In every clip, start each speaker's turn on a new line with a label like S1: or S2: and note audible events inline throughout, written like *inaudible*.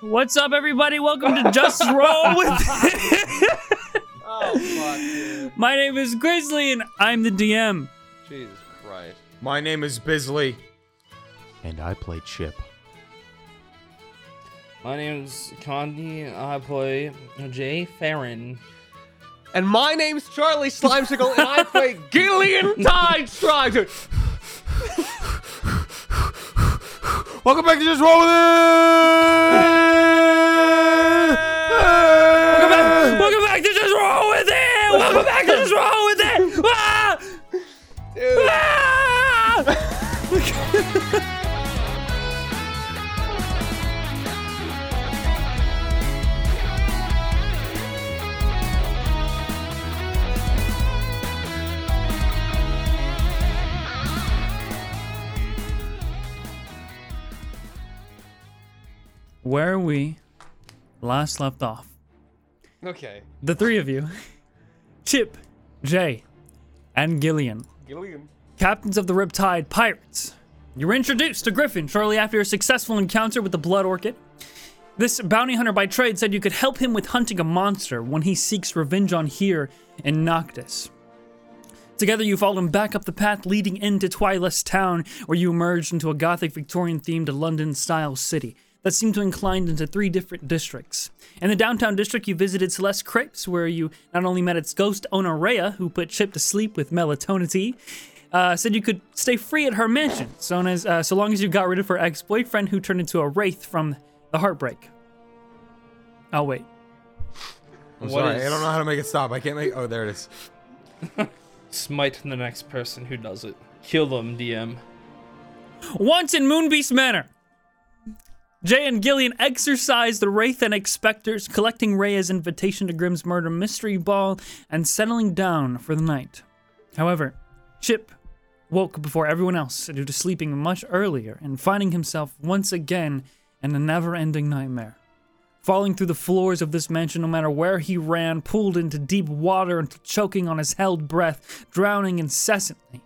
S1: What's up, everybody? Welcome to
S2: *laughs*
S1: Just Roll with.
S3: Oh fuck, dude.
S1: My name is Grizzly, and I'm the DM.
S3: Jesus Christ.
S4: My name is Bisley.
S5: And I play Chip.
S2: My name's Condi, and I play Jay Farron.
S3: And my name's Charlie Slimesicle, and I *laughs* play Gillian Tide Strike. Dude,
S4: Welcome back to Just Roll With It!
S1: Welcome back to Just Roll with It. Welcome back to Just Roll with It. Ah! Ah! *laughs* Where we last left off.
S3: *laughs* Okay.
S1: the three of you *laughs* Chip, Jay, and Gillian,
S3: Gillian.
S1: captains of the Riptide Pirates. You were introduced to Griffin shortly after your successful encounter with the Blood Orchid. This bounty hunter by trade said you could help him with hunting a monster when he seeks revenge on here in Noctis. Together, you followed him back up the path leading into Twiless Town, where you emerged into a Gothic Victorian themed London style city that seemed to incline into three different districts. In the downtown district, you visited Celeste Crepes, where you not only met its ghost owner Rhea, who put Chip to sleep with melatonin tea, uh, said you could stay free at her mansion, so, long as, uh, so long as you got rid of her ex boyfriend, who turned into a wraith from the Heartbreak. Oh, wait.
S4: I'm
S2: What
S4: sorry,
S2: is-
S4: I don't know how to make it stop. I can't make. Oh, there it is.
S2: Smite the next person who does it. Kill them, DM.
S1: Once in Moonbeast Manor, Jay and Gillian exorcised the Wraith and Expectors, collecting Rhea's invitation to Grimm's Murder Mystery Ball and settling down for the night. However, Chip woke before everyone else due to sleeping much earlier and finding himself once again in a never ending nightmare. Falling through the floors of this mansion, no matter where he ran, pulled into deep water until choking on his held breath, drowning incessantly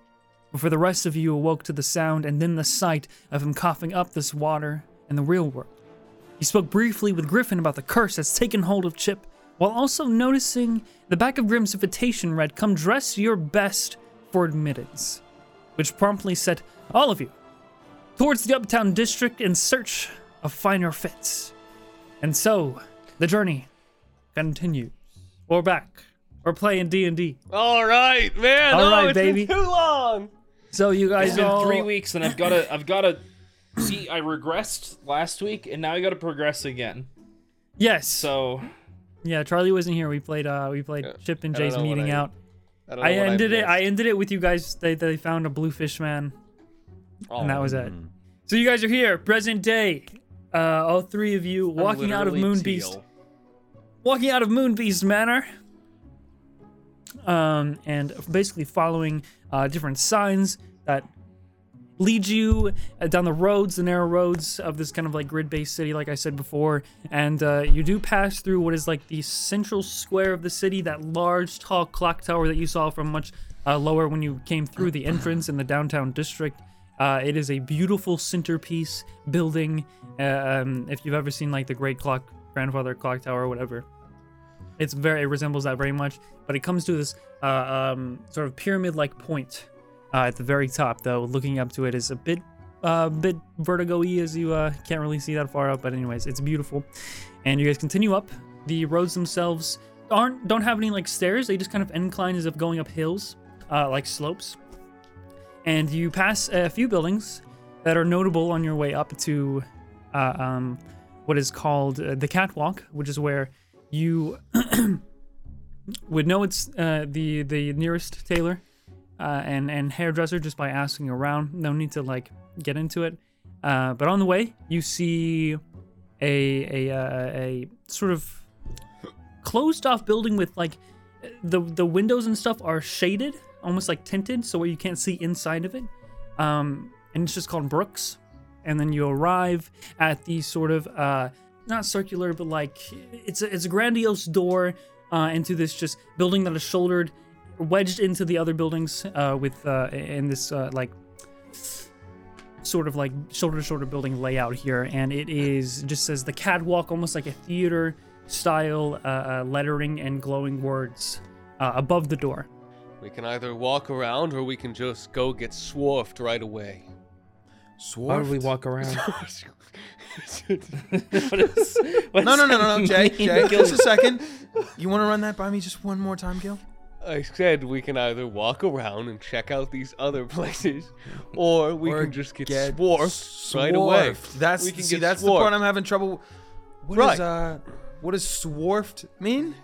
S1: before the rest of you awoke to the sound and then the sight of him coughing up this water in the real world. He spoke briefly with Griffin about the curse that's taken hold of Chip, while also noticing the back of Grimm's invitation read, Come dress your best for admittance, which promptly set all of you towards the uptown district in search of finer fits. And so, the journey continues. Or back, or playing D&D.
S3: All right, man.
S1: All
S3: All right,
S1: right,
S3: oh, it's been
S1: baby.
S3: too long.
S1: So you guys
S2: It's been
S1: all...
S2: three weeks, and I've got to. I've got to. See, I regressed last week, and now I got to progress again.
S1: Yes.
S2: So
S1: Yeah, Charlie wasn't here. We played uh we played
S3: Yeah.
S1: Chip and
S3: I don't
S1: Jay's
S3: know what
S1: meeting
S3: I-
S1: out.
S3: don't
S1: I
S3: know what
S1: ended it I
S3: missed.
S1: ended it with you guys they they found a bluefish man and that was it.
S5: Mm.
S1: So you guys are here, present day. Uh all three of you
S2: I'm
S1: walking out of
S2: literally
S1: Moonbeast.
S2: teal.
S1: Walking out of Moonbeast Manor. Um and basically following uh different signs that lead you uh, down the roads, the narrow roads of this kind of like grid based city, like I said before. And uh, you do pass through what is like the central square of the city, that large, tall clock tower that you saw from much uh, lower when you came through the entrance in the downtown district. Uh, it is a beautiful centerpiece building. uh, Um, if you've ever seen like the Great Clock, Grandfather Clock Tower, or whatever, it's very it resembles that very much. But it comes to this uh, um, sort of pyramid-like point uh, at the very top, though, looking up to it is a bit, uh, bit vertigo-y as you uh, can't really see that far up. But anyways, it's beautiful, and you guys continue up. The roads themselves aren't don't have any like stairs; they just kind of incline as if going up hills, uh, like slopes. And you pass a few buildings that are notable on your way up to uh, um, what is called uh, the catwalk, which is where you *clears throat* would know it's uh, the the nearest tailor uh, and and hairdresser just by asking around. No need to like get into it. Uh, but on the way, you see a a uh, a sort of closed off building with like the the windows and stuff are shaded, almost like tinted, so where you can't see inside of it. Um, and it's just called Brooks. And then you arrive at the sort of uh, not circular, but like it's a, it's a grandiose door uh, into this just building that is shouldered, wedged into the other buildings uh, with uh, in this uh, like sort of like shoulder to shoulder building layout here, and it is just says the catwalk, almost like a theater style uh, uh, lettering and glowing words uh, above the door.
S3: We can either walk around or we can just go get swarfed right *laughs* away.
S2: Why
S4: Swarf.
S2: would we walk *laughs* around?
S4: No, no, no, no, no, Jay, Jay, just a second. You want to run that by me just one more time, Gil?
S3: I said we can either walk around and check out these other places, or we
S4: Or
S3: can just get, swarfed right away.
S4: Swarfed. That's
S3: we can
S4: see,
S3: get
S4: that's the
S3: swarfed.
S4: part I'm having trouble. What
S3: Right.
S4: does uh, what does swarfed mean?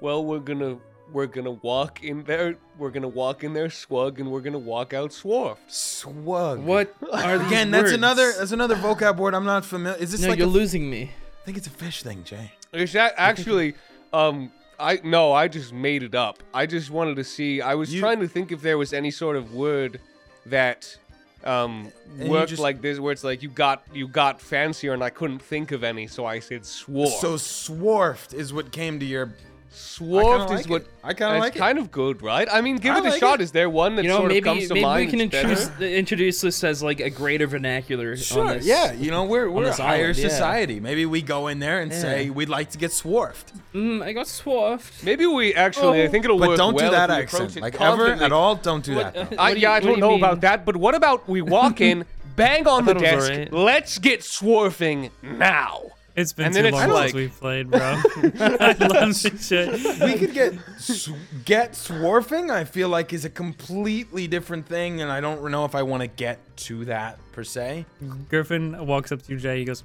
S3: Well, we're gonna we're gonna walk in there. We're gonna walk in there, swug, and we're gonna walk out swarfed.
S4: Swug.
S2: What are these
S4: Again, that's
S2: words?
S4: another that's another vocab word I'm not familiar. Is this
S2: No,
S4: like a-
S2: you're losing me.
S4: I think it's a fish thing, Jay.
S3: Is
S4: *laughs*
S3: that actually? Um, I no, I just made it up. I just wanted to see. I was
S4: You-
S3: trying to think if there was any sort of word that um
S4: you
S3: worked
S4: just-
S3: like this, where it's like you got you got fancier, and I couldn't think of any, so I said swarf.
S4: So swarfed is what came to your. I
S3: Swarfed
S4: kinda
S3: is
S4: like
S3: what
S4: it. I kinda
S3: it's
S4: like it.
S3: kind of good, right? I mean, give
S4: I
S3: it a
S4: like
S3: shot.
S4: it.
S3: Is there one that
S2: You know,
S3: sort
S2: maybe
S3: of comes to
S2: maybe
S3: mind?
S2: we can
S3: that's better?
S2: introduce introduce this as like a greater vernacular. on this.
S4: yeah. You know, we're we're a
S2: this
S4: higher
S2: island, yeah.
S4: society. Maybe we go in there and say we'd like to get swarfed,
S2: Mm, I got swarfed.
S3: Maybe we actually.
S2: Oh.
S3: I think it'll
S4: but
S3: work
S4: don't
S3: well
S4: do that
S3: if we approach
S4: accent,
S3: it
S4: like ever
S3: confidently.
S4: at all. Don't do that. though.
S3: I,
S2: What do
S3: yeah,
S2: you-
S3: I
S2: what do
S3: don't
S2: you
S3: know
S2: mean?
S3: about that, but what about we walk
S2: *laughs*
S3: in, bang on the
S2: thought it was
S3: desk,
S2: alright.
S3: let's get swarfing now.
S1: It's been
S3: And
S1: too
S3: then it's
S1: long
S3: like-
S1: since we played, bro. *laughs* I love this shit.
S4: *laughs* we could get sw- get swarfing. I feel like is a completely different thing, and I don't know if I want to get to that per se.
S1: Griffin walks up to you, Jay. He goes,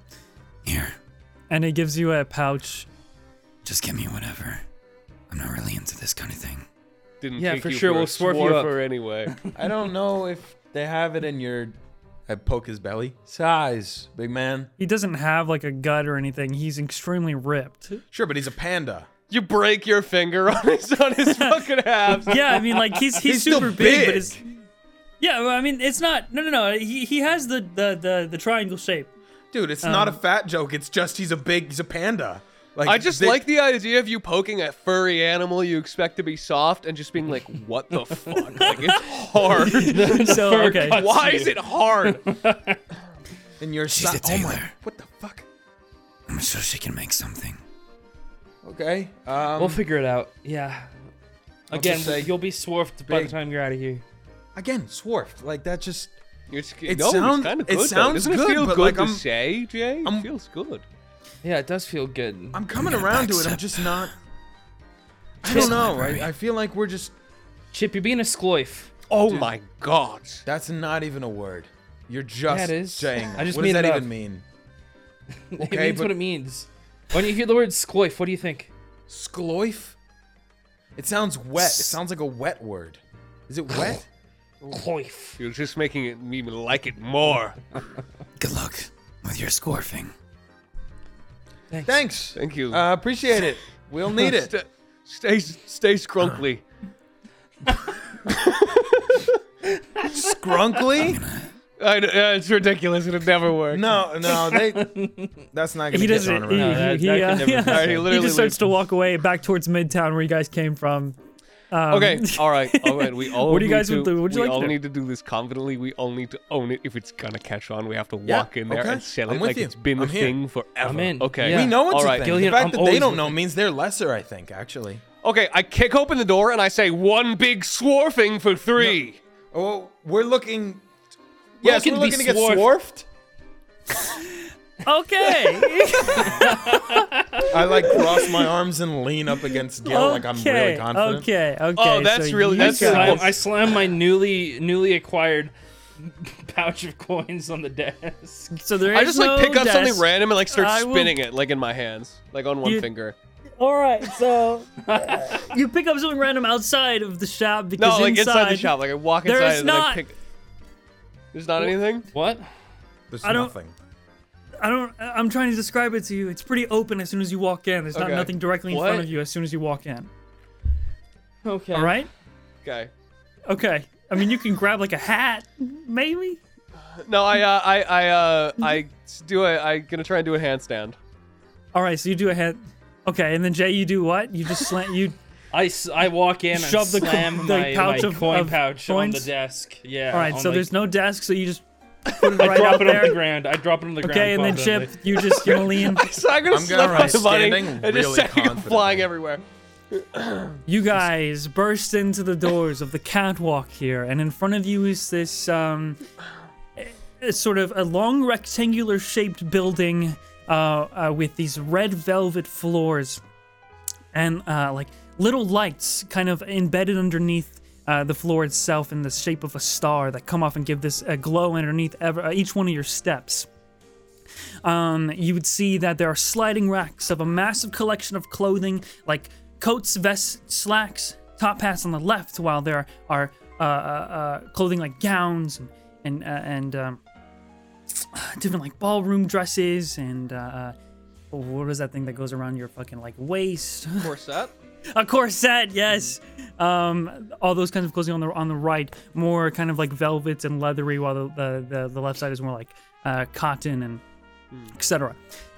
S1: Here. And he gives you a pouch.
S6: Just give me whatever. I'm not really into this kind of thing.
S3: Didn't
S2: Yeah,
S3: take
S2: for
S3: you
S2: sure,
S3: for
S2: we'll
S3: a
S2: swarf you up.
S3: swarfer anyway.
S4: I don't know if they have it in your. I poke his belly. Size, big man.
S1: He doesn't have like a gut or anything. He's extremely ripped.
S4: Sure, but he's a panda.
S3: you break your finger *laughs* on his on
S2: *laughs*
S3: his fucking abs.
S1: Yeah, I mean, like he's he's,
S4: still
S1: super big,
S4: big.
S1: but it's yeah. well, I mean, it's not. No, no, no. He he has the the the, the triangle shape.
S4: Dude, it's not a
S2: Um,
S4: fat joke. It's just he's a big, he's a panda. Like
S3: I just
S4: they-
S3: like the idea of you poking a furry animal you expect to be soft and just being like, "What
S2: *laughs*
S3: the fuck? Like it's hard.
S1: So okay,
S3: Why is it hard?"
S4: And your
S6: She's
S4: si-
S6: a
S4: oh my,
S6: tailor.
S4: what the fuck?
S6: I'm sure she can make something.
S4: Okay. Um,
S2: We'll figure it out. Yeah. Again,
S4: just say
S2: you'll be swarfed by the
S4: big-
S2: time you're out of here.
S4: again, swarfed. Like that just.
S3: It's,
S4: It
S3: no,
S4: sounds-
S3: it's kind of
S4: it
S3: good. though.
S4: sounds
S3: Doesn't
S4: good,
S3: it feel
S4: but,
S3: good
S4: like,
S3: to
S4: I'm-
S3: say, Jay? It
S4: I'm-
S3: feels good.
S2: Yeah, it does feel good.
S4: I'm coming
S6: gonna
S4: around to it.
S6: backstep.
S4: I'm just
S6: *laughs*
S4: not. I
S6: Just
S4: don't know,
S6: library.
S4: right? I feel like we're just.
S2: Chip, you're being a skloif.
S3: Oh my god.
S4: That's not even a word. You're just
S2: it is.
S4: saying.
S2: I just
S4: what
S2: made
S4: does
S2: it
S4: that
S2: up.
S4: even mean?
S2: it
S4: Okay,
S2: means
S4: but-
S2: what it means. When you hear the word skloif, what do you think?
S4: Skloif? It sounds wet. It sounds like a wet word. Is
S6: *gasps*
S4: it wet?
S2: Skloif.
S3: You're just making it me like it more.
S6: Good luck with your scorfing.
S2: Thanks.
S4: Thanks.
S3: Thank you.
S4: Uh, appreciate it. We'll need
S6: *laughs*
S4: it.
S3: Sta- stay stay scrunkly.
S1: Uh-huh.
S4: Grunkly?
S3: I, kn- uh, it's ridiculous. It'd never work.
S4: No, no, *laughs* they. That's not gonna
S1: he
S4: get
S1: doesn't.
S4: thrown
S1: He,
S4: around.
S2: that-
S1: he, he,
S2: that could
S1: uh, *laughs*
S2: never
S1: yeah.
S2: happen.
S3: Alright, he
S2: He
S1: he
S3: literally
S1: just starts
S3: leaves.
S1: to walk away back towards Midtown, where you guys came from. Um, *laughs*
S3: Okay. All right. All right. We all.
S1: What do you
S3: need
S1: guys
S3: to,
S1: would do? What'd you
S3: we
S1: like to
S3: all
S1: do?
S3: need to do this confidently. We all need to own it. If it's gonna catch on, we have to
S4: Yeah,
S3: walk in there
S4: okay.
S3: and sell
S4: I'm
S3: it
S4: with
S3: like
S4: you.
S3: it's been a
S4: I'm here.
S3: thing forever.
S2: I'm in.
S3: Okay.
S2: Yeah.
S4: We know it's
S3: all
S4: a
S3: right.
S4: thing.
S2: Gillian,
S4: the fact
S2: I'm
S4: that they
S2: always
S4: don't
S2: with
S4: know
S2: it.
S4: means they're lesser. I think actually.
S3: Okay. I kick open the door and I say one big swarfing for three.
S4: Oh, we're looking. Yes,
S2: looking
S4: we're
S2: to be
S4: looking to get
S2: swarfed.
S4: swarfed.
S1: Okay.
S4: I like cross my arms and lean up against Gil like I'm really
S1: okay,
S4: confident.
S1: Okay. Okay.
S3: Oh, that's
S1: so
S3: really-
S1: you
S3: that's
S1: guys-
S2: Slam, I slam my newly newly acquired *laughs* pouch of coins on the desk.
S1: So there is
S3: I just like
S1: no
S3: pick up something
S1: desk.
S3: random and like start
S1: I will-
S3: spinning it like in my hands, like on one
S1: You-
S3: finger.
S1: All right, so you pick up something random outside of the shop
S3: No,
S1: because
S3: like
S1: inside,
S3: inside the shop. Like I walk
S1: there
S3: inside
S1: is
S3: and
S1: not-
S3: then I pick. There's not anything.
S2: What?
S4: There's
S1: I don't-
S4: nothing.
S1: I don't. I- I'm trying to describe it to you. It's pretty open as soon as you walk in. There's
S3: Okay.
S1: not nothing directly in front
S2: What?
S1: of you as soon as you walk in.
S2: Okay.
S1: All right.
S3: Okay.
S1: Okay. I mean, you can grab like a hat, maybe.
S3: No, I, uh, I, I, uh, I s- do a. I'm gonna try and do a handstand. *laughs*
S1: All right. So you do a hat. Okay, and then Jay, you do what? You just slant. You.
S2: I, s- I walk in
S1: Shove the
S2: and
S1: co-
S2: slam
S1: *laughs* the
S2: my,
S1: pouch
S2: my
S1: of-
S2: coin
S1: of
S2: pouch on
S1: coins?
S2: the desk. Yeah.
S1: All right.
S2: on
S1: So
S2: my-
S1: there's no desk. So you just Put it right
S2: *laughs* Drop
S1: out
S2: it on the
S1: there.
S2: ground. I drop it on the ground.
S1: Okay, and then Chip,
S2: confidently.
S1: you just you know, lean.
S3: So I'm gonna
S4: I'm
S3: slip
S4: gonna
S3: on the body
S4: standing
S3: and
S4: really
S3: just send you
S4: confidently.
S3: flying everywhere.
S1: You guys burst into the doors of the catwalk here, and in front of you is this um, eh, sort of a long rectangular shaped building uh, uh, with these red velvet floors and uh, like little lights kind of embedded underneath uh, the floor itself in the shape of a star that come off and give this uh, glow underneath ever, uh, each one of your steps um, you would see that there are sliding racks of a massive collection of clothing, like coats, vests, slacks, top hats on the left, while there are uh, uh, uh, clothing like gowns and and uh, and um, *sighs* different like ballroom dresses and uh, uh, what is that thing that goes around your fucking like waist?
S3: Corset.
S1: *laughs* a corset, yes. Um, all those kinds of clothing on the on the right, more kind of like velvets and leathery, while the the, the, the left side is more like uh, cotton and etc.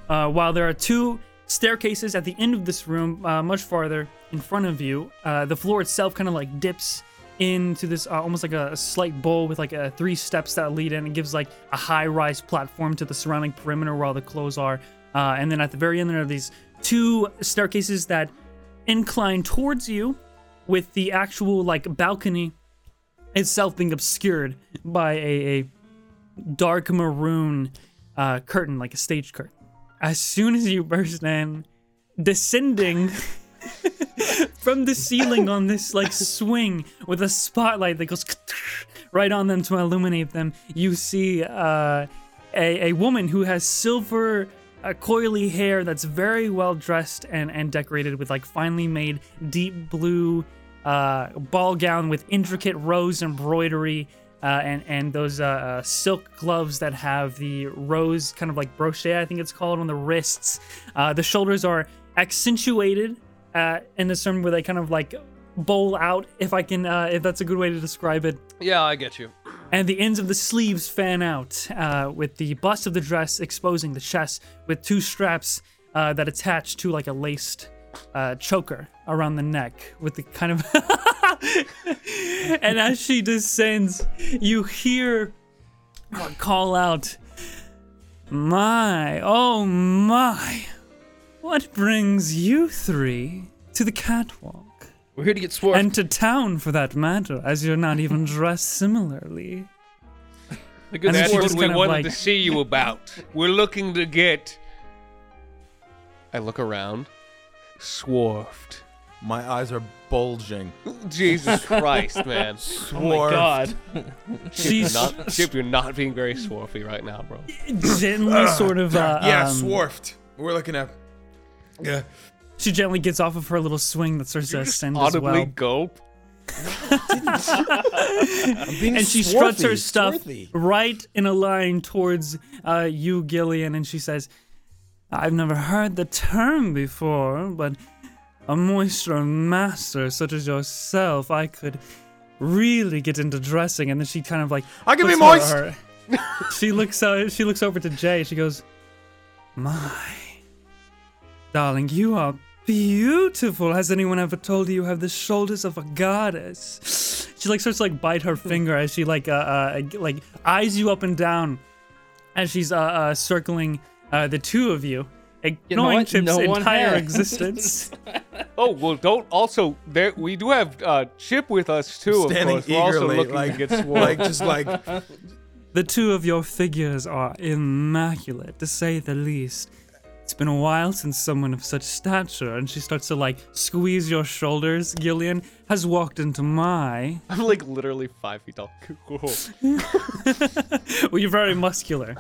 S1: Uh, while there are two staircases at the end of this room, uh, much farther in front of you, uh, the floor itself kind of like dips into this uh, almost like a, a slight bowl with like uh, three steps that lead in. It gives like a high-rise platform to the surrounding perimeter where all the clothes are, uh, and then at the very end there are these two staircases that incline towards you, with the actual like balcony itself being obscured by a, a dark maroon uh, curtain, like a stage curtain. As soon as you burst in, descending from the ceiling on this like swing with a spotlight that goes right on them to illuminate them, you see uh, a, a woman who has silver. Uh, coily hair that's very well dressed and, and decorated with like finely made deep blue uh, ball gown with intricate rose embroidery uh, and and those uh, uh, silk gloves that have the rose kind of like brochet, I think it's called, on the wrists. Uh, the shoulders are accentuated uh, in a certain where they kind of like bowl out, if I can, uh, if that's a good way to describe it
S3: Yeah, I get you.
S1: and the ends of the sleeves fan out, uh, with the bust of the dress exposing the chest with two straps uh, that attach to like a laced uh, choker around the neck, with the kind of. *laughs* and as she descends, you hear her call out, My, oh my, what brings you three to the catwalk?
S2: We're here to get swarmed.
S1: And to town for that matter, as you're not even dressed similarly.
S2: The good
S1: and then
S3: That's
S1: she
S2: swarm.
S3: what
S1: just
S3: we
S1: kind of
S3: wanted
S1: like-
S3: to see you about.
S1: *laughs*
S3: We're looking to get. I look around.
S1: *laughs*
S3: Swarfed.
S4: My eyes are bulging.
S1: Oh
S3: Jesus Christ, man.
S2: Oh my god.
S1: She's
S3: Not, Chip, you're not being very swarfy right now, bro.
S1: gently sort of uh,
S4: yeah,
S1: um,
S4: swarfed. We're looking at. Yeah.
S1: she gently gets off of her little swing that starts to ascend as
S3: Audibly
S1: well.
S3: gulp.
S1: And she struts her stuff right in a line towards uh, you, Gillian, and she says, I've never heard the term before, but a moisture master such as yourself, I could really get into dressing. And then she kind of like
S4: I can be
S1: looks
S4: moist.
S1: over at her. she looks uh, she looks over to Jay. She goes, "My darling, you are beautiful. Has anyone ever told you you have the shoulders of a goddess?" She like starts to like bite her finger as she like uh, uh like eyes you up and down as she's uh, uh circling uh the two of you, ignoring
S2: what?
S1: Chip's
S2: No one
S1: entire
S2: has. *laughs*
S1: existence.
S3: Oh well, don't. Also, there we do have uh, Chip with us too.
S4: Standing
S3: of course, we're also
S4: eagerly,
S3: looking
S4: like-
S3: to
S4: *laughs*
S3: get swarmed.
S4: Like just like
S1: The two of your figures are immaculate, to say the least. It's been a while since someone of such stature, and she starts to like squeeze your shoulders. Gillian has walked into my.
S3: I'm like literally five feet tall. Cool.
S1: Well, you're very muscular.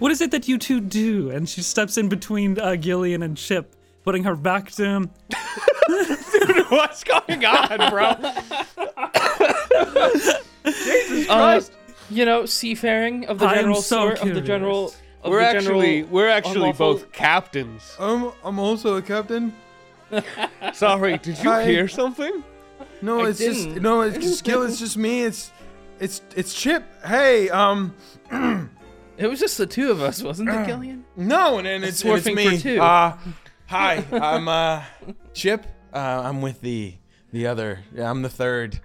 S1: What is it that you two do? And she steps in between uh, Gillian and Chip, putting her back to him.
S3: What's going on, bro?
S2: Uh, you know, seafaring of the
S1: I am
S2: general
S1: so
S2: sort of the
S1: curious.
S2: general. Of
S3: We're
S2: the general
S3: actually we're actually
S2: unlawful-
S3: both captains.
S4: I'm I'm also a captain.
S3: Sorry, did you
S4: Hi.
S3: hear something?
S4: No,
S2: I
S4: it's just
S2: didn't.
S4: no, it's just Gil, it's just me. It's it's it's Chip. Hey, um
S2: It was just the two of us, wasn't
S1: Ah.
S2: it, Gillian?
S4: no, and, and it's, and it's
S2: Swarfing
S4: me.
S2: for two.
S4: Uh hi, I'm uh Chip. Uh I'm with the the other. Yeah, I'm the third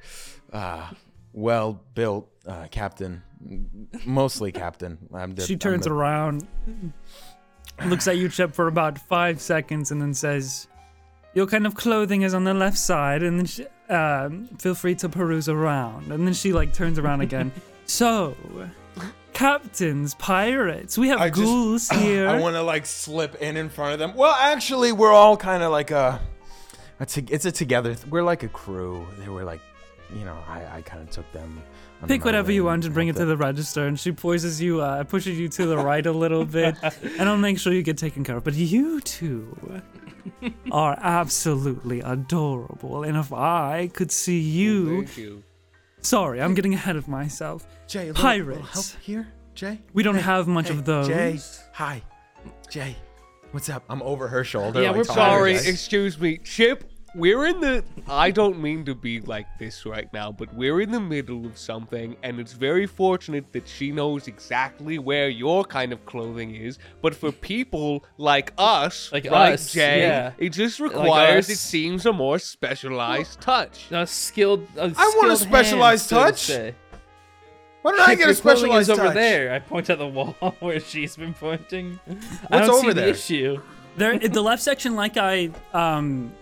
S4: uh well-built uh captain Mostly captain. I'm the-
S1: She
S4: I'm
S1: turns
S4: the-
S1: around, looks at you, Chip, for about five seconds, and then says, "Your kind of clothing is on the left side, and then she, um, feel free to peruse around." And then she like turns around
S4: *laughs*
S1: again. so, captains, pirates, we have
S4: I just-
S1: ghouls here.
S4: I want to like slip in in front of them. Well, actually, we're all kind of like a, a to- it's a together. Th- we're like a crew. They were like, you know, I, I kind of took them. under
S1: Pick
S4: my
S1: whatever you
S4: wing
S1: want and bring it to
S4: helped
S1: the register, and she poises you, uh, pushes you to the right a little bit, and I'll make sure you get taken care of. But you two are absolutely adorable, and if I could see you,
S3: Thank you.
S1: sorry, I'm getting ahead of myself.
S4: Jay, a little-
S1: pirates.
S4: little help here, Jay.
S1: We don't have much of those.
S4: Jay, hi, Jay. What's up? I'm over her shoulder.
S2: Yeah,
S4: like,
S2: we're
S4: talking to
S3: Sorry,
S4: her, guys.
S3: excuse me, Chip. We're in the. I don't mean to be like this right now, but we're in the middle of something, and it's very fortunate that she knows exactly where your kind of clothing is. But for people like us,
S2: Like
S3: right,
S2: us,
S3: Jay,
S2: yeah.
S3: it just requires, it
S2: us.
S3: seems, a more specialized touch.
S2: A skilled. A
S4: I want a specialized touch. Why don't I get a specialized
S2: over
S4: touch?
S2: there. I point at the wall *laughs* where she's been pointing. I
S4: What's
S2: don't see
S4: over
S2: the
S4: there?
S2: issue.
S1: There, the left section, like I um,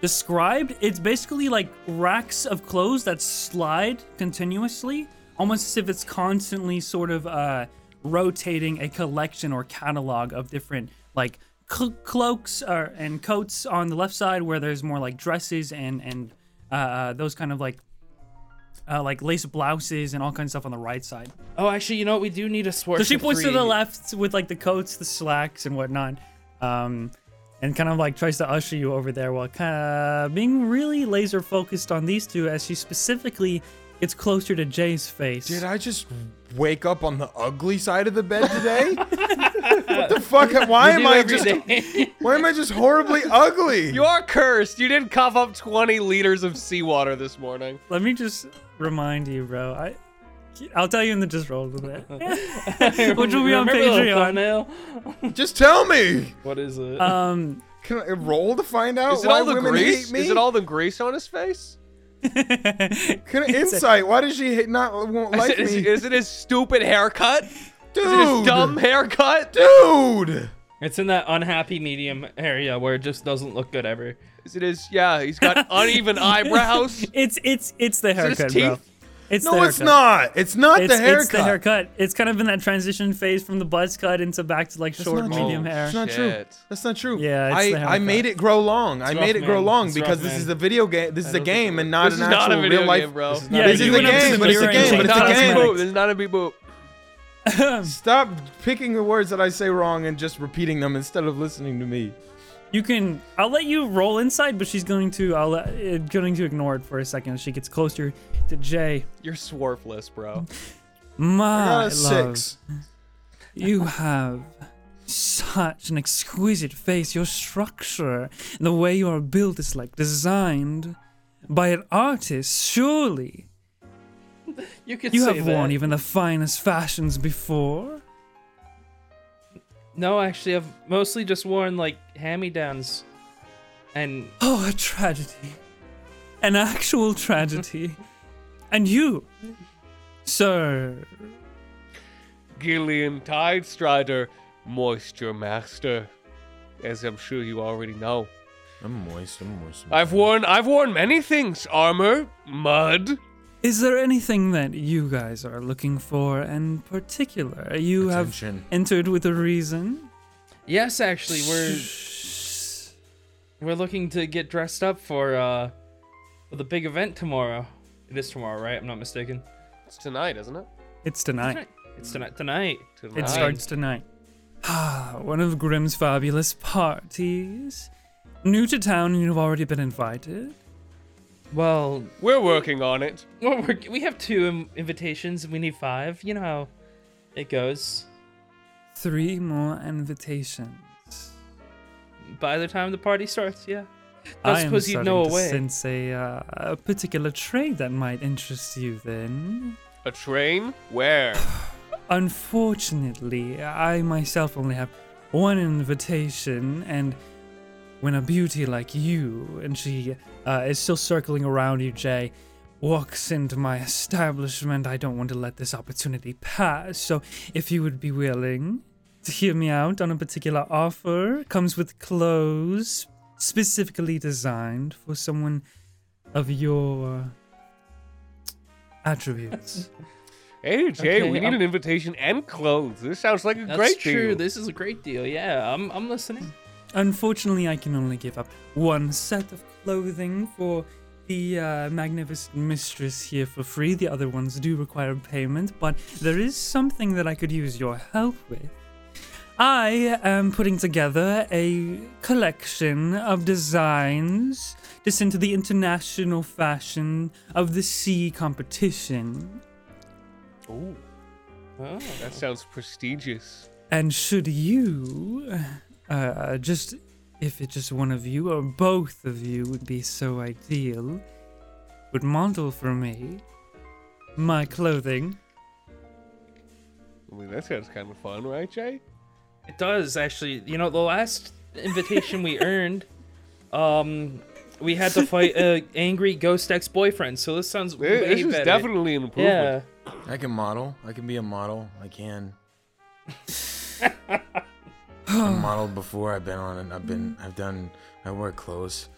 S1: described, it's basically like racks of clothes that slide continuously, almost as if it's constantly sort of uh, rotating a collection or catalog of different like cl- cloaks or, and coats on the left side, where there's more like dresses and and uh, uh, those kind of like uh, like lace blouses and all kinds of stuff on the right side.
S2: Oh, actually, you know what? We do need a sword.
S1: So she points to the left with like the coats, the slacks, and whatnot, um, and kind of like tries to usher you over there while kind of being really laser focused on these two as she specifically gets closer to Jay's face.
S4: Did I just wake up on the ugly side of the bed *laughs* today? what the fuck? Why am I just?
S1: *laughs*
S2: *laughs*
S4: Why am I just horribly *laughs* ugly?
S3: You're cursed. You didn't cough up 20 liters of seawater this morning.
S1: Let me just remind you, bro. I I'll tell you in the just roll a bit, *laughs* which will be on Patreon.
S2: Thumbnail?
S4: Just tell me.
S2: What is it?
S1: Um, *laughs*
S4: Can I roll to find out
S3: Is it
S4: why
S3: all the
S4: women
S3: grease?
S4: hate me?
S3: Is it all the grease on his face?
S4: Can I insight? Why does she hate, not
S3: *laughs*
S4: won't
S3: Is
S4: like
S3: it- is,
S4: me?
S3: is it his stupid haircut? Is it
S4: dude,
S3: his dumb haircut?
S4: dude.
S2: it's in that unhappy medium area where it just doesn't look good ever.
S3: Is it his, yeah, he's got uneven eyebrows.
S1: it's it's it's the
S3: Is it
S1: haircut,
S3: his
S1: bro.
S3: teeth?
S1: It's
S4: No,
S1: the
S4: it's
S1: haircut.
S4: not. It's not
S1: It's,
S4: the haircut.
S1: it's the haircut. It's kind of in that transition phase from the buzz cut into back to like short,
S4: not
S1: medium
S3: true.
S1: hair.
S4: That's not true.
S3: Shit.
S4: That's not true.
S1: Yeah, it's
S4: I,
S1: the
S4: I made it grow long. I
S2: It's
S4: made
S2: rough,
S4: it grow
S2: man.
S4: long
S2: It's rough,
S4: because this
S2: man.
S4: is a video game. This is a
S2: don't
S4: game
S2: think
S4: and not
S3: This
S4: an
S3: is not a
S4: actual
S3: video
S4: real life.
S3: game, bro. This is
S2: not
S1: Yeah,
S4: This
S1: you
S4: is a
S1: went up to
S4: game,
S1: the
S4: but it's a
S1: mirror and
S4: game, but
S1: changed
S4: it's
S3: not
S4: a
S1: it.
S3: a
S4: game.
S3: boop. This is not a beep boop.
S4: Stop picking the words that I say wrong and just repeating them instead of listening to me.
S1: You can. I'll let you roll inside, but she's going to. I'll let, uh, going to ignore it for a second. as She gets closer to Jay.
S3: You're swarfless, bro.
S1: My
S4: Uh,
S1: Ah, love,
S4: six.
S1: you have such an exquisite face. Your structure, the way you are built, is like designed by an artist. Surely
S2: You could
S1: you
S2: say
S1: have
S2: that.
S1: worn even the finest fashions before.
S2: No, actually, I've mostly just worn like hand-me-downs, and
S1: Oh, a tragedy. An actual tragedy. and you, sir.
S3: Gillian Tidestrider, moisture master. As I'm sure you already know.
S4: I'm moist. I'm moist.
S3: I've worn I've worn many things. Armor, mud.
S1: Is there anything that you guys are looking for in particular? You
S4: Attention.
S1: have entered with a reason.
S2: yes, actually, we're we're looking to get dressed up for uh for the big event tomorrow. It is tomorrow, right? I'm not mistaken.
S3: It's tonight, isn't it?
S1: It's tonight.
S2: It's tonight. Tonight.
S3: Tonight.
S1: It starts tonight. Ah, one of Grimm's fabulous parties. New to town, and you've already been invited.
S2: Well,
S3: We're working on it.
S2: well, we're, we have two Im- invitations. and We need five. You know how it goes.
S1: Three more invitations.
S2: By the time the party starts, yeah.
S1: I
S2: I
S1: am
S2: suppose you'd know
S1: starting
S2: a
S1: to
S2: way.
S1: sense a, uh, a particular trade that might interest you. Then,
S3: A train? Where?
S1: Unfortunately, I myself only have one invitation, and when a beauty like you, and she uh, is still circling around you, Jay, walks into my establishment, I don't want to let this opportunity pass. So, if you would be willing to hear me out on a particular offer, it comes with clothes specifically designed for someone of your attributes.
S3: Hey Jay,
S2: Okay,
S3: we need
S2: I'm-
S3: an invitation and clothes. This sounds like a
S2: That's
S3: great
S2: true.
S3: deal.
S2: This is a great deal. Yeah, I'm I'm listening.
S1: Unfortunately, I can only give up one set of clothing for the uh, magnificent mistress here for free. The other ones do require payment, but there is something that I could use your help with. I am putting together a collection of designs to send to the international fashion of the sea competition.
S3: Ooh,
S2: Oh.
S3: that sounds prestigious.
S1: And should you, uh, just if it's just one of you or both of you would be so ideal, would model for me my clothing.
S3: I mean, that sounds kind of fun, right, Jay?
S2: It does actually. You know, the last invitation we earned, um, we had to fight a angry ghost ex boyfriend. So this sounds
S3: Th-
S2: way
S3: This is
S2: better.
S3: definitely an improvement.
S2: yeah.
S4: I can model. I can be a model. I
S3: *laughs*
S4: can. I modeled before. I've been on it. I've been. I've done. I wear clothes.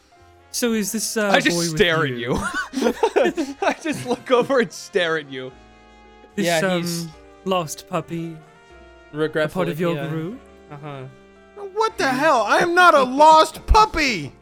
S1: So is this uh,
S3: I
S1: boy
S3: just
S1: with
S3: stare at you. *laughs* I
S2: *laughs*
S3: just *laughs* look over and stare at you.
S1: This
S2: Yeah,
S1: um,
S2: he's-
S1: lost puppy, a
S2: Regretfully,
S1: part of your
S2: yeah.
S1: group.
S2: Uh huh.
S4: What the hell? I am not a lost *laughs* puppy.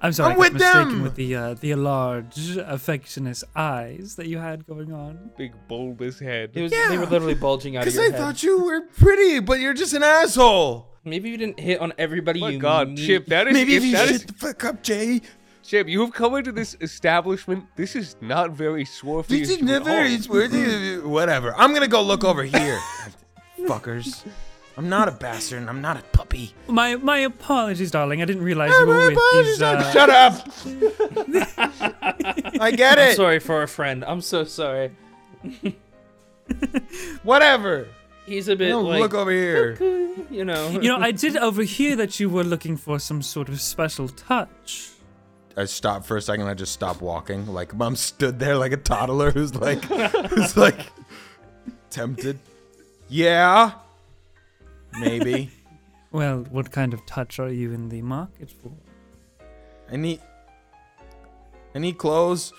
S1: I'm sorry,
S4: I'm
S1: I got
S4: with
S1: mistaken
S4: them!
S1: with the uh, the large, affectionate eyes that you had going on.
S3: Big bulbous head.
S2: It was. They
S4: Yeah.
S2: were literally
S4: *laughs*
S2: bulging out of
S4: Because
S2: your
S4: I
S2: head.
S4: thought you were pretty, but you're just an asshole.
S2: Maybe you didn't hit on everybody.
S3: Oh My
S2: you
S3: God,
S2: meet.
S3: Chip, that is
S4: Maybe if
S3: if
S4: you
S3: that
S4: shut
S3: is-
S4: the fuck up, Jay.
S3: Chip, you have come into this establishment. This is not very swarthy.
S4: This is never. It's worth- Whatever. I'm gonna go look
S3: *laughs*
S4: over here. Fuckers. I'm not a bastard. and I'm not a puppy.
S1: My my apologies, darling. I didn't realize you were with these. Uh,
S3: *laughs*
S4: Shut up. I get
S2: I'm
S4: it.
S2: sorry for a friend. I'm so sorry.
S4: Whatever.
S2: He's a bit
S4: No,
S2: like
S4: look over here.
S2: *laughs* you know.
S1: you know, I did overhear that you were looking for some sort of special touch.
S4: I stopped for a second. I just stopped walking. Like mom stood there like a toddler who's
S2: *laughs*
S4: like, who's like, tempted. Yeah.
S2: *laughs*
S4: Maybe.
S1: Well, what kind of touch are you in the market for?
S4: I need. I need clothes.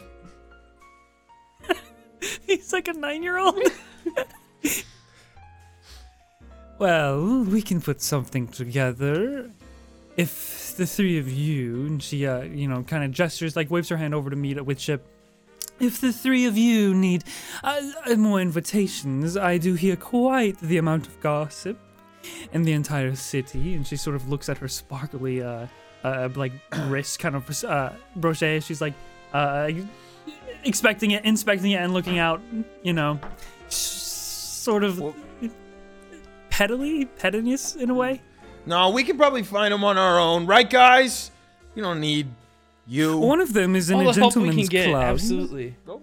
S1: *laughs* He's like a nine year old. *laughs* well, we can put something together. If the three of you, and she, uh, you know, kind of gestures, like waves her hand over to meet up with Chip. If the three of you need uh, uh, more invitations, I do hear quite the amount of gossip in the entire city. And she sort of looks at her sparkly, uh, uh, like *clears throat* wrist kind of uh, brochet. She's like, uh, expecting it, inspecting it, and looking out, you know, s- sort of
S4: Well-
S1: pettily, pettiness in a way.
S4: No, we can probably find them on our own, right, guys? You don't need you.
S1: One of them is in
S2: all
S1: a
S2: the help we
S1: gentleman's
S2: can get.
S1: club uh,
S2: Absolutely.
S4: no.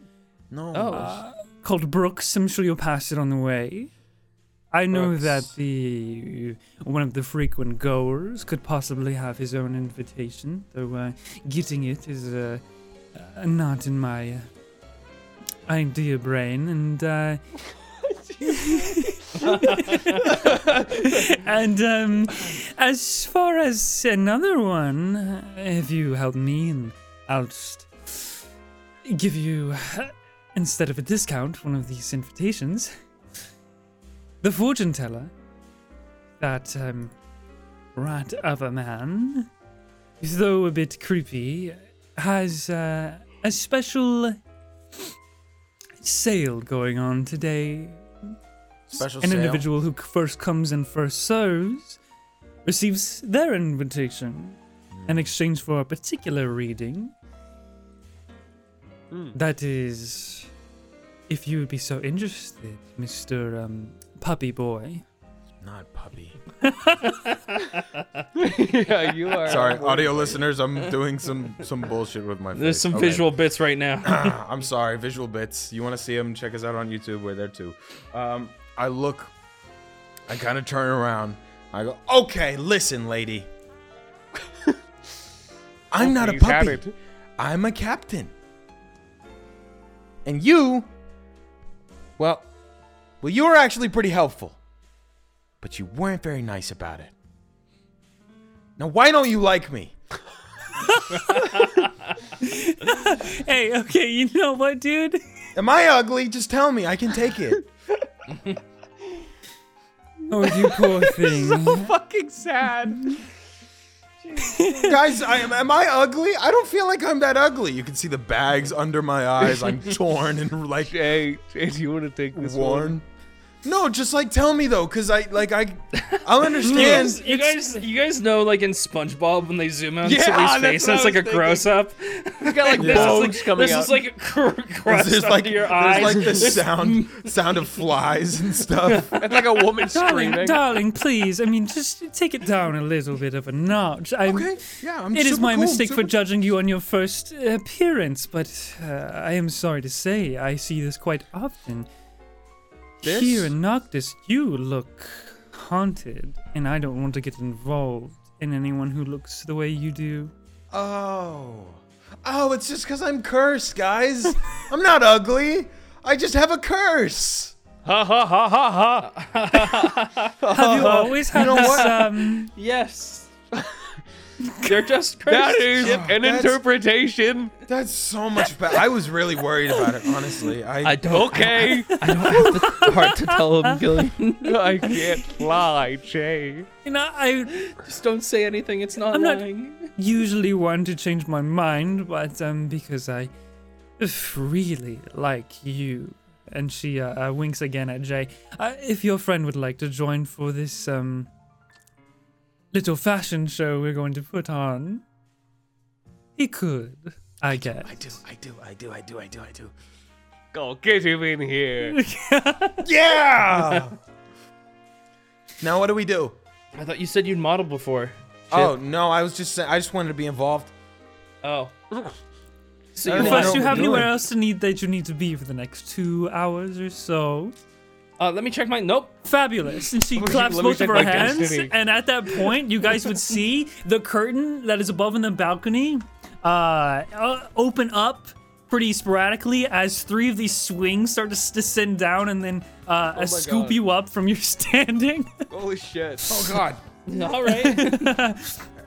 S2: Oh,
S1: called Brooks. I'm sure you'll pass it on the way. I know that
S4: Brooks.
S1: the one of the frequent goers could possibly have his own invitation, though uh, getting it is uh, uh, not in my uh, idea brain. And uh, *laughs* and um, as far as another one, uh, if you help me, and I'll just give you, instead of a discount, one of these invitations. The fortune teller, that um, rat of a man, though a bit creepy, has uh, a special sale going on today
S4: Special
S1: an
S4: sale.
S1: individual who c- first comes and first serves receives their invitation
S4: Hmm.
S1: in exchange for a particular reading.
S4: Hmm.
S1: That is, if you would be so interested, Mr. Um, puppy Boy.
S4: Not puppy.
S3: *laughs* yeah, you are.
S2: *laughs*
S4: Sorry, audio listeners. I'm doing some some bullshit with my.
S2: there's
S4: face.
S2: some
S4: Okay.
S2: visual bits right now.
S4: I'm sorry, visual bits. You want to see them? Check us out on YouTube. We're there too. Um, I look. I kind of turn around. I go, okay, listen, lady. *laughs* I'm not a
S3: He's had
S4: puppy.
S3: it. *laughs*
S4: I'm a captain. And you, well, well, you were actually pretty helpful, but you weren't very nice about it. Now, why don't you like me?
S1: Hey, okay, you know what, dude?
S4: Am I ugly? Just tell me. I can take it.
S1: Oh, you poor *laughs* thing.
S3: Fucking sad.
S4: Guys, I, am am I ugly? I don't feel like I'm that ugly. You can see the bags under my eyes.
S2: *laughs*
S4: I'm torn and like
S3: Jay, Jay, do you want to take this one?
S4: worn. No, just like tell me though, cause I like I, I'll *laughs*
S2: *laughs* guys-
S4: understand.
S2: you guys, you guys know, like in SpongeBob when they zoom out on
S3: Yeah,
S2: somebody's
S3: that's
S2: face,
S3: what
S2: and
S3: I
S2: it's like a
S3: was
S2: gross up.
S3: He's got like
S2: This is
S3: bones
S2: like,
S3: coming
S2: this
S3: out.
S2: is like crust
S4: There's
S2: under
S4: like
S2: your
S4: there's
S2: eyes.
S4: like the sound sound of flies and stuff.
S2: *laughs*
S3: it's like a woman
S1: darling,
S3: screaming.
S1: darling, please. I mean, just take it down a little bit of a notch. I'm,
S4: Okay, yeah, I'm
S1: It is
S4: super
S1: my
S4: cool,
S1: mistake
S4: super-
S1: for judging you on your first appearance, but uh, I am sorry to say I see this quite often.
S4: This?
S1: Here in Noctis, you look haunted, and I don't want to get involved in anyone who looks the way you do.
S4: Oh, oh, it's just cause I'm
S1: *laughs*
S4: cursed, guys. I'm not ugly. I just have a curse.
S3: Ha ha ha ha ha.
S1: Have you always had
S4: Uh-huh. know
S1: this?
S4: what?
S1: Um,
S2: *laughs* yes, they're just cursed.
S3: That is
S2: Chip.
S3: an
S4: That's-
S3: interpretation.
S4: That's so much better. I was really worried about it, honestly. I,
S2: I don't.
S3: Okay.
S2: I don't have the heart to
S3: *laughs*
S2: tell him, Gillian.
S3: I can't lie, Jay.
S1: you know, I
S2: Just don't say anything. It's not
S1: I'm not-
S2: lying.
S1: usually want to change my mind, but um, because I really like you. And she uh, uh, winks again at Jay. Uh, if your friend would like to join for this um, little fashion show we're going to put on, he could, I guess.
S4: I do, I do, I do, I do, I do, I do.
S3: Go get him in here.
S4: Yeah. now what do we do?
S2: I thought you said you'd model before.
S4: Oh no, I was just saying. I just wanted to be involved.
S2: Oh. So
S4: I
S2: you
S4: don't
S2: want,
S1: First, you
S4: know what
S1: have
S4: we're
S1: anywhere
S4: doing.
S1: else to need that you need to be for the next two hours or so?
S2: uh, let me check my. Nope.
S1: Fabulous. And she
S3: Let me-
S1: claps
S3: let me
S1: both of
S3: check
S1: her
S3: my
S1: hands.
S3: destiny.
S1: And at that point, you guys would see the curtain that is above in the balcony uh, uh, open up pretty sporadically as three of these swings start to s- descend down and then uh, uh, scoop
S3: Oh God.
S1: you up from your *laughs* standing.
S3: *laughs* Holy shit.
S4: Oh God.
S2: All right.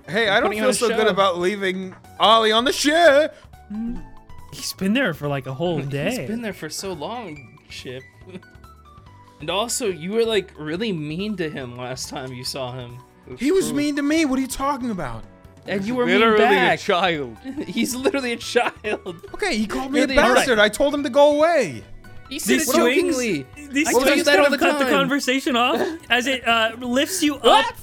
S4: Hey, I don't
S2: putting on
S4: feel
S2: a
S4: so
S2: show.
S4: good about leaving Ollie on the ship.
S1: He's been there for like a whole day.
S2: It's been there for so long, Chip. *laughs* and also, you were like really mean to him last time you saw him,
S4: He was mean to me. What are you talking about?
S2: and you were mean
S3: Literally a
S2: back.
S3: child.
S2: *laughs* He's literally a child.
S4: Okay, he called me a
S2: Really? All right.
S4: bastard. I told him to go away.
S2: *laughs* He said
S1: These
S2: it
S1: swings,
S2: jokingly.
S1: these
S2: I tell you
S1: swings
S2: that
S1: kind
S2: all
S1: of
S2: the
S1: cut the
S2: time.
S1: conversation off as it uh, lifts you up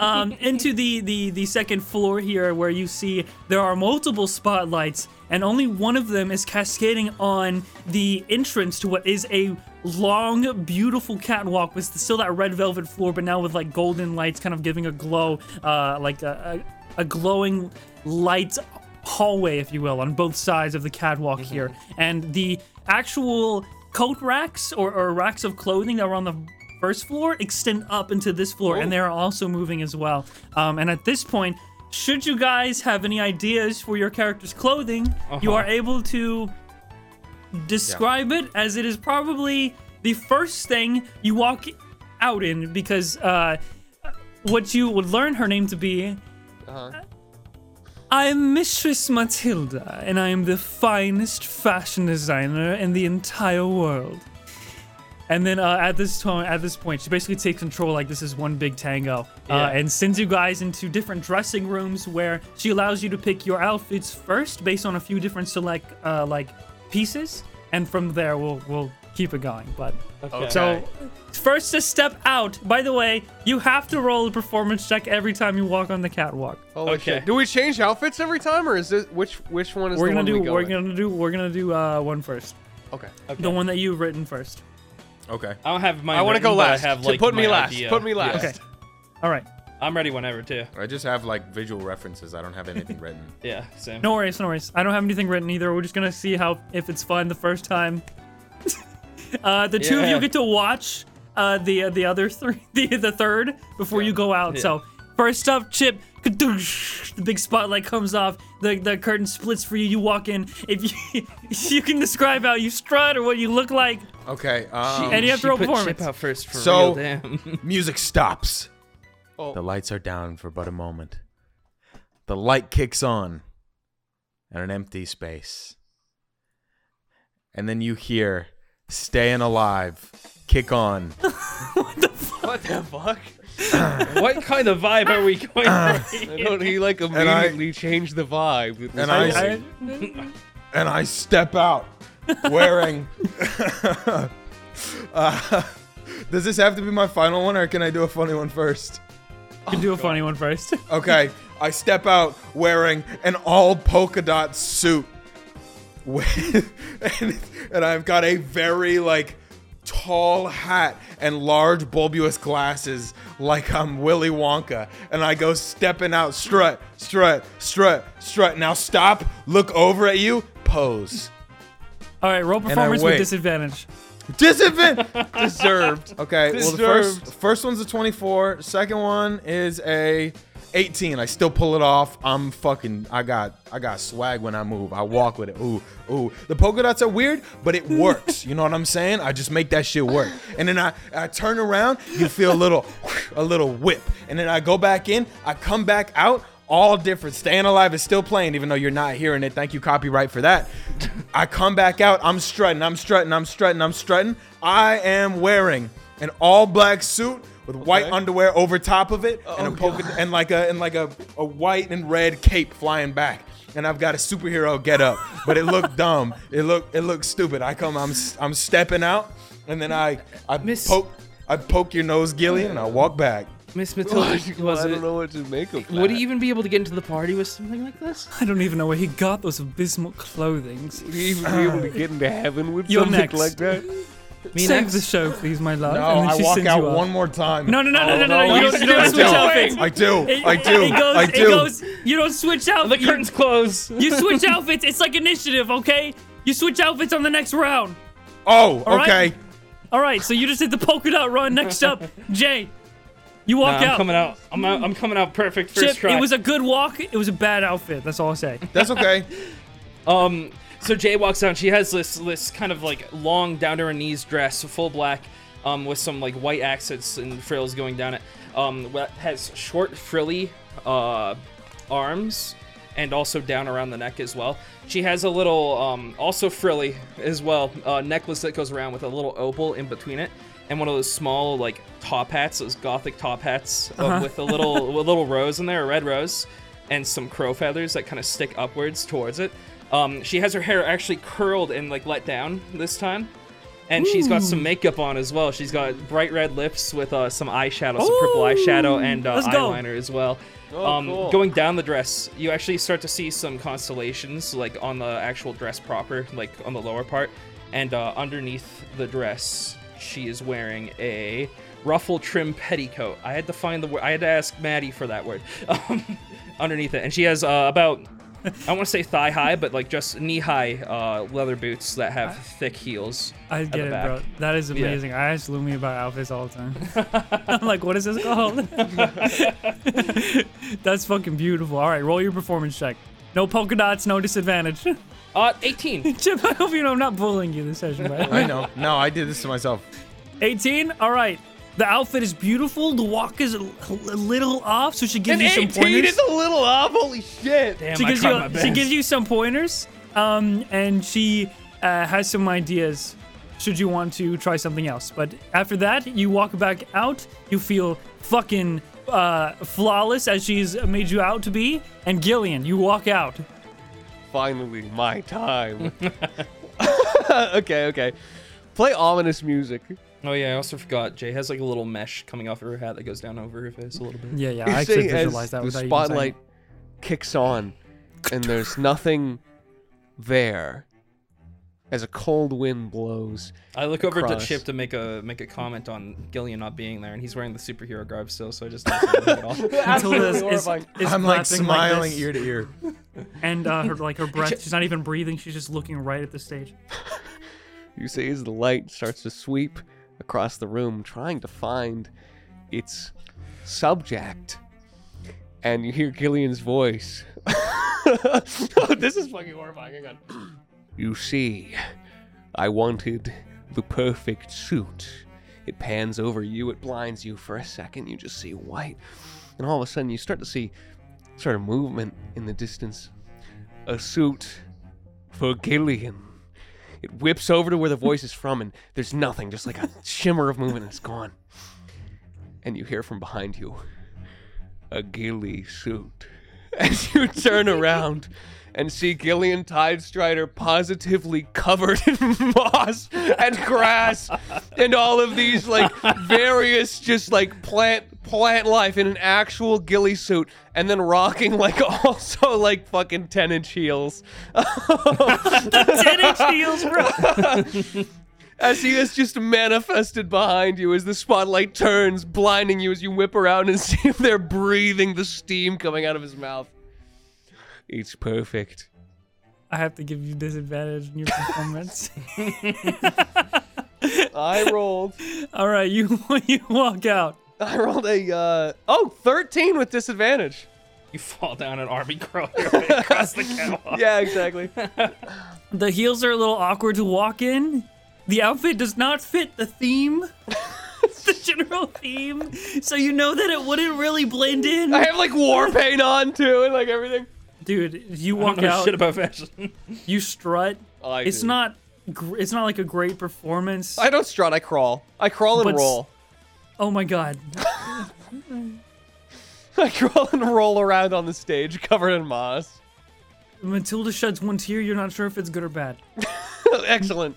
S1: um, into the, the, the second floor here, where you see there are multiple spotlights, and only one of them is cascading on the entrance to what is a long, beautiful catwalk with still that red velvet floor, but now with like golden lights kind of giving a glow, uh, like a, a, a glowing light hallway, if you will, on both sides of the catwalk here. And the actual coat racks or, or racks of clothing that were on the first floor extend up into this floor, and they are also moving as well. Um, and at this point, should you guys have any ideas for your character's clothing, you are able to describe it as it is probably the first thing you walk out in because uh, what you would learn her name to be uh, I'm Mistress Matilda, and I am the finest fashion designer in the entire world. And then uh, at this time, at this point, she basically takes control like this is one big tango, uh,
S2: Yeah.
S1: and sends you guys into different dressing rooms where she allows you to pick your outfits first based on a few different select uh, like pieces, and from there we'll we'll keep it going. But
S2: Okay.
S1: so first to step out. By the way, you have to roll a performance check every time you walk on the catwalk.
S3: Holy
S2: Okay.
S3: shit. Do we change outfits every time, or is this which which one is
S1: we're
S3: the
S1: gonna
S3: one
S1: do
S3: we go
S1: we're
S3: in?
S1: gonna do we're gonna do uh one first
S3: Okay.
S1: the one that you've written first
S4: Okay.
S2: I don't have my.
S3: I want to go last.
S2: I have
S3: To
S2: like
S3: put me
S2: my
S3: last.
S2: idea.
S3: Put me last.
S1: okay all right
S2: I'm ready whenever too.
S4: I just have like visual references. I don't have anything written.
S2: Yeah, same.
S1: no worries no worries i don't have anything written either we're just gonna see how if it's fun the first time *laughs* uh the two of you
S2: Yeah.
S1: get to watch *laughs* uh the uh, the other three the, the third before you go out
S2: Yeah.
S1: so first up chip Kadoosh! The big spotlight comes off. The, the curtain splits for you. You walk in. If you *laughs* you can describe how you strut or what you look like,
S4: Okay. Um,
S1: And you have to
S2: She
S1: roll
S2: put
S1: performance.
S2: Chip out first for
S4: So-
S2: real, damn.
S4: music stops.
S3: Oh.
S4: The lights are down for but a moment. The light kicks on, and an empty space. And then you hear "Staying Alive" kick on.
S3: What the fuck?
S2: *laughs* what kind of vibe are we
S3: *laughs*
S2: going for?
S3: And don't he like
S4: I-
S3: immediately changed the vibe? It was
S4: And I-
S3: like-
S1: I,
S4: *laughs* and I step out wearing. *laughs* uh, *laughs* does this have to be my final one, or can I do a funny one first?
S1: can
S4: Oh,
S1: do a funny one first. *laughs*
S4: Okay, I step out wearing an all polka dot suit, with, *laughs* and, and I've got a very like tall hat and large bulbous glasses, like I'm Willy Wonka. And I go stepping out, strut, strut, strut, strut. Now stop, look over at you, pose.
S1: All right, roll performance with
S4: wait.
S1: disadvantage.
S4: Disadvantage.
S3: *laughs* deserved.
S4: Okay, well the
S3: Deserved.
S4: first first one's a 24, second one is a 18. I still pull it off. I'm fucking I got I got swag when I move. I walk with it. Ooh, ooh. The polka dots are weird, but it works. You know what I'm saying? I just make that shit work. And then I, I turn around, you feel a little *laughs* a little whip. And then I go back in, I come back out, all different. Staying Alive is still playing, even though you're not hearing it. Thank you, copyright, for that. I come back out. I'm strutting. I'm strutting. I'm strutting. I'm strutting. I am wearing an all black suit with white underwear over top of it, and a polka, and like a and like a, a white and red cape flying back. And I've got a superhero get up, but it looked dumb. It looked it looked stupid. I come. I'm s- I'm stepping out, and then I I
S2: Miss-
S4: poke I poke your nose, Gillian, and I walk back.
S2: Miss Matilda, was
S3: *laughs* I don't
S2: it?
S3: know *laughs* what to make of that.
S2: Would he even be able to get into the party with something like this?
S1: I don't even know where he got those abysmal clothings.
S3: Would he even be able to get into heaven with
S1: You're
S3: something
S1: next.
S3: like that?
S2: Me
S1: Save
S2: next.
S1: the show, please, my love.
S4: No,
S1: and then
S4: Oh, I
S1: she
S4: walk
S1: sends
S4: out
S1: you up.
S4: one more time.
S1: No, no, no, no, no, no,
S3: no,
S1: no! You don't,
S3: he's
S1: you don't
S3: gonna
S1: switch
S3: do it.
S1: outfits.
S4: I do.
S1: It-
S4: I do.
S1: It goes,
S4: I do.
S1: It goes, you don't switch out.
S2: The
S1: You,
S2: curtains close.
S1: you switch outfits. It's like initiative, okay? You switch outfits on the next round.
S4: Oh,
S1: All right.
S4: okay.
S1: All right, so you just did the polka dot run. Next up, Jay. You
S2: Nah,
S1: walk
S2: I'm
S1: out.
S2: coming out. I'm out. I'm coming out perfect first
S1: Chip,
S2: try.
S1: it was a good walk. It was a bad outfit. That's all I'll say.
S4: That's okay.
S2: Um, so Jay walks down. She has this this kind of like long down to her knees dress, full black, um, with some like white accents and frills going down it. Um, wha- has short frilly uh, arms and also down around the neck as well. She has a little um, also frilly as well uh, necklace that goes around with a little opal in between it. And one of those small like top hats, those gothic top hats, uh,
S1: Uh-huh.
S2: with a
S1: *laughs*
S2: little a little rose in there, a red rose, and some crow feathers that kind of stick upwards towards it. Um, she has her hair actually curled and like let down this time, and she's got some makeup on as well. She's got bright red lips with uh, some eyeshadow, some purple
S1: Ooh,
S2: eyeshadow, and uh,
S1: let's go.
S2: eyeliner as well. um,
S3: cool.
S2: Going down the dress, you actually start to see some constellations like on the actual dress proper, like on the lower part, and uh, underneath the dress, she is wearing a ruffle trim petticoat. I had to find the word. I had to ask Maddie for that word. *laughs* Um, underneath it, and she has uh, about I want to say thigh high, but like just knee high uh, leather boots that have thick heels.
S1: I
S2: at the
S1: get it,
S2: back.
S1: bro. That is
S2: Yeah.
S1: amazing. I ask Lumi about outfits all the time. I'm like, what is this called? *laughs* That's fucking beautiful. All right, roll your performance check. No polka dots, no disadvantage. *laughs*
S2: Uh, 18.
S1: Chip, *laughs* I hope you know I'm not bullying you this session, by the way. *laughs*
S4: I know. No, I did this to myself.
S1: 18? All right. The outfit is beautiful. The walk is a a little off, so she gives
S3: An
S1: you some
S3: 18
S1: pointers.
S3: is a little off. Holy shit!
S2: Damn,
S1: she
S2: I
S1: gives
S2: tried
S1: you
S2: my best.
S1: she gives you some pointers, um, and she uh, has some ideas. Should you want to try something else, but after that, you walk back out. You feel fucking uh, flawless as she's made you out to be. And Gillian, you walk out.
S3: Finally,
S1: *laughs*
S3: my time. *laughs* okay, okay. Play ominous music.
S2: Oh yeah, I also forgot. Jay has like a little mesh coming off of her hat that goes down over her face a little bit.
S1: Yeah, yeah.
S3: You
S1: I actually
S3: see as
S1: visualized that.
S3: The
S1: without even saying it.
S3: spotlight kicks on, and there's nothing there. As a cold wind blows,
S2: I look over
S3: Cross.
S2: to Chip to make a make a comment on Gillian not being there, and he's wearing the superhero garb still, so I just don't see him at
S1: *laughs*
S3: *laughs*
S2: all.
S1: Matilda is,
S3: Absolutely
S1: is,
S3: horrifying.
S1: is
S4: I'm like
S1: clapping
S4: smiling
S1: this,
S4: ear to ear.
S1: and uh, her like her breath. She's not even breathing. She's just looking right at the stage.
S3: you see as the light starts to sweep across the room, trying to find its subject. and you hear Gillian's voice. oh, *laughs* this is fucking horrifying. Hang on. *clears throat* You see, I wanted the perfect suit. It pans over you, it blinds you for a second, you just see white. And all of a sudden, you start to see sort of movement in the distance. A suit for Gillian. It whips over to where the voice is from, and there's nothing, just like a shimmer of movement, and it's gone. And you hear from behind you a ghillie suit. As you turn around and see Gillian Tidestrider positively covered in *laughs* moss and grass and all of these like various just like plant plant life in an actual ghillie suit and then rocking like *laughs* also like fucking 10 inch heels
S1: Ten-inch heels, bro.
S3: as he is just manifested behind you as the spotlight turns blinding you as you whip around and *laughs* see if they're breathing the steam coming out of his mouth it's perfect
S1: I have to give you disadvantage in your performance. *laughs*
S3: i rolled
S1: All right, you *laughs* you walk out.
S3: *laughs* i rolled a uh oh 13 with disadvantage
S2: You fall down an army
S1: *laughs*
S2: crawler across the catwalk.
S3: yeah exactly
S1: The heels are a little awkward to walk in. The outfit does not fit the theme, *laughs* the general theme. So you know that it wouldn't really blend in.
S3: i have like war paint on too and like everything
S1: Dude, you
S2: I don't
S1: walk
S2: know
S1: out.
S2: shit about fashion. *laughs*
S1: you strut.
S3: I
S1: it's
S3: do.
S1: not. gr- It's not like a great performance.
S3: i don't strut i crawl i crawl and
S1: But s-
S3: roll *laughs*
S1: oh my god.
S3: i crawl and roll around on the stage covered in moss *laughs*
S1: Matilda sheds one tear. You're not sure if it's good or bad.
S3: excellent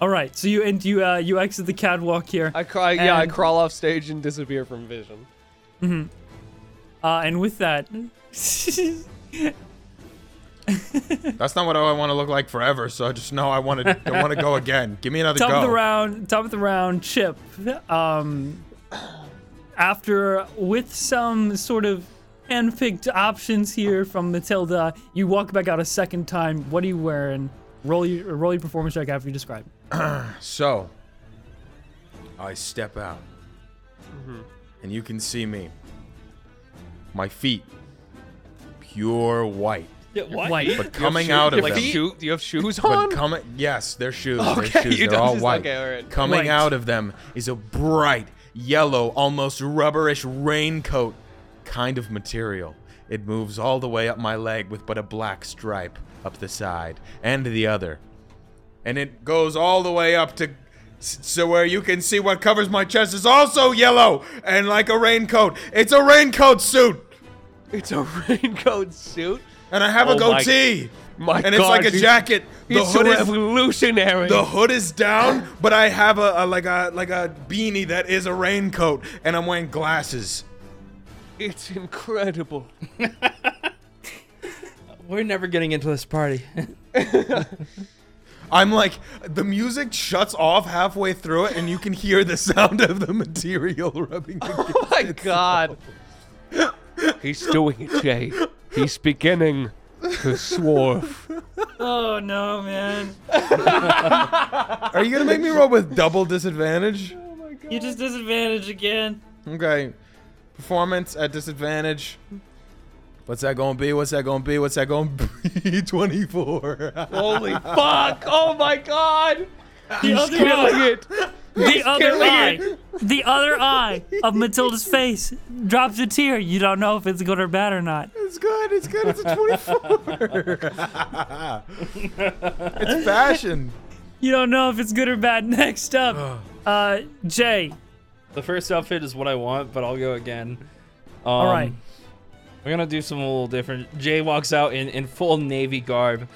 S1: All right, so you and you uh, you exit the catwalk here,
S3: i cry yeah i
S1: And-
S3: crawl off stage and disappear from vision
S1: uh, and with that,
S4: That's not what I want to look like forever. So I just know I want to. I want to go again. Give me another
S1: top
S4: go.
S1: of the round, top of the round, Chip. Um, after with some sort of handpicked options here from Matilda, you walk back out a second time. What are you wearing? Roll your roll your performance check after you describe.
S4: So I step out,
S1: Mm-hmm.
S4: and you can see me. My feet, pure white,
S2: Yeah, what?
S1: White.
S3: Do
S4: but
S3: you have
S4: coming
S3: shoe-
S4: out
S3: do you
S4: of
S3: have
S4: them.
S3: shoe- do you have shoes on?
S4: But coming, yes, their shoes,
S3: Okay,
S4: their shoes,
S3: you
S4: they're
S3: don't
S4: all
S3: just-
S4: white.
S3: okay, all right.
S4: Coming
S1: White.
S4: out of them is a bright yellow, almost rubberish raincoat kind of material. It moves all the way up my leg with but a black stripe up the side and the other, and it goes all the way up to s- so where you can see what covers my chest is also yellow and like a raincoat. It's a raincoat suit,
S3: It's a *laughs* raincoat suit.
S4: and I have a
S3: Oh my-
S4: goatee,
S3: My
S4: and it's
S3: God,
S4: like a
S3: dude.
S4: jacket. The
S3: it's
S4: hood is
S3: revolutionary.
S4: The hood is down, but I have a, a like a like a beanie that is a raincoat, and I'm wearing glasses.
S3: it's incredible.
S2: We're never getting into this party.
S4: I'm like the music shuts off halfway through it, and you can hear the *laughs* sound of the material *laughs* rubbing. against-
S3: Oh my God. He's doing it, Jay. He's beginning to swarf.
S1: Oh no, man!
S4: Are you gonna make me roll with double disadvantage?
S1: You just disadvantage again.
S4: Okay, performance at disadvantage. What's that gonna be? What's that gonna be? What's that gonna be? *laughs* 24.
S3: Holy fuck! Oh my God!
S1: The other
S3: Killing
S1: eye,
S3: it.
S1: the other
S3: killing
S1: eye, the other eye of Matilda's face drops a tear. You don't know if it's good or bad or not.
S4: *laughs* It's good. It's good. It's a 24. *laughs* it's fashion.
S1: You don't know if it's good or bad. *laughs* Next up, uh, Jay. *laughs*
S2: The first outfit is what I want, but I'll go again. Um,
S1: All right.
S2: We're gonna do something a little different. Jay walks out in, in full navy garb.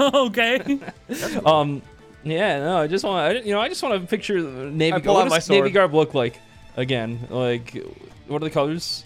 S1: okay.
S2: Um, yeah, no, I just want, I, didn't- you know, I just want to picture the navy.
S3: I
S2: garb.
S3: pull
S2: What
S3: out
S2: does
S3: my sword.
S2: navy garb look like? Again, like, what are the colors?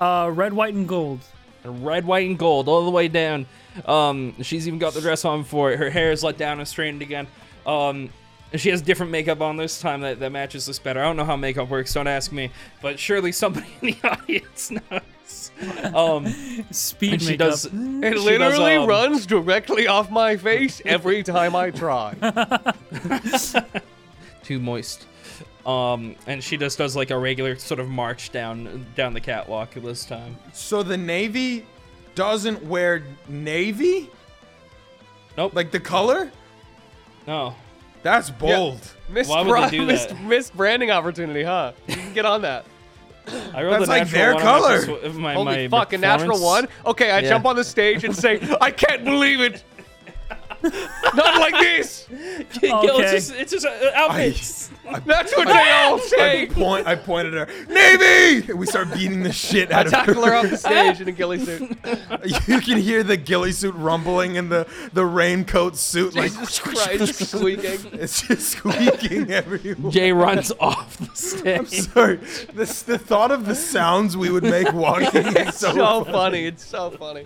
S1: Uh, red, white, and gold.
S2: Red, white, and gold all the way down. Um, she's even got the dress on for it. Her hair is let down and straightened again. Um, and she has different makeup on this time that, that matches this better. I don't know how makeup works. Don't ask me. But surely somebody *laughs* in the audience knows. Um,
S1: Speed
S2: and she
S1: makeup.
S2: *laughs* does.
S3: It
S2: she
S3: literally
S2: does, um,
S3: runs directly off my *laughs* face every time I try.
S2: too moist. Um, and she just does like a regular sort of march down down the catwalk this time.
S4: So the navy doesn't wear navy?
S2: Nope.
S4: Like the color?
S2: No.
S4: That's bold.
S3: Missed,
S2: Why would they
S3: *laughs*
S2: do
S3: missed,
S2: that?
S3: missed branding opportunity, huh? You can get on that.
S2: I rolled
S4: That's
S2: a
S4: like
S2: natural
S4: their
S2: one on my
S4: color.
S2: persua- my-
S3: Holy
S2: my
S3: fuck, a natural
S2: performance.
S3: one? Okay, I
S2: Yeah.
S3: jump on the stage and say, I can't believe it! Not like this!
S2: *laughs* Yo,
S1: Okay.
S2: it's just, it's just uh, outfits.
S3: That's what they
S4: *laughs*
S3: all
S4: I,
S3: say!
S4: point, I pointed at her. Navy! We start beating the
S3: *laughs*
S4: shit
S3: I
S4: out of
S3: tackle her
S4: her. *laughs*
S3: off the stage in a ghillie suit.
S4: you can hear the ghillie suit rumbling and the, the raincoat suit like
S3: Jesus Christ, squeaking.
S4: it's just squeaking *laughs* everywhere.
S2: *laughs* Jay runs *laughs* off the stage.
S4: Sorry, this, the thought of the sounds we would
S3: *laughs*
S4: make walking is *laughs* so,
S3: So funny, it's so funny.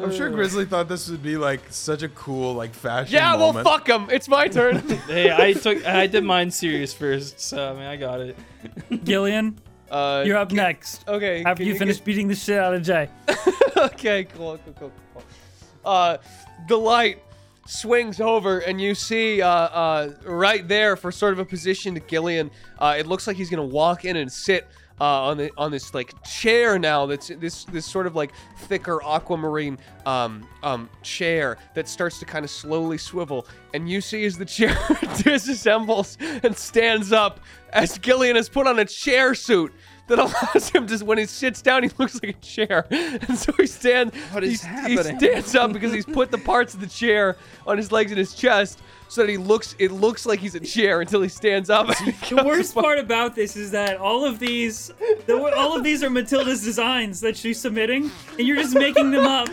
S4: I'm sure Grizzly thought this would be like such a cool like fashion.
S3: Yeah, well,
S4: moment.
S3: fuck them. It's my
S4: *laughs*
S3: turn.
S2: *laughs* hey, I took I did mine serious first, so I mean I got it.
S1: Gillian,
S3: Uh,
S1: you're up next.
S3: okay.
S1: After
S3: can
S1: you finish
S3: get-
S1: beating the shit out of Jay.
S3: okay, cool, cool, cool, cool. Uh, the light swings over, and you see uh, uh, right there for sort of a position to Gillian. Uh, it looks like he's gonna walk in and sit. Uh, on the on this like chair now that's this this sort of like thicker aquamarine um um chair that starts to kind of slowly swivel and you see as the chair *laughs* disassembles and stands up as Gillian has put on a chair suit that *laughs* allows him to when he sits down he looks like a chair *laughs* and so he stands
S2: What is
S3: he-
S2: happening?
S3: he stands up because he's put the parts of the chair on his legs and his chest so that he looks it looks like he's a chair until he stands up *laughs*
S1: The worst part about this is that all of these, the, all of these are Matilda's designs that she's submitting, and you're just making them up.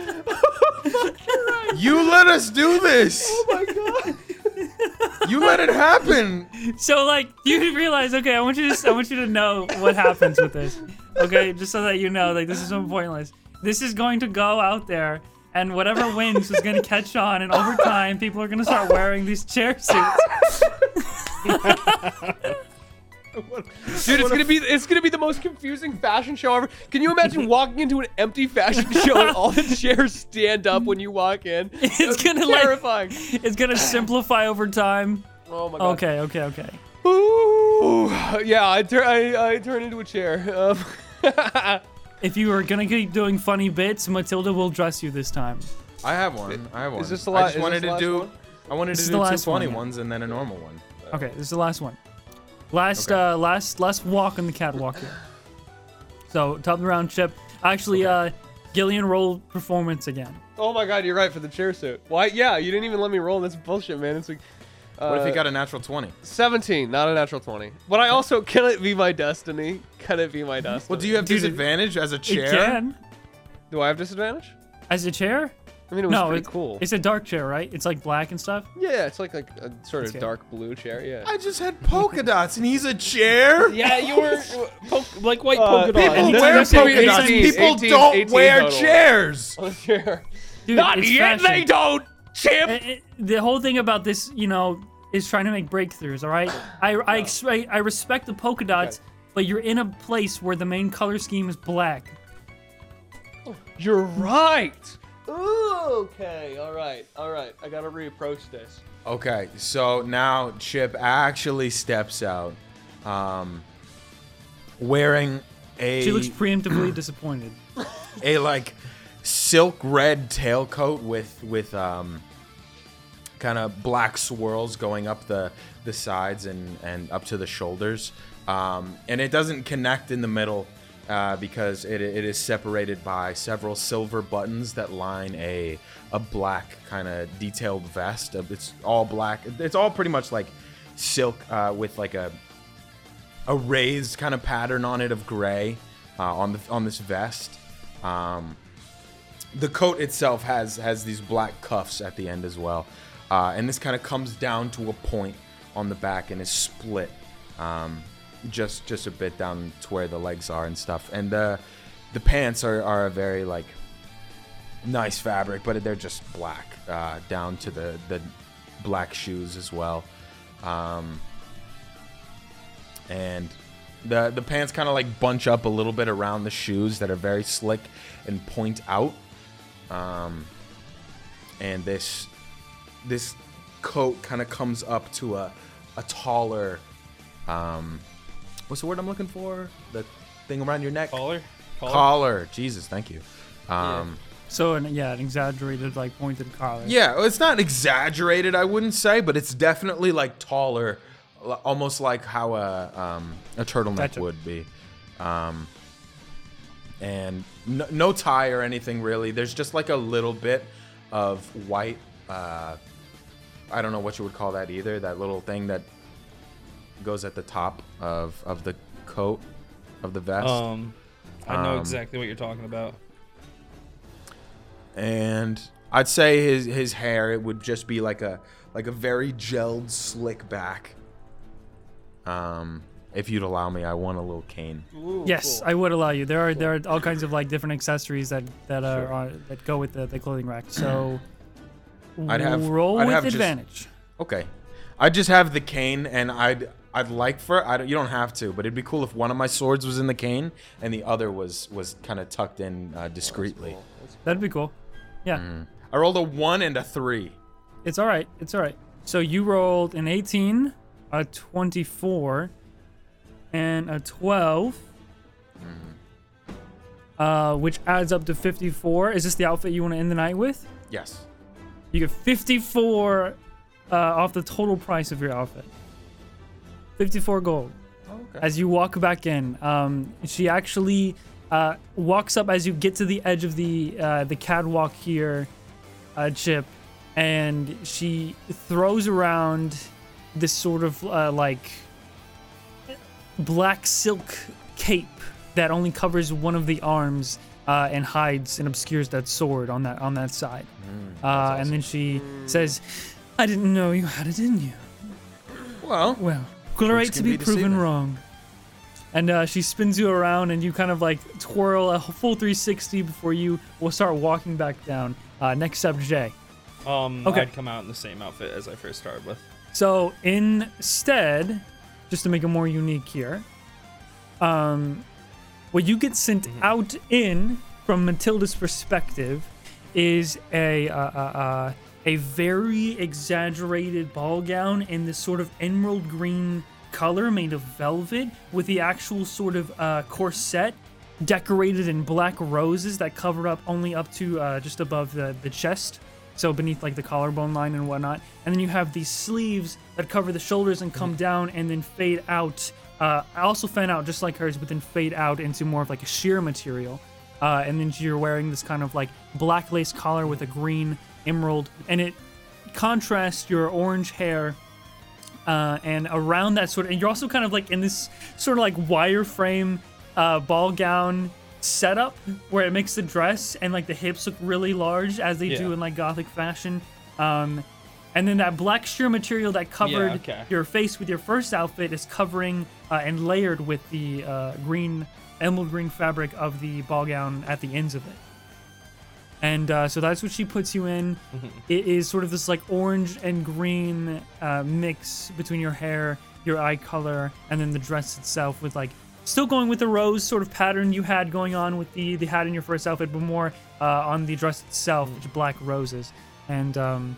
S4: You let us do
S3: *laughs*
S4: this. Oh my god. You let it happen.
S1: So like you realize, okay, I want you to just, I want you to know what happens with this. Okay, just so that you know, like this is so pointless. This is going to go out there, and whatever wins is going to catch on, and over time, people are going to start wearing these chair suits.
S3: dude it's gonna be it's gonna be the most confusing fashion show ever can
S1: *laughs*
S3: you imagine walking into an empty fashion show and all the chairs stand up when you walk in
S1: It's gonna like,
S3: terrifying
S1: it's going to simplify over time.
S3: oh my god
S1: Okay, okay, okay.
S3: Ooh, yeah I, tur- I, I turn into a chair um, *laughs*
S1: If you are going to keep doing funny bits, Matilda will dress you this time.
S4: I have one. I have one.
S3: Is this the
S4: I
S3: la-
S4: just
S3: is this
S4: wanted
S3: the
S4: to
S3: last
S4: do
S3: one?
S4: I wanted
S1: This is
S4: to
S1: the
S4: do two
S1: last one,
S4: funny
S1: yeah.
S4: ones and then a normal one.
S1: Okay, this is the last one. Last
S4: Okay.
S1: uh last last walk on the catwalk here. So top of the round chip. Actually uh Gillian roll performance again.
S3: oh my god you're right for the chair suit why yeah you didn't even let me roll that's bullshit man it's like
S4: What if
S3: uh,
S4: he got a natural 20?
S3: 17, not a natural 20. But I also, can it be my destiny? Can it be my destiny?
S4: Well, do you have
S1: Dude,
S4: disadvantage as a chair?
S1: It can.
S3: Do I have disadvantage?
S1: As a chair?
S3: I mean, it was
S1: no,
S3: pretty
S1: it's
S3: cool.
S1: It's a dark chair, right? It's like black and stuff.
S3: yeah, it's like, like a sort of
S1: Okay.
S3: dark blue chair. Yeah. *laughs*
S4: I just had polka dots and he's a chair?
S2: Yeah, you *laughs* were poke, like white
S3: people
S2: polka dots.
S4: Uh, People
S3: And then
S4: wear
S3: there's gonna be
S4: polka dots.
S3: 18,
S4: People
S3: 18,
S4: don't
S3: 18
S4: wear
S3: total.
S4: chairs.
S3: chair.
S1: Dude,
S3: Not
S1: it's
S3: yet,
S1: fashion.
S3: they don't! Chip!
S1: it- it- the whole thing about this, you know, is trying to make breakthroughs. All right, I I, ex- I, I respect the polka dots, but you're in a place where the main color scheme is black.
S3: You're right! Ooh, okay, alright, alright. I gotta reapproach this.
S4: Okay, so now Chip actually steps out um, wearing a
S1: She looks preemptively disappointed.
S4: a like silk red tailcoat with with um kind of black swirls going up the the sides and and up to the shoulders um and it doesn't connect in the middle uh, because it, it is separated by several silver buttons that line a a black kind of detailed vest. It's all black. It's all pretty much like silk uh, with like a a raised kind of pattern on it of gray uh, on the on this vest. Um, the coat itself has has these black cuffs at the end as well, uh, and this kind of comes down to a point on the back and is split um, just just a bit down to where the legs are and stuff. And the the pants are are a very like nice fabric, but they're just black uh, down to the the black shoes as well. Um, and the the pants kind of like bunch up a little bit around the shoes that are very slick and point out. Um, and this this coat kind of comes up to a a taller um, what's the word I'm looking for? The thing around your neck.
S2: Caller? Caller?
S4: Collar. Jesus, thank you. Um,
S1: So an, yeah, an exaggerated like pointed collar.
S4: yeah. well, it's not exaggerated, I wouldn't say, but it's definitely like taller, l- almost like how a um, a turtleneck
S1: Gotcha.
S4: would be. Um, and no, no tie or anything really. There's just like a little bit of white. Uh, I don't know what you would call that either. That little thing that goes at the top of of the coat of the vest.
S2: Um, I know
S4: Um,
S2: exactly what you're talking about.
S4: and I'd say his his hair it would just be like a like a very gelled slick back. Um, if you'd allow me, I want a little cane.
S1: Yes, I would allow you. There are there are all kinds of like different accessories that that are on, that go with the, the clothing rack. So
S4: I'd have-
S1: roll
S4: I'd
S1: with
S4: have just-
S1: advantage.
S4: Okay, I just have the cane, and I'd I'd like for I don't, you don't have to, but it'd be cool if one of my swords was in the cane and the other was was kind of tucked in uh, discreetly.
S1: That'd be cool. Yeah,
S4: I rolled a one and a three.
S1: it's all right. It's all right. So you rolled an 18, a 24, and a 12. Uh, which adds up to 54. Is this the outfit you want to end the night with?
S4: Yes.
S1: You get 54 uh, off the total price of your outfit. 54 gold.
S4: Okay.
S1: As you walk back in, um, she actually uh, walks up as you get to the edge of the uh, the catwalk here, uh, Chip, and she throws around this sort of uh, like black silk cape that only covers one of the arms uh, and hides and obscures that sword on that on that side.
S4: Mm,
S1: uh, And then she says, "I didn't know you had it in you."
S4: Well,
S1: Well, great
S4: Which
S1: to
S4: can
S1: be
S4: be
S1: proven
S4: deceiving.
S1: wrong. And uh, she spins you around, and you kind of like twirl a full 360 before you will start walking back down. Uh, next up, Jay.
S2: Um,
S1: Okay.
S2: I'd come out in the same outfit as I first started with.
S1: So instead, just to make it more unique here, um, what you get sent out in from Matilda's perspective is a uh, uh, uh, a very exaggerated ball gown in this sort of emerald green color made of velvet with the actual sort of uh, corset decorated in black roses that cover up only up to uh, just above the, the chest so beneath like the collarbone line and whatnot and then you have these sleeves that cover the shoulders and come down and then fade out uh, also fan out just like hers but then fade out into more of like a sheer material uh, and then you're wearing this kind of like black lace collar with a green emerald and it contrasts your orange hair uh, and around that sort of and you're also kind of like in this sort of like wireframe uh, ball gown setup where it makes the dress and like the hips look really large as they do
S2: Yeah.
S1: in like gothic fashion um, and then that black sheer material that covered
S2: okay.
S1: your face with your first outfit is covering uh, and layered with the uh, green emerald green fabric of the ball gown at the ends of it and uh, so that's what she puts you
S3: *laughs*
S1: in. It is sort of this like orange and green uh, mix between your hair, your eye color, and then the dress itself, with like still going with the rose sort of pattern you had going on with the the hat in your first outfit, but more uh, on the dress
S3: Mm.
S1: itself, which is black roses. And um,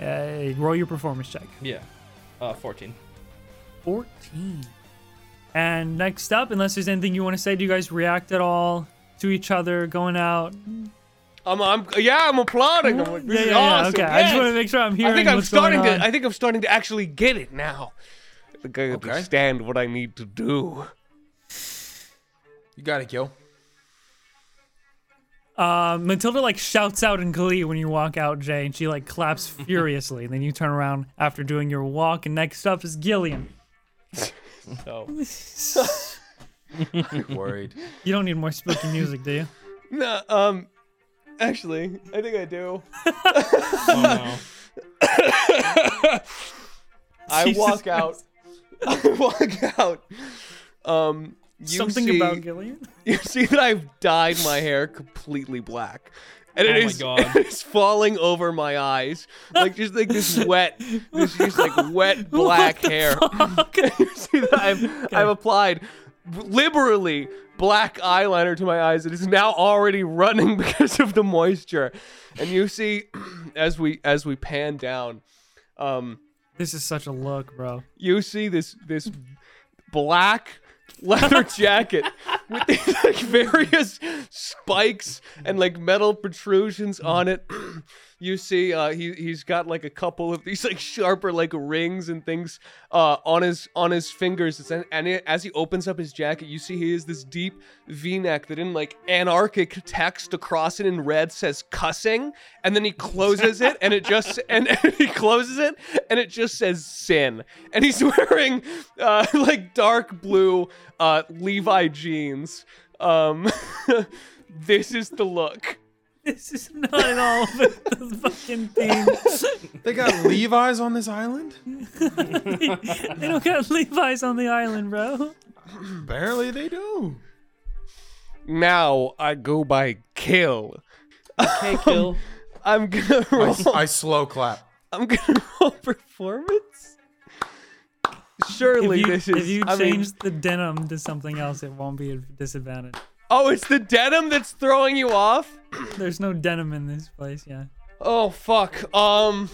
S1: uh, roll your performance check.
S2: Yeah. Uh, 14.
S1: 14. And next up, unless there's anything you want to say, do you guys react at all to each other going out?
S3: I'm, I'm, yeah, I'm applauding. I'm like, this
S1: Yeah,
S3: is
S1: yeah, yeah,
S3: awesome.
S1: Okay, I just
S3: yes.
S1: want to make sure I'm hearing.
S3: I think I'm
S1: what's going
S3: starting
S1: on.
S3: to. I think I'm starting to actually get it now. I think I
S4: Okay.
S3: understand what I need to do.
S4: you got it, *laughs* Gil.
S1: Uh, Matilda like shouts out in glee when you walk out, Jay, and she like *laughs* claps furiously. and then you turn around after doing your walk, and next up is Gillian.
S3: So
S4: Worried.
S1: You don't need more spooky music, do *laughs* you?
S3: no, um, actually, I think I do.
S2: Oh, no.
S3: I
S1: Jesus
S3: walk out. *laughs* I walk out. Um, you
S1: Something
S3: see,
S1: about Gillian.
S3: *laughs*
S1: *laughs*
S3: you see that I've dyed my hair completely black. And it
S2: Oh my
S3: is- *laughs*
S2: God.
S3: it is falling over my eyes. Like just like this wet this just like wet black hair. *laughs* you see that I've I've applied liberally black eyeliner to my eyes. It is now already running *laughs* because of the moisture. And you see *clears throat* as we as we pan down, um,
S1: This is such a look, bro.
S3: you see this this black leather jacket with these like various spikes and like metal protrusions on it. *clears throat* You see, uh, he he's got like a couple of these like sharper like rings and things uh, on his on his fingers. It's, and it- as he opens up his jacket, you see he has this deep V-neck that in like anarchic text across it in red says "cussing," and then he closes it and it just *laughs* and, and he closes it and it just says "sin." And he's *laughs* wearing uh, like dark blue uh, Levi jeans. Um, *laughs* this is the look.
S1: This is not at *laughs* all the fucking thing. *laughs*
S4: They got Levi's on this island?
S1: They don't got Levi's on the island, bro.
S4: Apparently they do.
S3: Now I go by kill.
S2: Hey, kill.
S3: I'm gonna
S4: I,
S3: roll.
S4: I slow clap.
S3: I'm gonna *laughs* roll performance.
S1: *laughs*
S3: Surely
S1: if you,
S3: this is.
S1: if you
S3: I mean-
S1: change the denim to something else, it won't be a disadvantage.
S3: oh, it's the denim that's throwing you off.
S1: There's no denim in this place, yeah.
S3: Oh fuck. Um.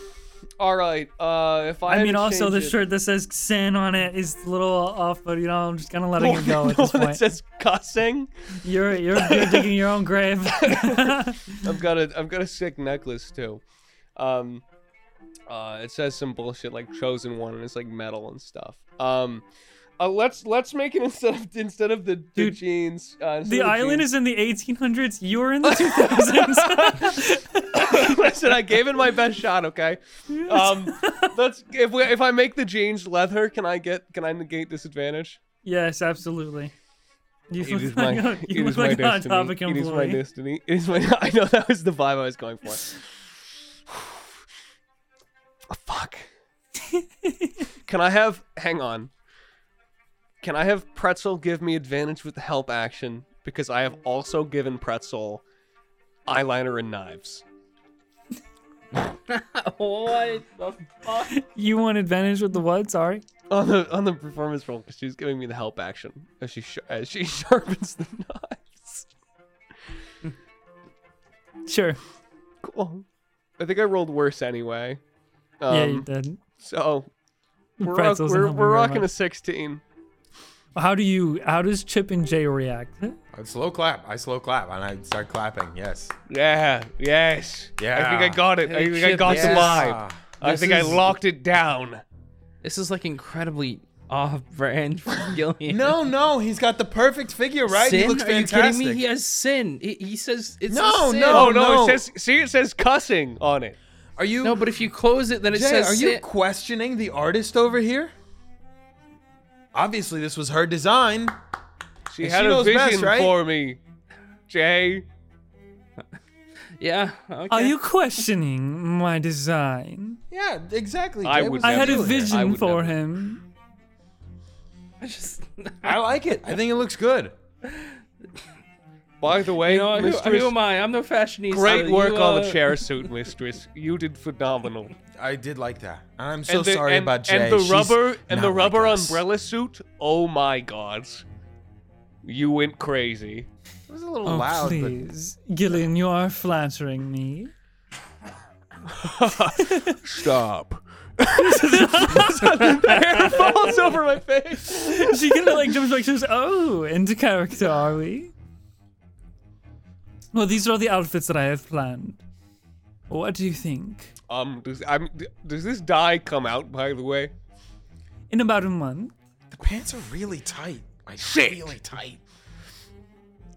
S3: All right. Uh, if I.
S1: I
S3: had
S1: mean,
S3: to
S1: also
S3: change
S1: the
S3: it- *laughs*
S1: shirt that says "sin" on it is a little off, but you know, I'm just kind of letting
S3: *laughs*
S1: it go at
S3: the
S1: this
S3: one that
S1: point.
S3: says cussing.
S1: You're you're, you're digging your own grave. *laughs*
S3: I've got a I've got a sick necklace too. Um uh it says some bullshit like chosen one and it's like metal and stuff. Um uh, let's let's make it *laughs* instead of instead of the, the
S1: Dude,
S3: jeans. Uh,
S1: the island is in the 1800s. You're in the 2000s. *laughs*
S3: is. *laughs* Listen, I gave it my best shot. Okay. Um, let's if we if I make the jeans leather, can I get can I negate disadvantage?
S1: yes, absolutely. You
S3: It is
S1: look
S3: my,
S1: like a,
S3: it
S1: you
S3: is
S1: look
S3: my
S1: like a hot
S3: destiny.
S1: topic
S3: It is my
S1: employee.
S3: destiny. It is my. *laughs* I know that was the vibe I was going for. Oh, fuck. Can I have? Hang on. Can I have Pretzel give me advantage with the help action because I have also given Pretzel eyeliner and knives.
S2: What the fuck?
S1: You want advantage with the what? Sorry.
S3: On the on the performance roll, because she's giving me the help action as she sh- as she *laughs* sharpens the knives.
S1: Sure.
S3: Cool. I think I rolled worse anyway. Um,
S1: yeah, you did.
S3: So we're, rock,
S1: Pretzel's
S3: we're,
S1: not
S3: we're
S1: very
S3: rocking a
S1: much.
S3: 16.
S1: How do you? How does Chip and Jay react?
S4: I slow clap. I slow clap and I start clapping. Yes.
S3: Yeah, yes. I think
S4: Yeah.
S3: I got it. I
S2: Hey,
S3: think I
S2: Chip,
S3: got the
S2: this is-
S3: vibe.
S4: Ah,
S3: I
S2: this
S3: think I
S2: is-
S3: locked it down.
S2: This is like incredibly off-brand for *laughs* Gillian.
S4: No, no, he's got the perfect figure, right?
S2: Sin?
S4: He looks
S2: Are you kidding
S4: fantastic.
S2: me? He has sin. He, he says it's
S4: No,
S2: a sin.
S4: no.
S3: Oh, no,
S4: no.
S3: it says, see, it says cussing on it.
S4: Are you
S2: No, but if you close it, then it
S4: Jay,
S2: says
S4: are you
S2: sin.
S4: questioning the artist over here? Obviously, this was her design.
S3: She
S4: And
S3: had
S4: she
S3: a
S4: knows
S3: vision
S4: best, right?
S3: for me. Jay,
S2: Yeah. Okay.
S1: Are you questioning my design?
S4: Yeah, exactly.
S3: I
S4: Jay.
S3: would
S4: What
S1: I
S4: you
S1: had a
S3: Never.
S4: doing?
S3: I
S1: vision
S3: would
S1: for
S3: never.
S1: him.
S2: I just.
S4: I like it. I think it looks good.
S3: by the way,
S2: You know, who,
S3: mistress,
S2: who am I? I'm no fashionista.
S3: great
S2: You,
S3: work on
S2: uh,
S3: the chair suit, mistress. You did phenomenal.
S4: I did like that. And I'm so
S3: and the,
S4: sorry
S3: and,
S4: about Jay.
S3: And the
S4: She's
S3: rubber and the
S4: not
S3: rubber
S4: like us.
S3: umbrella suit. Oh my god, you went crazy.
S4: It was a little
S1: Oh,
S4: loud, but
S1: please. Gillian, you are flattering me.
S3: Stop. the hair *laughs* falls over my face.
S1: She kind of like jumps back. She goes, "Oh, into character, are we?" Well, these are the outfits that I have planned. What do you think?
S3: Um, does I'm, does this dye come out by the way?
S1: In about a month,
S4: the pants are really tight. Like
S3: Shit.
S4: really tight.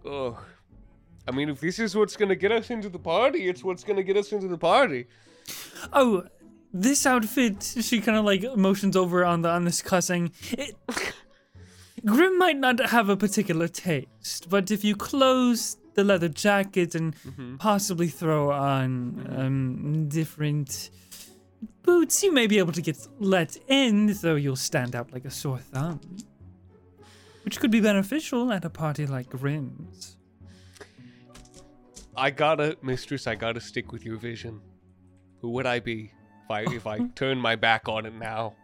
S3: Ugh. I mean, if this is what's gonna get us into the party, it's what's gonna get us into the party.
S1: oh this outfit she kind of like motions over on the on this cussing it, grim might not have a particular taste but if you close the leather jacket and
S2: Mm-hmm.
S1: possibly throw on um, different boots you may be able to get let in though you'll stand out like a sore thumb which could be beneficial at a party like grim's
S3: I gotta, mistress, I gotta stick with your vision. Who would I be if I if I turn my back on it now?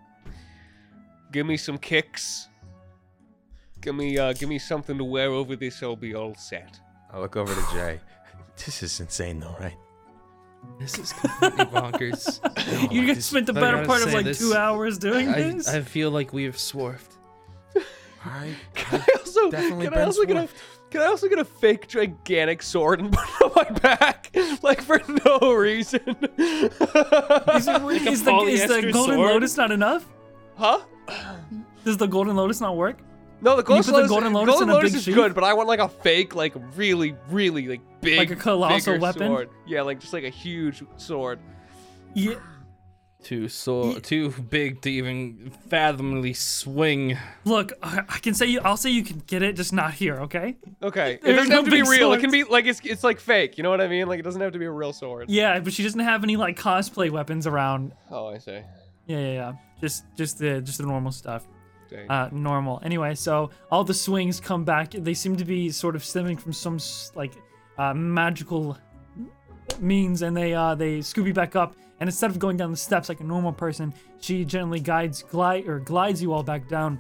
S3: Give me some kicks. Give me uh, give me something to wear over this. I'll be all set.
S4: I look over to Jay. This is insane, though, *laughs* right?
S2: This is completely bonkers.
S1: you guys spent the
S2: I
S1: better
S2: gotta
S1: part of
S2: say
S1: like
S2: this-
S1: two hours doing
S2: *laughs* I,
S1: this
S2: I feel like we've swerved.
S4: I,
S3: I also
S4: Definitely
S3: can I
S4: been
S3: also get a
S4: swift.
S3: can I also get a fake gigantic sword and put it on my *laughs* back like for no reason? *laughs*
S2: Like a
S1: is, the, is the
S2: polyester
S1: golden
S2: sword?
S1: lotus not enough?
S3: huh?
S1: Does the golden lotus not work?
S3: No, the golden
S1: put the
S3: lotus,
S1: golden lotus in a big
S3: is
S1: sheath?
S3: good, but I want like a fake, like really, really like big,
S1: Like a colossal
S3: bigger
S1: weapon?
S3: Sword. Yeah, like just like a huge sword.
S1: Yeah.
S2: Too so too big to even fathomly swing.
S1: Look, I I can say you. I'll say you can get it, just not here. Okay?
S3: Okay, it
S1: There's
S3: doesn't
S1: no
S3: have to be
S1: big
S3: real. It can
S1: swords.
S3: be like it's it's like fake. You know what I mean? Like it doesn't have to be a real sword.
S1: Yeah, but she doesn't have any like cosplay weapons around.
S3: Oh, I see.
S1: Yeah, yeah, yeah. Just, just the, just the normal stuff.
S3: Dang.
S1: uh, normal. Anyway, so all the swings come back. They seem to be sort of stemming from some s- like uh, magical means, and they uh, they Scooby back up. And instead of going down the steps like a normal person, she gently guides glide or glides you all back down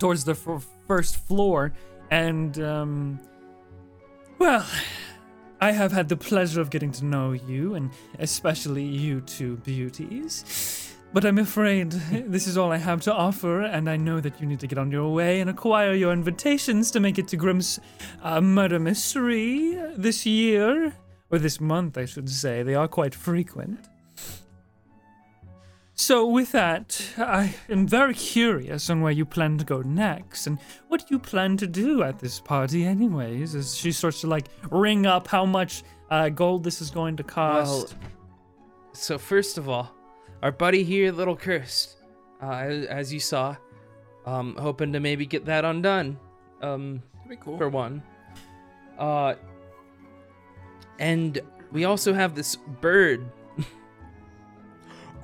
S1: towards the f- first floor. And um, well, I have had the pleasure of getting to know you, and especially you two beauties. But I'm afraid this is all I have to offer, and I know that you need to get on your way and acquire your invitations to make it to Grimm's uh, Murder Mystery this year. Or this month, I should say. They are quite frequent. So, with that, I am very curious on where you plan to go next and what you plan to do at this party, anyways, as she starts to like ring up how much uh, gold this is going to cost.
S2: so first of all, our buddy here, little cursed, uh, as, as you saw, um, hoping to maybe get that undone. Um, for one. Uh, and we also have this bird.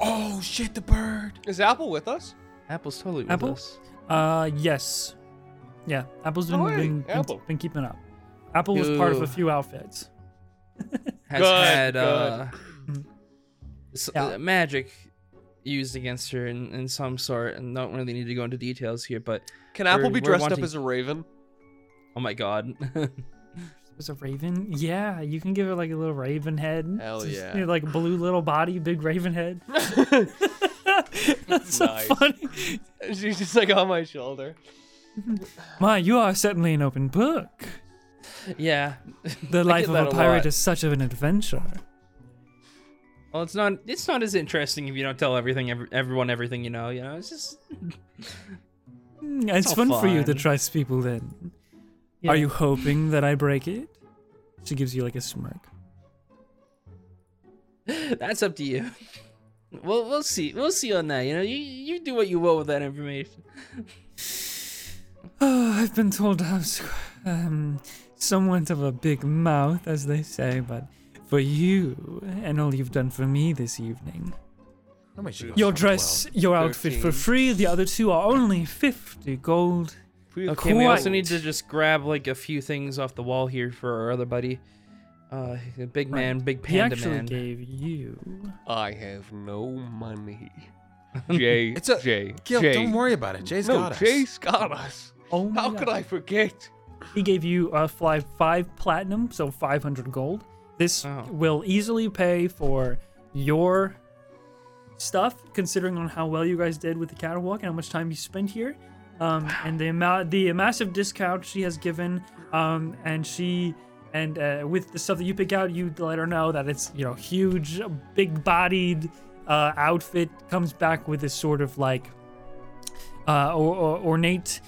S4: oh shit, the bird.
S3: Is Apple with us?
S2: Apple's totally with
S1: Apple?
S2: us.
S1: Uh, yes. Yeah, Apple's been,
S3: Oh, hey,
S1: been, been,
S3: Apple.
S1: been keeping up. Apple was part of a
S2: Ew.
S1: few outfits.
S2: has
S3: Good,
S2: had
S3: good.
S2: uh, s-
S1: Yeah.
S2: uh, magic used against her in, in some sort, and don't really need to go into details here. But
S3: Can
S2: We're-
S3: Apple be
S2: we're
S3: dressed up
S2: wanting-
S3: as a raven? *laughs*
S2: oh my god, *laughs*
S1: Was a raven? Yeah, you can give it like a little raven head.
S3: Hell
S1: Just,
S3: yeah.
S1: you know, like blue little body, big raven head.
S3: *laughs*
S1: *laughs* That's so
S3: Nice.
S1: funny.
S3: She's just like on my shoulder.
S1: My, you are certainly an open book.
S2: yeah.
S1: The life of
S2: that
S1: a
S2: a
S1: pirate
S2: lot.
S1: is such of an adventure.
S2: Well, it's not it's not as interesting if you don't tell everything every, everyone everything you know. You know, it's just *laughs*
S1: Mm, It's,
S2: all
S1: fun, for you to
S2: fun.
S1: trust people then.
S2: Yeah.
S1: Are you hoping that I break it? She gives you like a smirk.
S2: that's up to you. *laughs* Well, we'll see. We'll see on that. You know, you you do what you will with that information.
S1: Oh, *sighs* I've been told I was um, somewhat of a big mouth, as they say, but for you and all you've done for me this evening,
S4: Nobody should go
S1: your
S4: so
S1: dress, your outfit for
S3: 13.
S1: free, the other two are only 50 gold.
S2: Okay, we also
S1: Quite.
S2: need to just grab like a few things off the wall here for our other buddy. Uh, the big man, big
S1: He
S2: panda
S1: actually
S2: man.
S1: gave you.
S3: I have no money.
S1: *laughs*
S3: Jay,
S4: It's a-
S3: Jay,
S4: Gil,
S3: Jay.
S4: don't worry about it. Jay's
S3: no,
S4: got us.
S3: Jay's got us.
S1: Oh my
S3: How
S1: God.
S3: could I forget?
S1: He gave you a fly five platinum, so 500 gold. This
S2: Oh.
S1: will easily pay for your stuff, considering on how well you guys did with the catwalk and how much time you spent here, um, and the amount, the massive discount she has given, um, and she. And uh, with the stuff that you pick out, you let her know that it's you know huge, big-bodied uh, outfit comes back with this sort of like uh, or, or ornate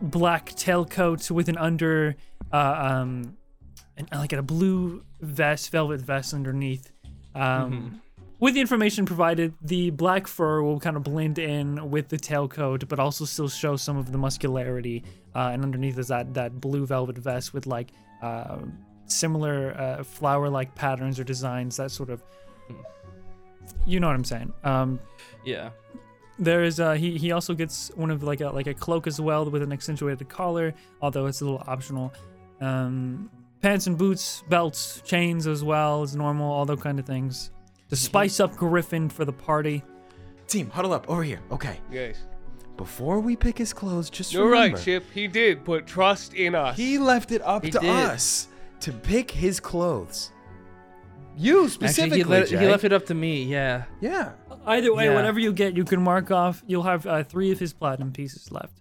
S1: black tailcoat with an under uh, um an, like a blue vest velvet vest underneath um with the information provided the black fur will kind of blend in with the tailcoat but also still show some of the muscularity uh, and underneath is that that blue velvet vest with like uh, similar uh, flower like patterns or designs that sort of you know what i'm saying um
S2: Yeah.
S1: there is uh he, he also gets one of like a like a cloak as well with an accentuated collar, although it's a little optional. Um pants and boots, belts, chains as well as normal, all those kind of things. To spice up Griffin for the party.
S4: Team, huddle up over here. Okay.
S3: Yes.
S4: Before we pick his clothes, just
S3: You're
S4: remember,
S3: right, Chip. He did put trust in us.
S4: he left it up
S2: He
S4: to
S2: did.
S4: us to pick his clothes. You specifically,
S2: Actually, he, let,
S4: Jay.
S2: he left it up to me. Yeah.
S4: Yeah.
S1: Either way,
S2: Yeah.
S1: whatever you get, you can mark off. You'll have uh, three of his platinum pieces left.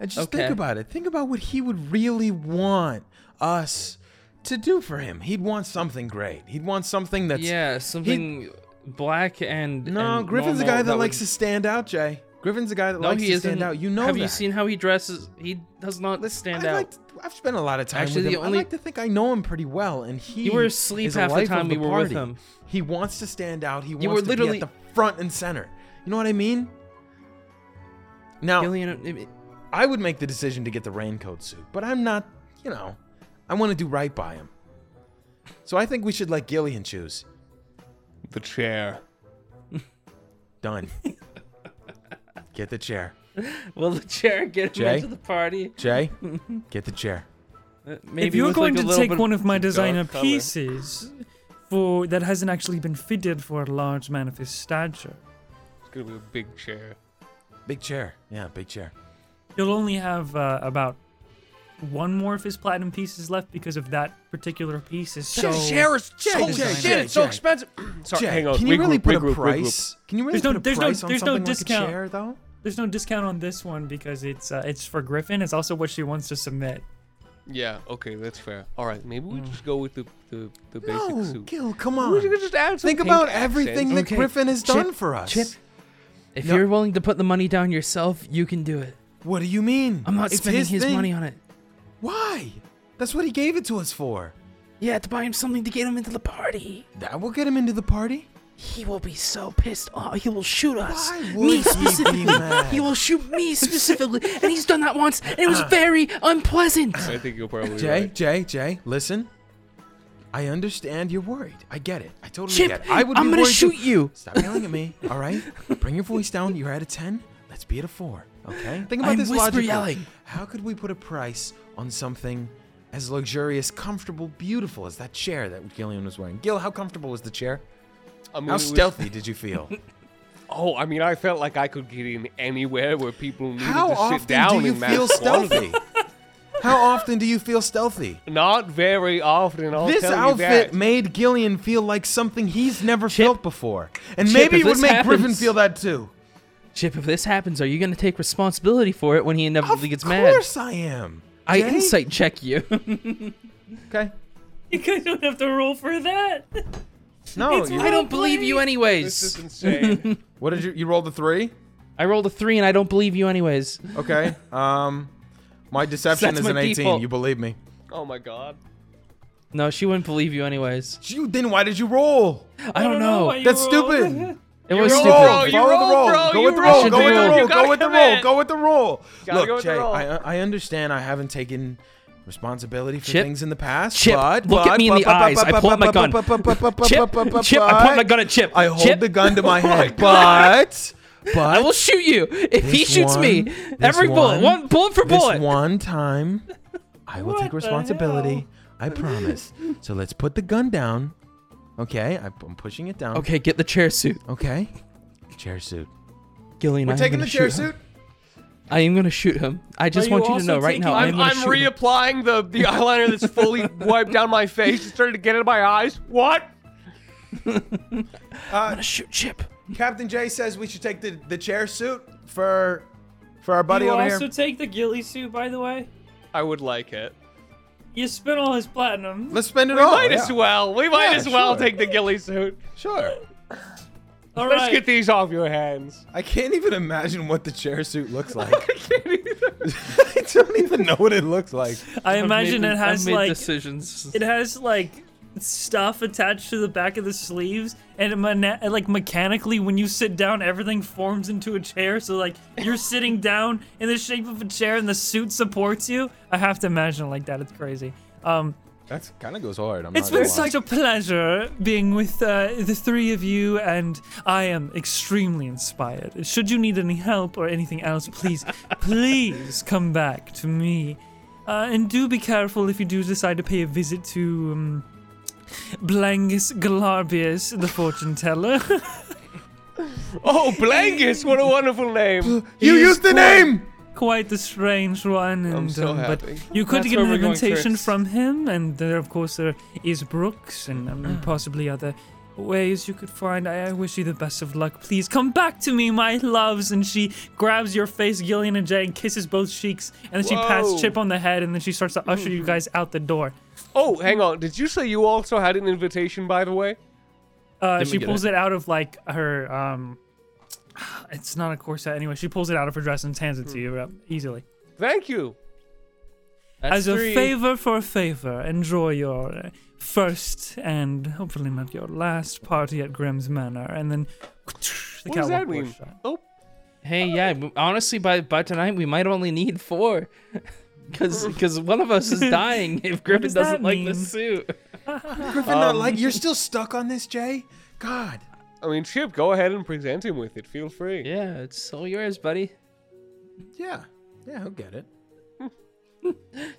S4: And just
S2: Okay.
S4: think about it. Think about what he would really want us to do for him. He'd want something great. He'd want something that's
S2: yeah, something black and
S4: No,
S2: and
S4: Griffin's a
S2: normal
S4: guy that,
S2: would-
S4: likes to stand out, Jay. Griffin's a guy that
S2: No,
S4: likes
S2: he
S4: to
S2: isn't.
S4: stand out. You know
S2: Have
S4: that.
S2: you seen how he dresses? He does not stand
S4: I
S2: out.
S4: Like I've spent a lot of time
S2: Actually,
S4: with
S2: the
S4: him.
S2: only-
S4: I like to think I know him pretty well, and he
S2: You were asleep
S4: is a
S2: half the
S4: life of
S2: time we were with
S4: party.
S2: him.
S4: He wants to stand out. He wants
S2: were
S4: to
S2: literally-
S4: be at the front and center. You know what I mean? Now,
S2: Gillian, it- it-
S4: I would make the decision to get the raincoat suit, but I'm not, you know, I want to do right by him. So I think we should let Gillian choose.
S3: The chair.
S2: *laughs*
S4: Done. get the chair.
S2: will the chair get him
S4: Jay?
S2: into the party?
S4: Jay, get the chair.
S2: Uh, Maybe
S1: if you're
S2: with, like,
S1: going
S2: a
S1: to
S2: little
S1: take
S2: bit
S1: one of my
S2: dark
S1: designer
S2: color.
S1: pieces for that hasn't actually been fitted for a large man of his stature,
S3: It's gonna be a big chair.
S4: Big chair. Yeah, big chair.
S1: you'll only have uh, about one more of his platinum pieces left because of that particular piece is so.
S3: is
S4: Jay, Jay, Jay,
S3: It's so
S4: Jay. *clears throat*
S3: expensive. Sorry,
S4: Jay,
S3: hang on.
S4: Can you
S3: regroup,
S4: really put
S3: regroup, regroup.
S4: a price? Can you really
S1: There's no-
S4: put a
S1: there's no-
S4: price on
S1: there's no
S4: something like
S1: discount.
S4: a chair, though?
S1: There's no discount on this one because it's uh, it's for Griffin. It's also what she wants to submit. *laughs*
S3: Yeah. Okay, that's fair. All right, maybe we
S4: Mm.
S3: just go with the the, the basic
S4: No,
S3: suit.
S4: Gil, come
S3: We should
S4: on.
S3: just add some
S4: Think
S3: pink
S4: about
S3: accents.
S4: everything that
S2: Okay,
S4: Griffin has
S2: Chip,
S4: done for us.
S2: Chip. If
S4: No.
S2: you're willing to put the money down yourself, you can do it.
S4: What do you mean?
S2: I'm not
S4: It's
S2: spending his,
S4: thing.
S2: money on it.
S4: Why? That's what he gave it to us for.
S2: Yeah, to buy him something to get him into the party.
S4: That will get him into the party.
S2: He will be so pissed off. He will shoot us.
S4: Why
S2: me
S4: would he
S2: specifically.
S4: be mad?
S2: *laughs* He will shoot me specifically, and he's done that once, and it was very unpleasant.
S3: I think you're probably
S4: Jay,
S3: right.
S4: Jay, Jay, listen. I understand you're worried. I get it. I totally
S2: Chip,
S4: get it. I would
S2: I'm
S4: be
S2: gonna
S4: worried too.
S2: shoot you.
S4: Stop yelling at me, all right? Bring your voice down. You're at a 10. Let's be at a 4, okay? Think about
S2: I'm
S4: this
S2: whisper
S4: logically.
S2: yelling.
S4: How could we put a price on something as luxurious, comfortable, beautiful as that chair that Gillian was wearing? Gil, how comfortable was the chair?
S3: I mean, it
S4: How
S3: was-
S4: stealthy did you feel?
S3: Oh, I mean, I felt like I could get in anywhere where people needed
S4: How
S3: to sit
S4: often
S3: down
S4: do you
S3: in mass
S4: feel
S3: quantity.
S4: stealthy? How often do you feel stealthy?
S3: Not very often. I'll
S4: this
S3: tell you
S4: outfit
S3: that.
S4: made Gillian feel like something he's never felt before. And
S2: Chip,
S4: maybe
S2: if
S4: it would
S2: this
S4: make Griffin
S2: happens-
S4: feel that too.
S2: Chip, if this happens, are you going to take responsibility for it when he inevitably gets
S4: of
S2: mad?
S4: course I am.
S2: I
S4: Jay?
S2: insight check you.
S4: Okay.
S1: You guys don't have to roll for that.
S4: No,
S1: It's
S4: you,
S2: I don't believe you
S3: This is
S2: anyways.
S4: *laughs*
S3: insane.
S4: what did you you rolled a 3?
S2: I rolled a three and I don't believe you anyways.
S4: Okay. Um my deception
S2: That's
S4: is
S2: my
S4: an 18.
S2: default.
S4: You believe me?
S3: oh my god.
S2: No, she wouldn't believe you anyways.
S4: You then why did you roll?
S2: I don't know.
S1: why you
S4: That's
S1: rolled.
S4: stupid.
S2: It was
S3: rolled
S2: stupid.
S3: wrong. You
S4: Follow the
S3: rolled,
S4: roll.
S3: bro.
S4: Go
S3: You
S4: with the
S3: rolled.
S4: roll. Go with the
S2: You
S4: roll.
S3: gotta
S4: Go with the
S3: commit.
S4: roll. Go with the roll.
S3: Gotta go
S4: Look,
S3: with the
S4: Jay,
S3: roll.
S4: I, I understand I haven't taken responsibility for
S2: Chip,
S4: things in the past.
S2: Chip,
S4: but,
S2: look
S4: but,
S2: at me in
S4: but,
S2: the
S4: but,
S2: eyes.
S4: but,
S2: I
S4: but,
S2: pull out
S4: but,
S2: my gun.
S4: but, but, but, but, but,
S2: Chip,
S4: but, but,
S2: Chip, I
S4: but-
S2: point my gun at Chip.
S4: I hold
S2: Chip.
S4: the gun to
S2: *laughs*
S4: my head. But, but
S2: I will shoot you if he
S4: this
S2: shoots me.
S4: one- this
S2: Every bullet,
S4: one-
S2: one bullet for
S4: this
S2: bullet.
S4: one time, I will take
S1: the
S4: responsibility. I promise. so let's put the gun down. Okay, I- I'm pushing it down.
S2: Okay, get the chair suit,
S4: Okay. Chair suit.
S2: Gillian. I am gonna shoot him. I am gonna shoot him. I just
S1: Are you
S2: want you to
S1: also
S2: know right
S1: taking-
S2: now. I am
S3: I'm,
S2: gonna
S3: I'm
S2: shoot him.
S3: reapplying the,
S4: *laughs*
S3: the eyeliner that's fully wiped down my face. It's starting to get into my eyes. What?
S2: I'm gonna shoot Chip.
S4: Captain Jay says we should take the, the chair suit for for our buddy
S1: you
S4: over
S1: also
S4: here.
S1: take the ghillie suit, by the way.
S3: I would like it.
S1: You spent all his platinum.
S4: Let's spend it
S3: We
S4: all.
S3: might
S4: Oh, yeah.
S3: as well. We might
S4: Yeah,
S3: as well
S4: sure.
S3: take the ghillie suit.
S4: Sure.
S1: All
S3: Let's
S1: right.
S3: get these off your hands.
S4: I can't even imagine what the chair suit looks like. I *laughs* don't even know what it looks like.
S1: I
S2: I've
S1: imagine
S2: made-
S1: it
S2: I've
S1: has
S2: made
S1: like
S2: decisions.
S1: it has like stuff attached to the back of the sleeves, and it mana- like mechanically when you sit down, everything forms into a chair. So like you're sitting down in the shape of a chair, and the suit supports you. I have to imagine it like that. It's crazy. Um,
S4: That kind of goes hard. I'm
S1: It's
S4: not
S1: been
S4: gonna lie.
S1: such a pleasure being with uh, the three of you, and I am extremely inspired. Should you need any help or anything else,
S3: *laughs*
S1: please, please come back to me. Uh, and do be careful if you do decide to pay a visit to um, Blangus Galarbius, the fortune teller. *laughs*
S3: Oh, Blangus, what a wonderful name.
S4: *gasps* You
S1: He is
S4: used the
S1: cool.
S4: name.
S1: Quite the strange one, and
S3: so
S1: um,
S3: happy.
S1: but you could
S2: That's
S1: get
S2: where
S1: an
S2: we're going
S1: invitation
S2: first. *clears throat*
S1: from him, and there, of course, there is Brooks and um, possibly other ways you could find. I, I wish you the best of luck. Please come back to me, my loves. And she grabs your face, Gillian and Jay, and kisses both cheeks. And then she pats
S3: Whoa.
S1: Chip on the head, and then she starts to usher
S2: Hmm.
S1: you guys out the door.
S3: Oh, hang on. Did you say you also had an invitation, by the way?
S1: Uh,
S2: Didn't we
S1: she
S2: get
S1: pulls it. out of like her. um *sighs* It's not a corset anyway. She pulls it out of her dress and hands
S2: Hmm.
S1: it to you uh, easily.
S3: Thank you.
S2: That's
S1: As
S2: three.
S1: a favor for a favor, enjoy your uh, first and hopefully not your last party at Grimm's Manor. And then the
S3: What does that
S1: catwalk was
S3: mean?
S1: shut.
S3: Oh,
S2: Hey, yeah. w- Honestly, by by tonight, we might only need four, *laughs* because one
S1: *laughs*
S2: of us is dying if Griffin
S1: does that
S2: doesn't like
S1: mean?
S2: the suit.
S4: Griffin, not like you're still stuck on this, Jay. God.
S3: I mean, Chip, go ahead and present him with it. Feel free.
S2: Yeah, it's all yours, buddy.
S4: Yeah. Yeah, he'll get it.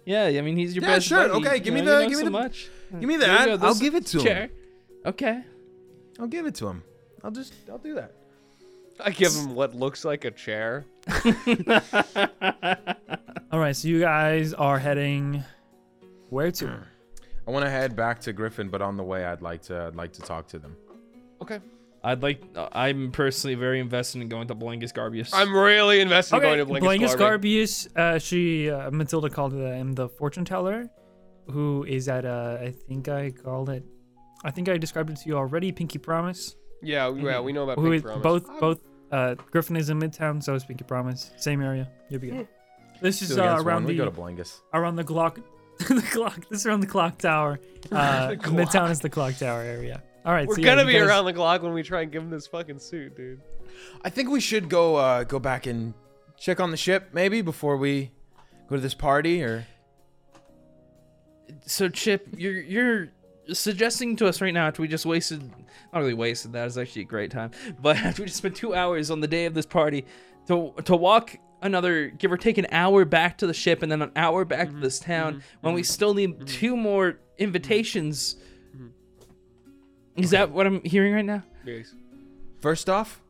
S2: Yeah, I mean he's your
S4: Yeah,
S2: best
S4: sure,
S2: buddy.
S4: okay,
S2: You
S4: give me
S2: know,
S4: the-
S2: you know
S4: give me
S2: so
S4: the-
S2: much.
S4: Give me
S2: There you
S4: that.
S2: go,
S4: I'll
S2: this
S4: give it to
S2: chair.
S4: him.
S2: Okay.
S4: I'll give it to him. I'll just I'll do that.
S3: I give him what looks like a chair.
S1: All right, so you guys are heading where to?
S4: I want to head back to Griffin, but on the way, I'd like to I'd like to talk to them.
S3: Okay.
S2: I'd like. uh, I'm personally very invested in going to Blangus Garbius.
S3: I'm really invested in going to Blinkus
S1: Blangus Garbius. Uh, she uh, Matilda called him the fortune teller, who is at uh, I think I called it. I think I described it to you already. Pinky Promise.
S3: Yeah, yeah, we know about
S1: who
S3: Pink
S1: is
S3: Promise. Oh.
S1: both both uh, Griffin is in Midtown, so is Pinky Promise. Same area. You'll be good.
S3: Hmm.
S1: This is
S4: Two
S1: uh,
S4: against one.
S1: around
S4: We
S1: the
S4: go to Blangus.
S1: around the clock *laughs* the clock this is around the clock
S3: *laughs*
S1: tower uh midtown is the clock tower area all right
S3: We're
S1: so yeah,
S3: gonna
S1: you
S3: be
S1: guys- *laughs*
S3: around the clock when we try and give him this fucking suit, dude.
S4: I think we should go uh, go back and check on the ship maybe before we go to this party or
S2: so Chip, you're you're suggesting to us right now after we just wasted not really wasted that is actually a great time, *laughs* but after we just spent two hours on the day of this party to to walk another give or take an hour back to the ship and then an hour back
S4: Mm-hmm.
S2: to this town when we still need two more invitations.
S4: Mm-hmm.
S2: Is that what I'm hearing right now?
S3: Yes.
S4: First off,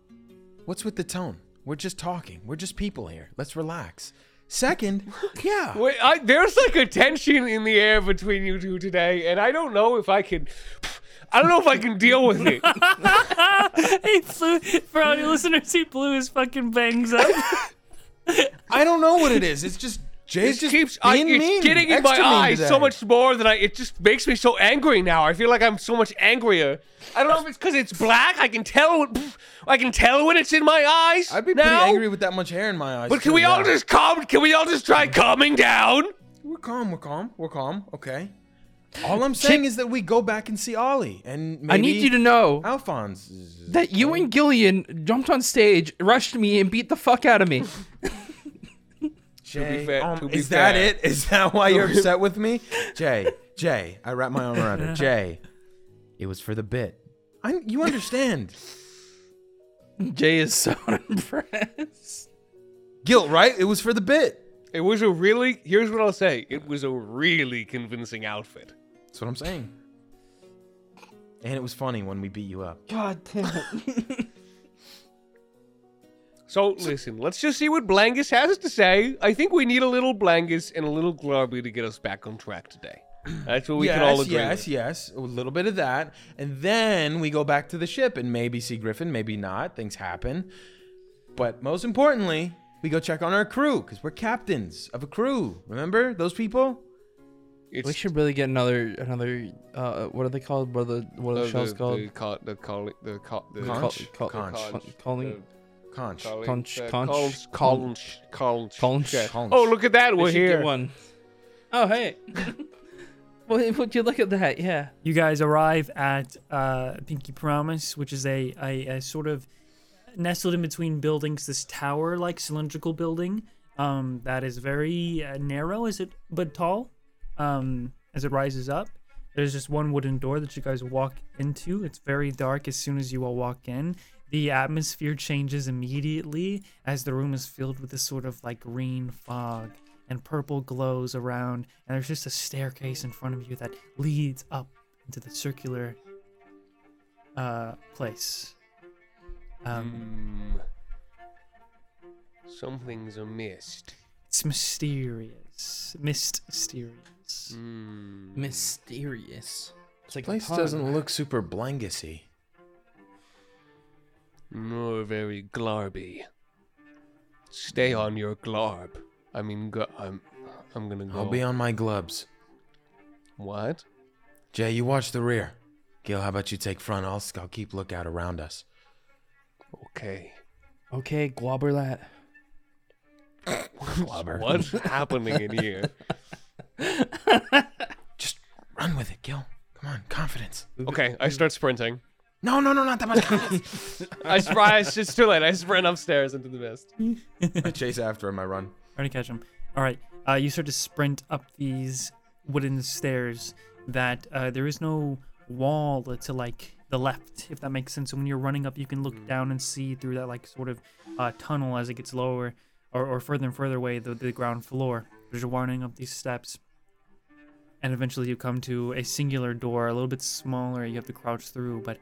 S4: what's with the tone? We're just talking. We're just people here. Let's relax. *laughs* Second, yeah.
S3: Wait, I, there's like a tension in the air between you two today, and I don't know if I can. I don't know if I can deal with it.
S1: he flew for all your listeners he blew his fucking bangs up
S3: *laughs*
S4: I don't know what it is. *laughs* It's just Jay's
S3: It
S4: just
S3: keeps I,
S4: being
S3: it's
S4: mean,
S3: getting in
S4: extra
S3: my
S4: mean
S3: eyes so
S4: today.
S3: much more than I. It just makes me so angry now. I feel like I'm so much angrier. I don't know if it's because it's black. I can tell. When, I can tell when it's in my eyes.
S4: I'd be
S3: now,
S4: pretty angry with that much hair in my eyes.
S3: But
S4: too,
S3: can we all
S4: yeah.
S3: just calm? Can we all just try calming down?
S4: We're calm. We're calm. We're calm. Okay. All I'm saying is that we go back and see Ollie and maybe Oh,
S2: I need you to know
S4: Alphonse. is-
S2: that you and Gillian jumped on stage, rushed me, and beat the fuck out of me.
S4: Jay, um,
S3: fair- to be
S4: is that
S3: fair.
S4: it? Is that
S3: *laughs*
S4: why you're upset with me, Jay? Jay, I wrap my arm
S3: *laughs*
S4: around her. Jay, it was for the bit. I, you understand
S2: Jay is so *laughs* impressed.
S4: guilt, right? It was for the bit.
S3: It was a really. Here's what I'll say. It was a really convincing outfit.
S4: That's what I'm saying. And it was funny when we beat you up.
S2: God damn it.
S3: So listen, let's just see what Blangus has to say. I think we need a little Blangus and a little Glorby to get us back on track today. That's what we
S4: yes,
S3: can all agree.
S4: yes,
S3: with.
S4: yes. A little bit of that, and then we go back to the ship and maybe see Griffin, maybe not. Things happen, but most importantly, we go check on our crew because we're captains of a crew. Remember those people?
S3: It's
S2: We should really get another another uh what are they called? What are the what are the shells called?
S3: Oh, The co- the col- the co- the
S4: Con-
S3: col-
S4: conch?
S2: Col-
S4: Conch.
S2: col-
S3: Conch.
S2: Calling
S4: Conch.
S3: collie-
S2: Conch-
S3: the
S2: conch-
S3: colch-
S2: col-
S3: colch- colch-
S2: Conch.
S3: yeah.
S4: Conch.
S3: Oh, look at that!
S2: We
S3: We're
S2: should get
S3: here.
S2: one. Oh hey. Would would you look at that? Yeah.
S1: you guys arrive at uh, Pinky Promise, which is a, a, a sort of nestled in between buildings, this tower like cylindrical building um, that is very uh, narrow, is it, but tall um, as it rises up. There's just one wooden door that you guys walk into. It's very dark as soon as you all walk in. The atmosphere changes immediately as the room is filled with this sort of like green fog and purple glows around. And there's just a staircase in front of you that leads up into the circular uh, place. Um,
S3: Something's amiss.
S1: It's mysterious, mysterious.
S2: Mysterious. It's like a
S4: Place
S2: pun.
S4: doesn't look super blangusy.
S3: You're very glarby. Stay on your glarb. I mean, go, I'm, I'm gonna go.
S4: I'll be on my gloves.
S3: What?
S4: Jay, you watch the rear. Gil, how about you take front? I'll, I'll keep lookout around us.
S3: Okay.
S2: Okay, Globberlat.
S3: What's happening in
S4: *laughs*
S3: here?
S4: Just run with it, Gil. Come on, confidence.
S3: Okay, I start sprinting.
S4: No, no, no, not that
S3: *laughs*
S4: much confidence.
S3: I spr- I- It's too late. I sprint upstairs into the mist.
S4: I chase after him. I run.
S1: Trying to catch him. All right. Uh, you start to sprint up these wooden stairs that uh, there is no wall to like the left, if that makes sense. So when you're running up, you can look down and see through that like sort of uh, tunnel as it gets lower or, or further and further away the, the ground floor. As you're running up these steps, and eventually you come to a singular door, a little bit smaller. You have to crouch through, but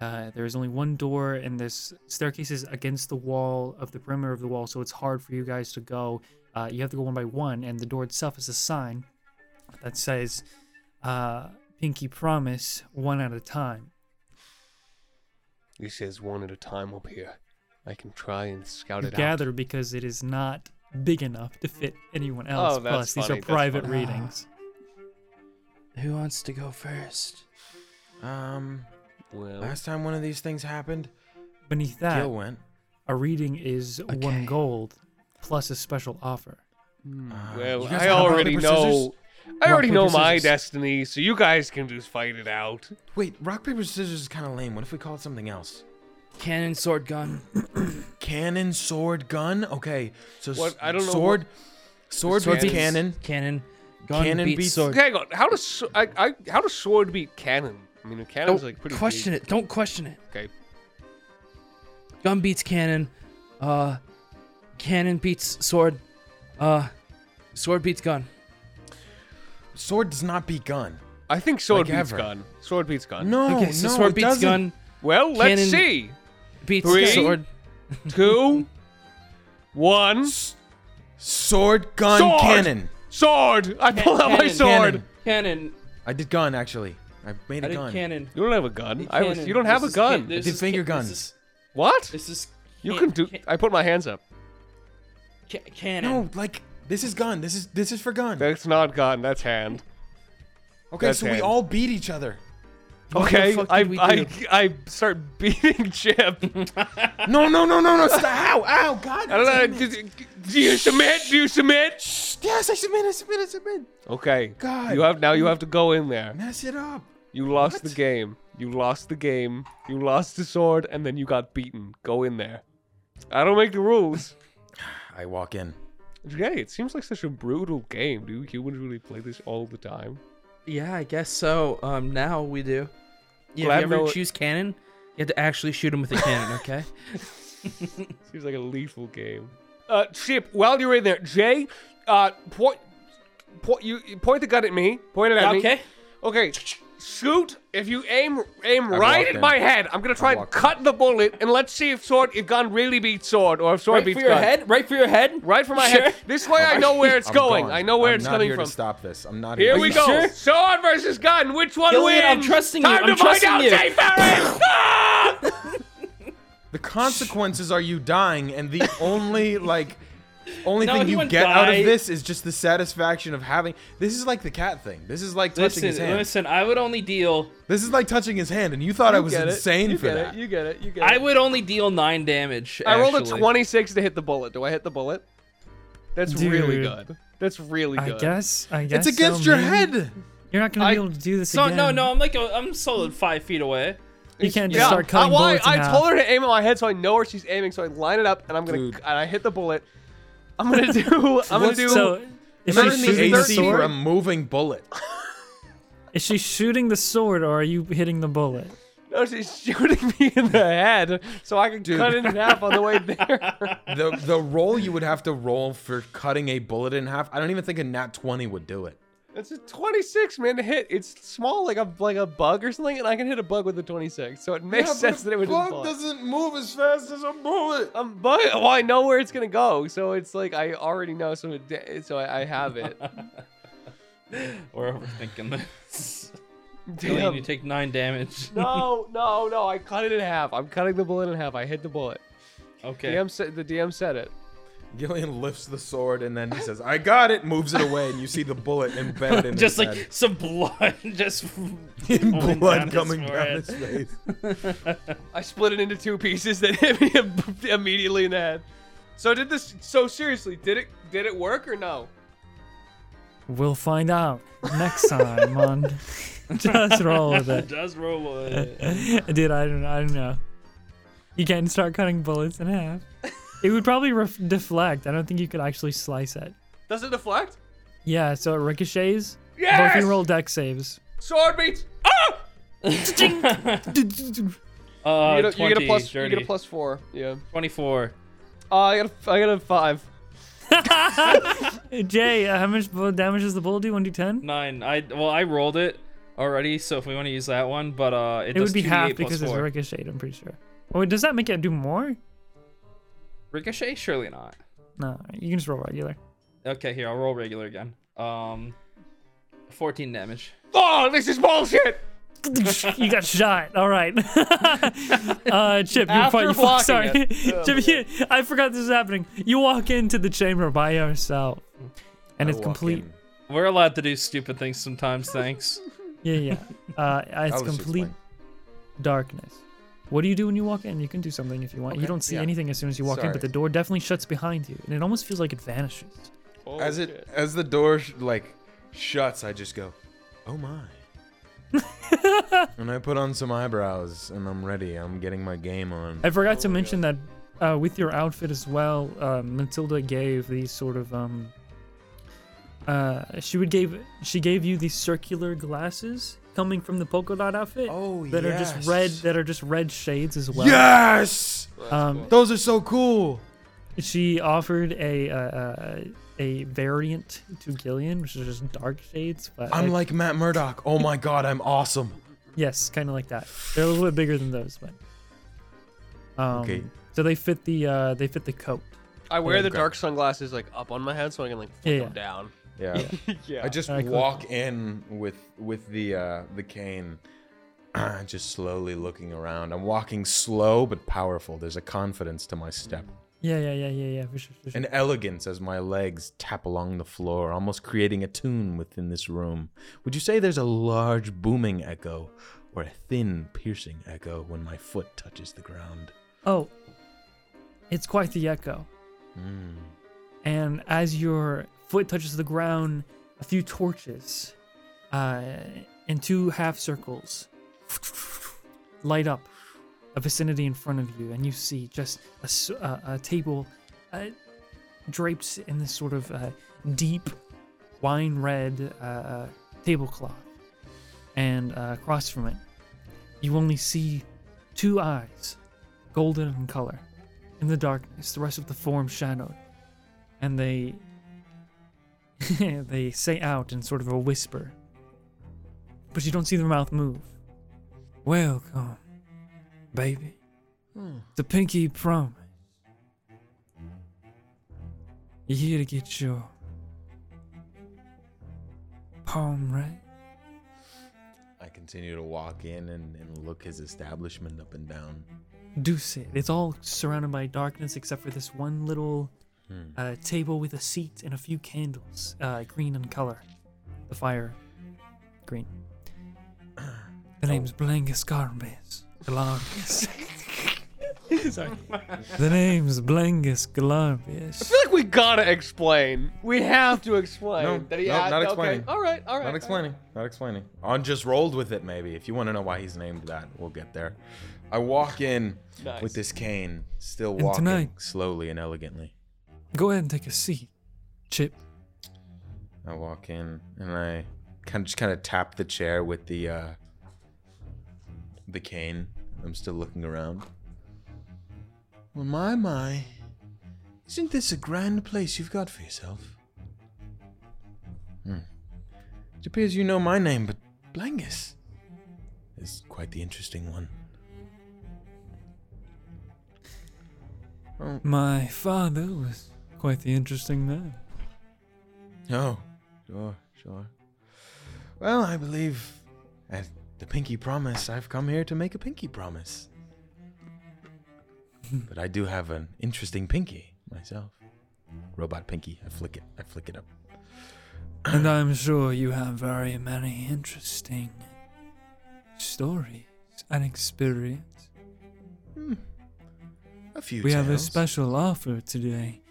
S1: uh, there is only one door, and this staircase is against the wall of the perimeter of the wall, so it's hard for you guys to go. Uh, you have to go one by one, and the door itself is a sign that says uh, "Pinky Promise" one at a time.
S3: He says one at a time up here. I can try and scout
S1: You
S3: it
S1: gather because it is not big enough to fit anyone else.
S3: Oh, that's
S1: Plus, these
S3: funny,
S1: are
S3: that's
S1: private
S3: funny.
S1: readings.
S2: Who wants to go first?
S4: Um,
S3: out. Well,
S4: last time one of these things happened,
S1: Beneath that,
S4: Gil went.
S1: a reading is one
S2: Okay.
S1: gold plus a special offer.
S4: Uh,
S3: well
S4: you guys
S3: I
S4: wanna rock,
S3: already
S4: paper,
S3: know.
S4: scissors?
S3: I already
S1: Rock,
S3: know
S1: paper,
S3: my
S1: scissors.
S3: destiny, so you guys can just fight it out.
S4: Wait, rock paper scissors is kind of lame. What if we call it something else?
S2: Cannon, sword, gun.
S4: Cannon, sword, gun. Okay, so
S3: What?
S4: s-
S3: I don't know
S4: sword, sword,
S3: Sword
S4: beats
S3: beats-
S4: cannon.
S2: Cannon. Gun
S4: Cannon
S2: beats,
S4: beats-
S2: sword.
S3: Hang on. How does sw- I, I how does sword beat cannon? I mean, a cannon's
S4: Oh,
S2: Don't
S3: like pretty.
S2: question it. Don't question it.
S3: Okay.
S2: Gun beats cannon. Uh, cannon beats sword. Uh, sword beats gun.
S4: Sword does not beat gun.
S3: I think sword
S4: Like
S3: beats
S4: ever.
S3: gun. Sword beats gun.
S4: No,
S2: okay, so
S4: Oh, no,
S2: sword
S4: it
S2: beats
S4: doesn't.
S2: gun.
S3: Well, let's
S2: Cannon-
S3: see.
S2: Beats
S3: Three.
S2: sword. *laughs*
S3: Two, one,
S4: Sword, gun,
S3: Sword!
S4: cannon.
S3: sword. I pull out my
S2: cannon,
S3: sword.
S4: Cannon.
S2: Cannon.
S4: I did gun actually. I made a
S2: I did
S4: gun.
S2: cannon.
S3: You don't have a gun. I was,
S2: Cannon.
S3: you don't have a
S2: This is
S3: gun.
S2: can-
S4: I
S2: this
S4: did
S2: is
S4: finger
S2: ca- this
S4: guns.
S2: is-
S3: what?
S2: This is.
S3: you can
S2: can-
S3: do.
S2: can-
S3: I put my hands up.
S2: ca- Cannon.
S4: No, like this is gun. This is this is for gun.
S3: That's not gun. That's hand.
S4: okay,
S3: that's
S4: so we
S3: hand.
S4: all beat each other.
S2: the
S3: okay.
S2: fuck did
S3: I,
S2: we
S3: I
S2: do?
S3: I start *laughs* beating Chip.
S4: No, no, no, no, no. Stop. Ow, ow, God.
S3: I don't
S2: *laughs*
S3: know.
S4: damn it.
S3: Do, do you submit? Do you submit?
S4: Shh, Yes, I submit, I submit, I submit.
S3: Okay.
S4: God.
S3: You have now. You have to go in there.
S4: Mess it up.
S3: You lost the
S4: What?
S3: game. You lost the game. You lost the sword, and then you got beaten. Go in there. I don't make the rules. *laughs*
S4: I walk in.
S3: Okay, it seems like such a brutal game. Do humans really play this all the time?
S2: Yeah, I guess so. Um, now we do. Yeah,
S3: Glad
S2: if you ever
S3: no-
S2: choose cannon, you have to actually shoot him with
S3: *laughs*
S2: a cannon. Okay.
S3: Seems like a lethal game. Uh, Chip, while you're in there, Jay, uh, point, point, you you point the gun at me. Point it at me. Okay. Shoot. If you aim, aim right
S4: walked
S3: at
S4: in.
S3: my head. I'm gonna try and
S4: walked in.
S3: cut the bullet, and let's see if sword, if gun really beats sword, or if sword
S2: Right
S3: beats
S2: for your
S3: gun.
S2: head. Right for your head.
S3: Right for my head. This way, I know where it's
S4: I'm
S3: going.
S4: gone.
S3: I know where
S4: I'm
S3: it's
S4: not
S3: coming
S4: here
S3: from.
S4: To stop this. I'm not
S3: Here
S4: here.
S3: we
S2: you
S3: go.
S2: sure?
S3: Sword versus gun. Which one wins?
S2: Gillian, I'm trusting you.
S3: Time to
S2: I'm trusting
S3: find
S2: you.
S3: out, Jay Farris. Ah!
S4: The consequences are you dying,
S3: *laughs*
S4: and the only like, only
S2: No,
S4: thing
S2: he
S4: you
S2: wouldn't
S4: get out
S2: die.
S4: of this is just the satisfaction of having. This is like the cat thing. This is like touching his
S2: Listen,
S4: hand.
S2: listen. I would only deal.
S4: This is like touching his hand, and you thought I was
S3: get it.
S4: insane
S3: You
S4: for
S3: get
S4: that.
S3: It. You get it. You get it.
S2: I would only deal nine damage.
S3: I rolled a
S2: actually.
S3: 26 to hit the bullet. Do I hit the bullet? That's really
S1: Dude.
S3: good. That's really
S1: I
S3: good.
S1: guess. I guess
S4: It's against
S1: so,
S4: your
S1: man.
S4: head.
S1: You're not gonna
S3: I-
S1: be able to do this
S2: So
S1: again.
S2: no, no. I'm like a, I'm a solid five feet away.
S1: You can't just
S3: Yeah.
S1: start cutting
S3: I, well, I-
S1: bullets. in
S3: I
S1: half.
S3: told her to aim at my head, so I know where she's aiming. So I line it up, and I'm gonna
S4: Dude.
S3: and I hit the bullet. I'm gonna do. I'm gonna
S4: What's-
S3: do.
S1: So is
S4: Turn
S1: she,
S3: Imagine
S4: the
S1: shooting the
S4: AC for a
S1: sword?
S3: *laughs*
S4: moving bullet.
S1: is she shooting the sword or are you hitting the bullet?
S3: no, oh, she's shooting me in the head, so I can
S4: Dude.
S3: cut it in half on the way
S4: *laughs*
S3: there.
S4: the the roll you would have to roll for cutting a bullet in half. I don't even think a nat twenty would do it.
S3: It's a 26 man to hit. It's small, like a like a bug or something, and I can hit a bug with a 26. So it makes sense that it would just fall.
S4: doesn't move as fast as a bullet.
S3: Um, but well, I know where it's gonna go, so it's like I already know. So it, so I, I have it.
S2: We're overthinking this. *laughs*
S3: *laughs*
S2: Alien,
S3: Damn.
S2: you take nine damage.
S3: *laughs* No, no, no! I cut it in half. I'm cutting the bullet in half. I hit the bullet.
S2: Okay.
S3: DM said the DM said it.
S4: Gillian lifts the sword and then he says, "I got it." Moves it away, and you see the bullet embedded
S2: *laughs*
S4: in
S2: Just
S4: his
S2: like
S4: head.
S2: some blood, *laughs* just
S4: In
S2: rolling down
S4: blood
S2: his
S4: coming down
S2: forehead.
S4: his face.
S3: I split it into two pieces *laughs* that hit me im- immediately in the head. So did this? So seriously, did it? Did it work or no?
S1: We'll find out next time
S3: *laughs*
S1: on Just Roll with It.
S2: Just roll it.
S1: Dude, I don't, I don't know. You can't start cutting bullets in half. It would probably ref deflect. I don't think you could actually slice it.
S3: Does it deflect?
S1: Yeah, so it ricochets. Both of
S3: Yes.
S1: you roll deck saves.
S3: Sword beats. Ah!
S2: Uh,
S3: *laughs* you, get a, you get
S2: 20,
S3: a plus. You get
S2: dirty.
S3: a plus four. Yeah.
S2: 24.
S3: Uh, I got. A, I got a five.
S1: Jay, uh, how much bu- damage does the bullet do? 1d10?
S2: Nine. I well, I rolled it already, so if we want to use that one, but uh, it,
S1: It
S2: does
S1: would be
S2: 2d8
S1: half
S2: plus
S1: because it's
S2: four.
S1: ricocheted, I'm pretty sure. Oh, does that make it do more?
S2: ricochet. Surely not.
S1: No, you can just roll
S3: *laughs*
S1: regular.
S2: Okay, here I'll roll regular again. Um, 14 damage.
S3: Oh, this is bullshit.
S1: you got shot. All right. *laughs* uh, Chip, you
S3: After
S1: fight. You,
S3: blocking
S1: sorry,
S3: it.
S1: *laughs*
S3: Oh,
S1: Chip. You, I forgot this was happening. You walk into the chamber by yourself, and it's
S4: Walk
S1: complete.
S4: in.
S2: We're allowed to do stupid things sometimes. Thanks.
S1: Yeah,
S4: *laughs*
S1: yeah. Uh, it's
S4: was just
S1: complete
S4: fine.
S1: darkness. What do you do when you walk in? You can do something if you want. you don't see anything as soon as you walk in,
S4: Sorry.
S1: but the door definitely shuts behind you, and it almost feels like it vanishes.
S4: As it as the door sh- like shuts, I just go, "Oh
S2: *laughs*
S4: my." and I put on some eyebrows and I'm ready. I'm getting my game on.
S1: I forgot to mention that uh, with your outfit as well, uh, Matilda gave these sort of um. Uh, she would gave she gave you these circular glasses coming from the polka dot outfit
S4: Oh,
S1: that are just
S4: yes.
S1: red that are just red shades as well.
S4: Yes!
S1: Um,
S4: Those are so cool.
S1: she offered a uh, uh, a variant to Gillian, which is just dark shades, but
S4: I'm
S1: uh,
S4: like Matt Murdock. Oh my god, I'm awesome.
S1: yes, kind of like that. They're a little bit bigger than those, but um,
S4: Okay.
S1: So they fit the uh, they fit the coat.
S3: I wear the
S4: Okay.
S3: dark sunglasses like up on my head so I can like flip
S1: Yeah, yeah.
S3: them down.
S4: Yeah.
S3: Yeah.
S4: I just
S1: Alright, cool.
S4: walk in with with the uh the cane. *clears throat* just slowly looking around. I'm walking slow but powerful. There's a confidence to my step.
S1: Yeah, yeah, yeah, yeah, yeah. For sure, for sure.
S4: an elegance as my legs tap along the floor, almost creating a tune within this room. Would you say there's a large booming echo or a thin piercing echo when my foot touches the ground?
S1: Oh, it's quite the echo. And as your foot touches the ground, a few torches uh, in two half circles light up a vicinity in front of you, and you see just a, s- uh, a table uh, draped in this sort of uh, deep wine red uh, uh, tablecloth. And uh, across from it, you only see two eyes golden in color. In the darkness, the rest of the form shadowed, and they *laughs* they say out in sort of a whisper. But you don't see their mouth move. Welcome, baby. The pinky promise. You're here to get your palm right.
S4: I continue to walk in and, and look his establishment up and down.
S1: Deuce it. It's all surrounded by darkness except for this one little uh, table with a seat and a few candles, uh, green in color. The fire, green. The name's Blangus Galarmbes. Galarmbes. the name's Blangus
S3: I
S1: Galarmbes.
S3: feel like we gotta explain. We have to explain.
S4: No,
S3: that he
S4: no,
S3: had-
S4: not
S3: okay,
S4: explaining.
S3: All right, all right.
S4: Not explaining. Not explaining. On just rolled with it, maybe. If you want to know why he's named that, we'll get there. I walk in with this cane, still walking
S1: tonight-
S4: slowly and elegantly.
S1: Go ahead and take a seat, Chip.
S4: I walk in and I kind of just kind of tap the chair with the uh the cane. I'm still looking around. Well, my my, isn't this a grand place you've got for yourself? Hmm. It appears you know my name, but Blangus is quite the interesting one.
S1: My father was quite the interesting man.
S4: Oh, sure, sure. Well, I believe And the pinky promise, I've come here to make a pinky *laughs* promise. but I do have an interesting pinky myself. Robot pinky. I flick it. I flick it up.
S1: And I'm sure you have very many interesting stories and experience.
S4: A few
S1: We have a
S4: tales.
S1: special offer today,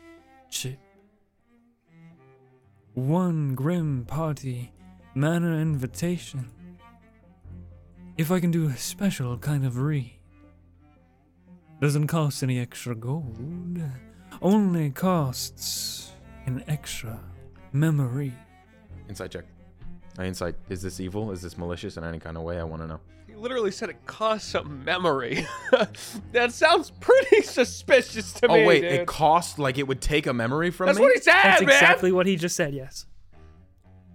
S1: Chip. One Grim Party Manor invitation. If I can do a special kind of read. Doesn't cost any extra gold, only costs an extra memory.
S4: Insight check. I insight. Is this evil? Is this malicious in any kind of way? I want to know.
S3: He literally said it costs a memory. *laughs* that sounds pretty *laughs* suspicious to me.
S4: oh wait,
S3: dude.
S4: it cost like it would take a memory from
S3: That's
S4: me.
S3: what he said,
S1: That's
S3: *laughs* man.
S1: exactly what he just said, yes.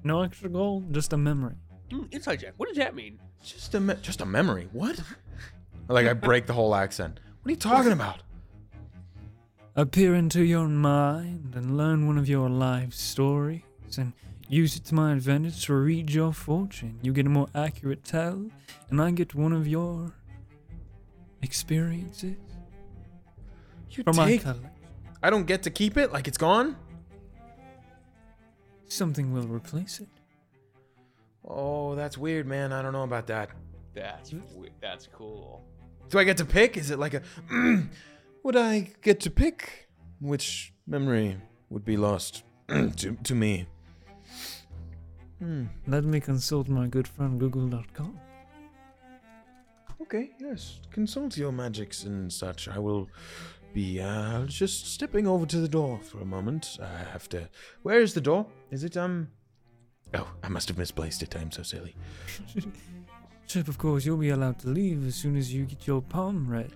S1: No extra gold, just a memory.
S3: Mm, Inside Jack, what does that mean?
S4: just a me- just a memory. What? like I break the whole accent. What are you talking about?
S1: appear into your mind and learn one of your life stories and use it to my advantage to read your fortune. You get a more accurate tell, and I get one of your experiences
S4: You
S1: from my
S4: take.
S1: collection.
S4: I don't get to keep it. Like it's gone.
S1: Something will replace it.
S4: Oh, that's weird, man. I don't know about that.
S3: That's weird. that's cool.
S4: Do I get to pick? Is it like a? *clears throat* Mm, would I get to pick which memory would be lost *clears throat* to to me?
S1: Let me consult my good friend Google.com.
S4: Okay, yes. Consult your magics and such. I will be uh, just stepping over to the door for a moment. I have to. Where is the door? Is it um? Oh, I must have misplaced it. I'm so silly.
S1: Chip, of course, you'll be allowed to leave as soon as you get your palm read.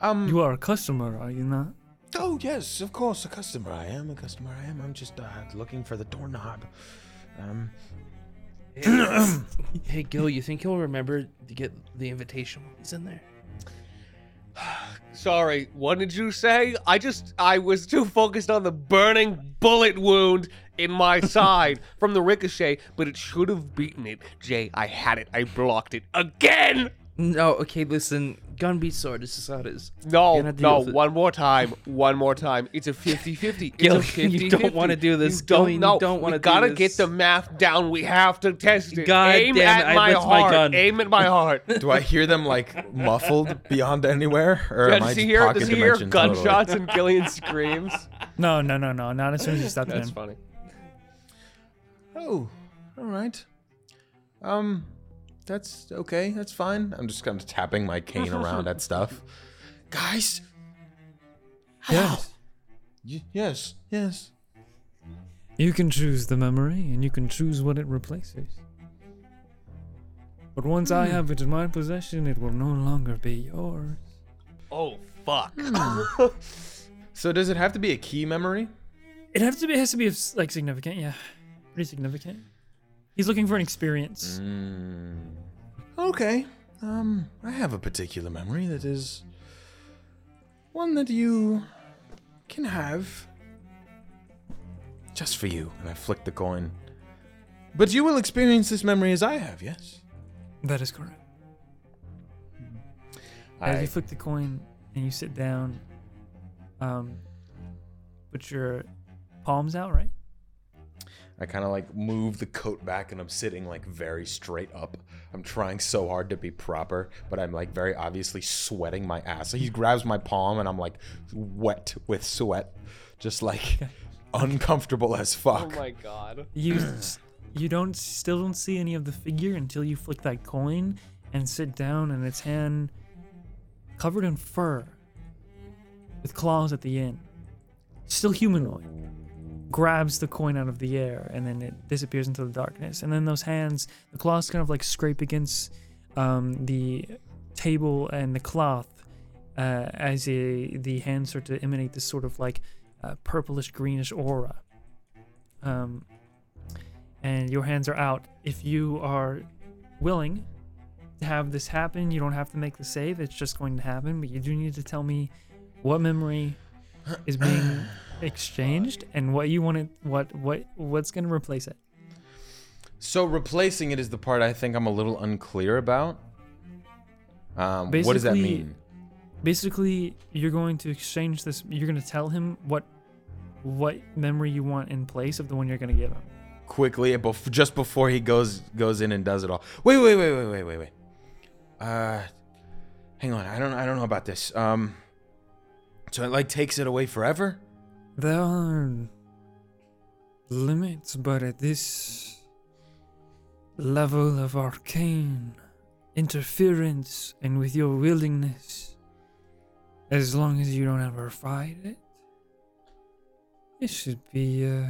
S4: Um.
S1: You are a customer, are you not?
S4: oh yes, of course, a customer. I am a customer. I am. I'm just uh, looking for the doorknob. Um.
S2: Hey Gil, you think he'll remember to get the invitation when he's in there?
S3: Sorry, what did you say? I just I was too focused on the burning bullet wound in
S2: *laughs*
S3: my side from the ricochet, but it should have beaten it. Jay, I had it. I blocked it again.
S2: No, okay, listen. Gun beats sword. This is how it is.
S3: No,
S2: Gonna deal
S3: no,
S2: with it.
S3: one more time. One more time. It's a 50-50. It's
S2: Gil,
S3: a 50
S2: *laughs* you don't wanna do this.
S3: You don't
S2: Gil, you
S3: know.
S2: don't wanna
S3: We
S2: do
S3: gotta
S2: this.
S3: get the math down. We have to test it.
S2: God
S3: Aim
S2: damn it,
S3: at
S2: I
S3: my
S2: lift my
S3: heart.
S2: gun.
S3: Aim at my heart.
S4: Do I hear them like muffled beyond anywhere, or
S3: Yeah,
S4: am I
S3: does he
S4: just
S3: hear?
S4: pocket
S3: Does he hear
S4: dimension totally?
S3: gunshots and Gillian
S2: *laughs*
S3: screams?
S1: No, no, no, no. Not as soon as you step
S3: That's
S1: in.
S3: funny.
S4: Oh, all right. Um, that's okay. That's fine. I'm just kind of tapping my cane around
S3: *laughs*
S4: at stuff. Guys.
S1: Yes.
S4: Y- yes.
S3: *laughs*
S4: Yes.
S1: You can choose the memory and you can choose what it replaces. But once I have it in my possession, it will no longer be yours.
S3: Oh fuck.
S4: So does it have to be a key memory?
S1: It has to be has to be of s- like significant, yeah. Pretty significant. He's looking for an experience.
S4: Mm. Okay. Um, I have a particular memory that is one that you can have just for you. And I flick the coin. But you will experience this memory as I have, yes?
S1: That is correct. As
S4: I-
S1: you flick the coin and you sit down, um, put your palms out, right?
S4: I kind of like move the coat back and I'm sitting like very straight up. I'm trying so hard to be proper, but I'm like very obviously sweating my ass. He grabs my palm and I'm like wet with sweat, just
S3: *laughs*
S4: like uncomfortable as
S3: Oh
S4: fuck.
S3: my god.
S1: You s- you don't still don't see any of the figure until you flick that coin and sit down and its hand covered in fur with claws at the end. Still humanoid. Grabs the coin out of the air and then it disappears into the darkness. And then those hands, the claws kind of like scrape against um, the table and the cloth uh, as a, the hands start to emanate this sort of like uh, purplish greenish aura um, and your hands are out. If you are willing to have this happen, you don't have to make the save. It's just going to happen. But you do need to tell me what memory is being exchanged and what you want it, what what what's going to replace it.
S4: So replacing it is the part I think I'm a little unclear about. Um, what does that
S1: Basically-
S4: mean?
S1: Basically, you're going to exchange this. You're going to tell him what what memory you want in place of the one you're going to give him.
S4: Quickly, bef- just before he goes goes in and does it all. Wait, wait, wait, wait, wait, wait, wait. Uh, hang on. I don't I don't know about this. Um, so it like takes it away forever.
S1: There are limits, but at this level of arcane interference and with your willingness, as long as you don't ever fight it, it should be uh,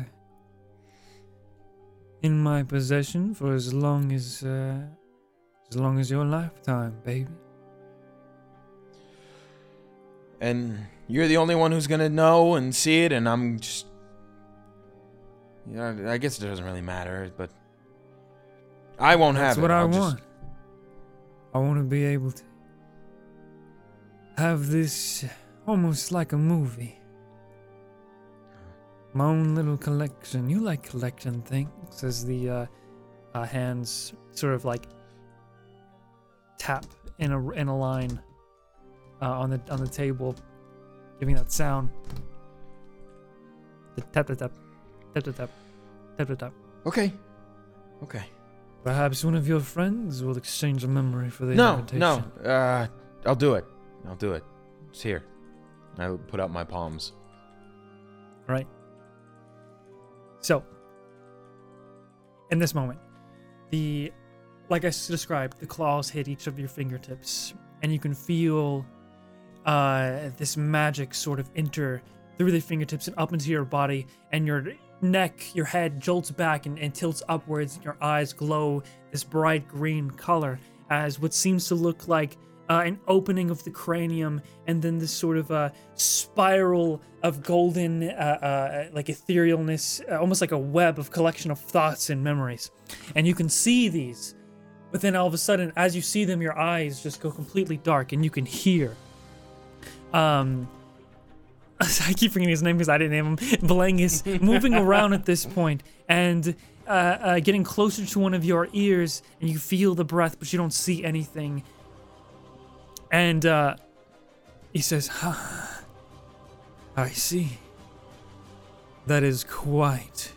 S1: in my possession for as long as uh, as long as your lifetime, baby.
S4: and you're the only one who's gonna know and see it, and I'm just. Yeah, I guess it doesn't really matter, but I won't
S1: That's
S4: have it.
S1: what I
S4: I'll just-
S1: want. I want to be able to have this almost like a movie. My own little collection. You like collection things, as the uh, uh, hands sort of like tap in a in a line uh, on the on the table, giving that sound. Tap tap tap, tap tap tap, tap tap tap.
S4: Okay. Okay.
S1: Perhaps one of your friends will exchange a memory for the
S4: No,
S1: invitation.
S4: no. Uh, I'll do it. I'll do it. It's here. I put out my palms.
S1: Right. So, in this moment, the, like I s- described, the claws hit each of your fingertips, and you can feel uh, this magic sort of enter through the fingertips and up into your body, and your neck, your head jolts back and, and tilts upwards, and your eyes glow this bright green color as what seems to look like uh, an opening of the cranium, and then this sort of uh, spiral of golden, uh, uh, like etherealness, uh, almost like a web of collection of thoughts and memories. And you can see these, but then all of a sudden, as you see them, your eyes just go completely dark, and you can hear um *laughs* I keep forgetting his name because I didn't name him. *laughs* Belang is moving around at this point and uh, uh, getting closer to one of your ears, and you feel the breath, but you don't see anything. And uh, he says, "Ha, I see. That is quite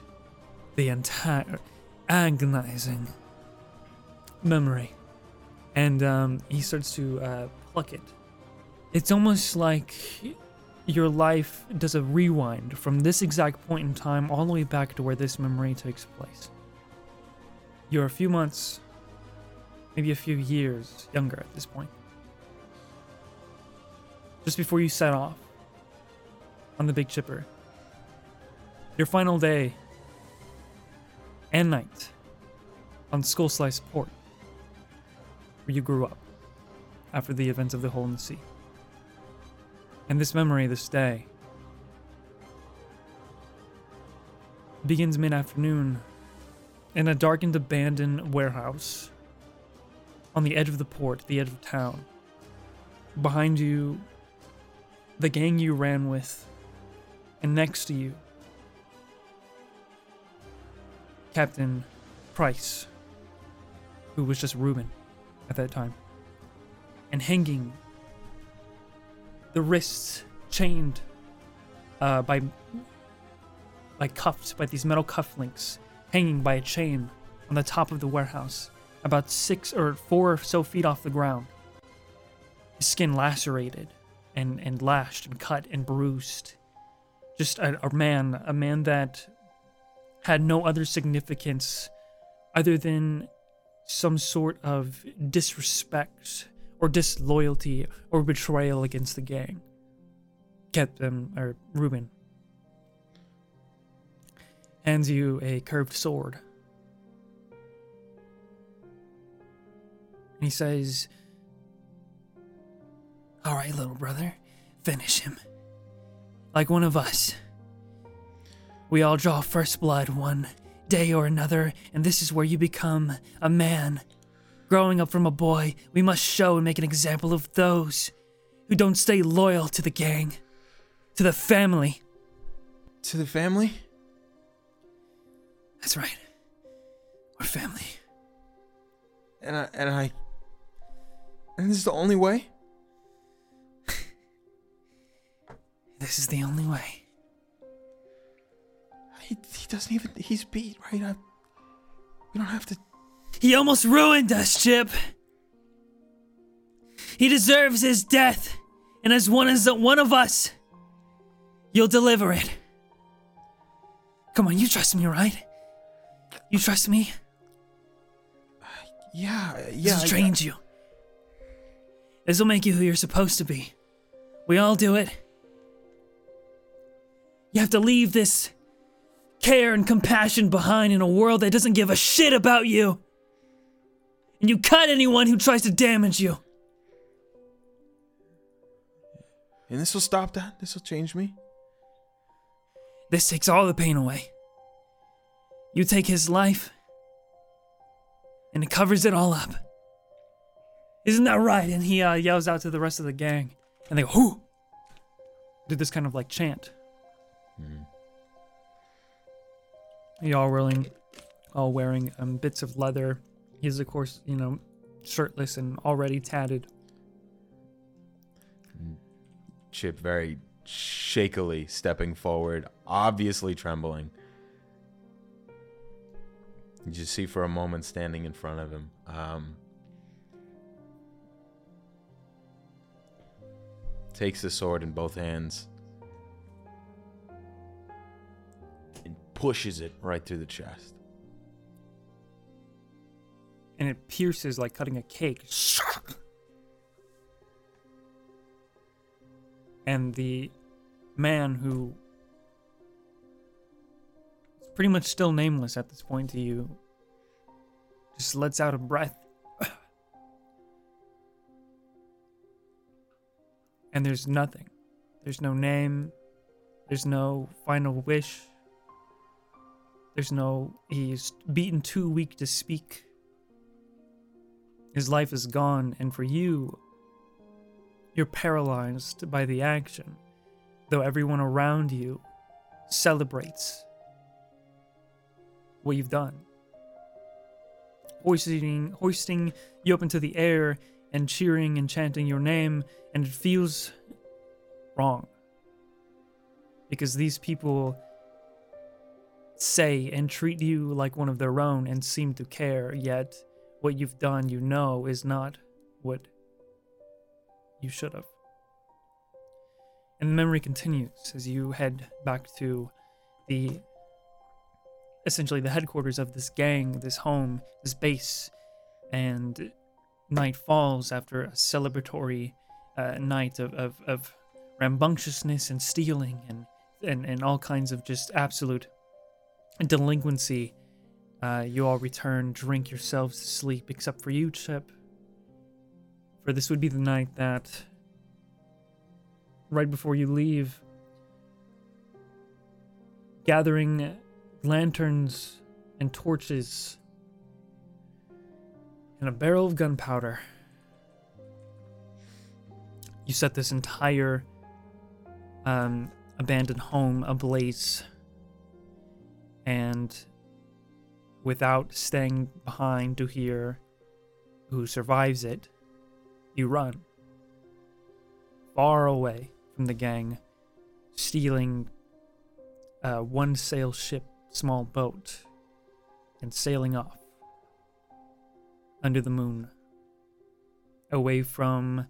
S1: the entire agonizing memory." And um, he starts to uh, pluck it it's almost like your life does a rewind from this exact point in time all the way back to where this memory takes place. You're a few months, maybe a few years younger at this point. Just before you set off on the Big Chipper. Your final day and night on Skull Slice Port, where you grew up after the events of the Hole in the Sea. And this memory, this day, begins mid afternoon in a darkened, abandoned warehouse on the edge of the port, the edge of town. Behind you, the gang you ran with, and next to you, Captain Price, who was just Reuben at that time, and hanging the wrists chained uh, by by cuffs by these metal cufflinks hanging by a chain on the top of the warehouse about six or four or so feet off the ground his skin lacerated and and lashed and cut and bruised just a, a man a man that had no other significance other than some sort of disrespect or disloyalty or betrayal against the gang. Get them, or Reuben hands you a curved sword. And he says, All right, little brother, finish him. Like one of us. We all draw first blood one day or another, and this is where you become a man growing up from a boy, we must show and make an example of those who don't stay loyal to the gang, to the family.
S4: To the family?
S6: That's right. We're family.
S4: And I and I and this is the only way?
S6: This is the only way.
S4: He, he doesn't even he's beat, right? I, we don't have to
S6: He almost ruined us, Chip. He deserves his death, and as one as one of us, you'll deliver it. Come on, you trust me, right? You trust me?
S4: Yeah, yeah.
S6: This
S4: I-
S6: will change you. This will make you who you're supposed to be. We all do it. You have to leave this care and compassion behind in a world that doesn't give a shit about you. And you cut anyone who tries to damage you.
S4: and this will stop that. This will change me.
S6: This takes all the pain away. You take his life, and it covers it all up.
S1: Isn't that right? And he uh, yells out to the rest of the gang, and they go, "Who?" Did this kind of like chant. He all wearing, all wearing um, bits of leather. He's of course, you know, shirtless and already tatted.
S4: Chip very shakily stepping forward, obviously trembling. You just see for a moment standing in front of him. Um, takes the sword in both hands and pushes it right through the chest.
S1: and it pierces like cutting a cake. And the man who is pretty much still nameless at this point to you just lets out a breath. *sighs* And there's nothing. There's no name. There's no final wish. There's no. He's beaten too weak to speak. His life is gone, and for you, you're paralyzed by the action, though everyone around you celebrates what you've done. Hoisting, hoisting you up into the air and cheering and chanting your name, and it feels wrong. Because these people say and treat you like one of their own and seem to care, yet what you've done, you know, is not what you should have. And the memory continues as you head back to the essentially the headquarters of this gang, this home, this base, and night falls after a celebratory uh, night of, of, of rambunctiousness and stealing and, and, and all kinds of just absolute delinquency. Uh, you all return, drink yourselves to sleep, except for you, Chip. For this would be the night that, right before you leave, gathering lanterns and torches and a barrel of gunpowder, you set this entire um, abandoned home ablaze. And without staying behind to hear who survives it, you run. Far away from the gang, stealing uh, one sail ship small boat and sailing off under the moon. Away from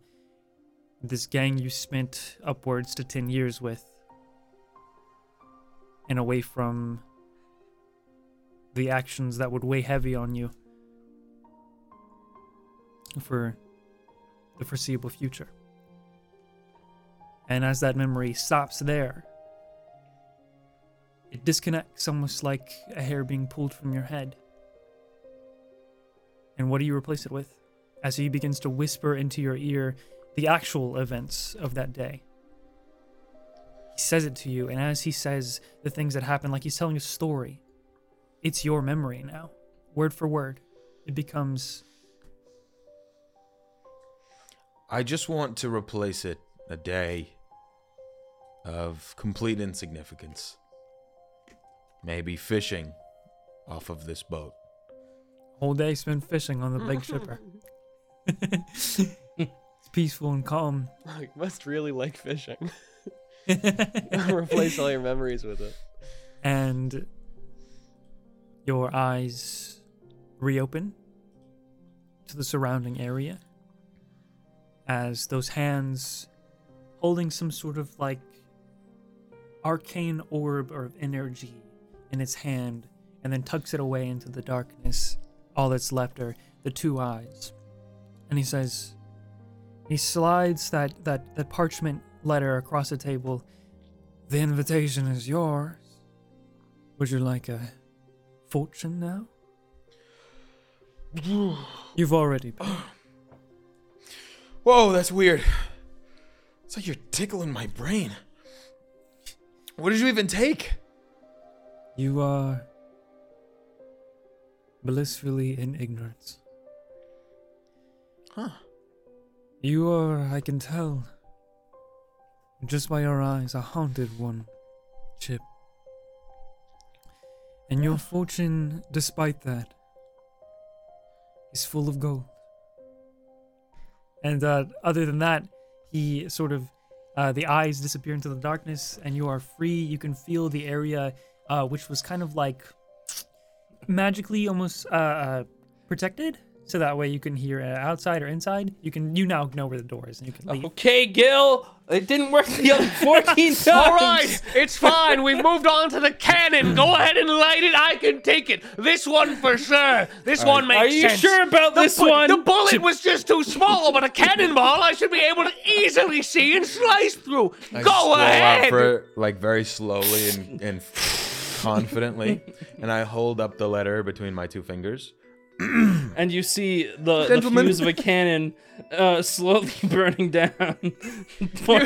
S1: this gang you spent upwards to 10 years with, and away from the actions that would weigh heavy on you for the foreseeable future. And as that memory stops there, it disconnects almost like a hair being pulled from your head. And what do you replace it with? As he begins to whisper into your ear the actual events of that day. He says it to you, and as he says the things that happened, like he's telling a story, it's your memory now, word for word. It becomes
S4: I just want to replace it a day of complete insignificance. Maybe fishing off of this boat.
S1: Whole day spent fishing on the big shipper. it's peaceful and calm.
S7: You must really like fishing.
S1: *laughs*
S7: Replace all your memories with it.
S1: and your eyes reopen to the surrounding area as those hands holding some sort of like arcane orb or of energy in its hand and then tucks it away into the darkness all that's left are the two eyes and he says he slides that that, that parchment letter across the table the invitation is yours would you like a fortune now? You've already been.
S4: Whoa, that's weird. It's like you're tickling my brain. What did you even take?
S1: You are blissfully in ignorance.
S4: Huh.
S1: You are, I can tell, just by your eyes, a haunted one, Chip. And your fortune, despite that, is full of gold. And uh, other than that, he sort of, uh, the eyes disappear into the darkness, and you are free. You can feel the area, uh, which was kind of like magically almost uh, uh, protected. So that way you can hear uh, outside or inside. You can you now know where the door is, and you can leave.
S2: Okay, Gil, it didn't work the other 14 times.
S3: All right, it's fine. We've moved on to the cannon. Go ahead and light it. I can take it. This one for sure. This one makes
S2: Are you
S3: sense.
S2: sure about this
S3: bu-
S2: one?
S3: The bullet was just too small, but a cannonball I should be able to easily see and slice through. Go ahead.
S4: like very slowly
S3: *laughs*
S4: and, and confidently, and I hold up the letter between my two fingers.
S2: and you see the, the
S4: Gentlemen.
S2: fuse of a cannon uh, slowly *laughs* burning down. *laughs*
S3: you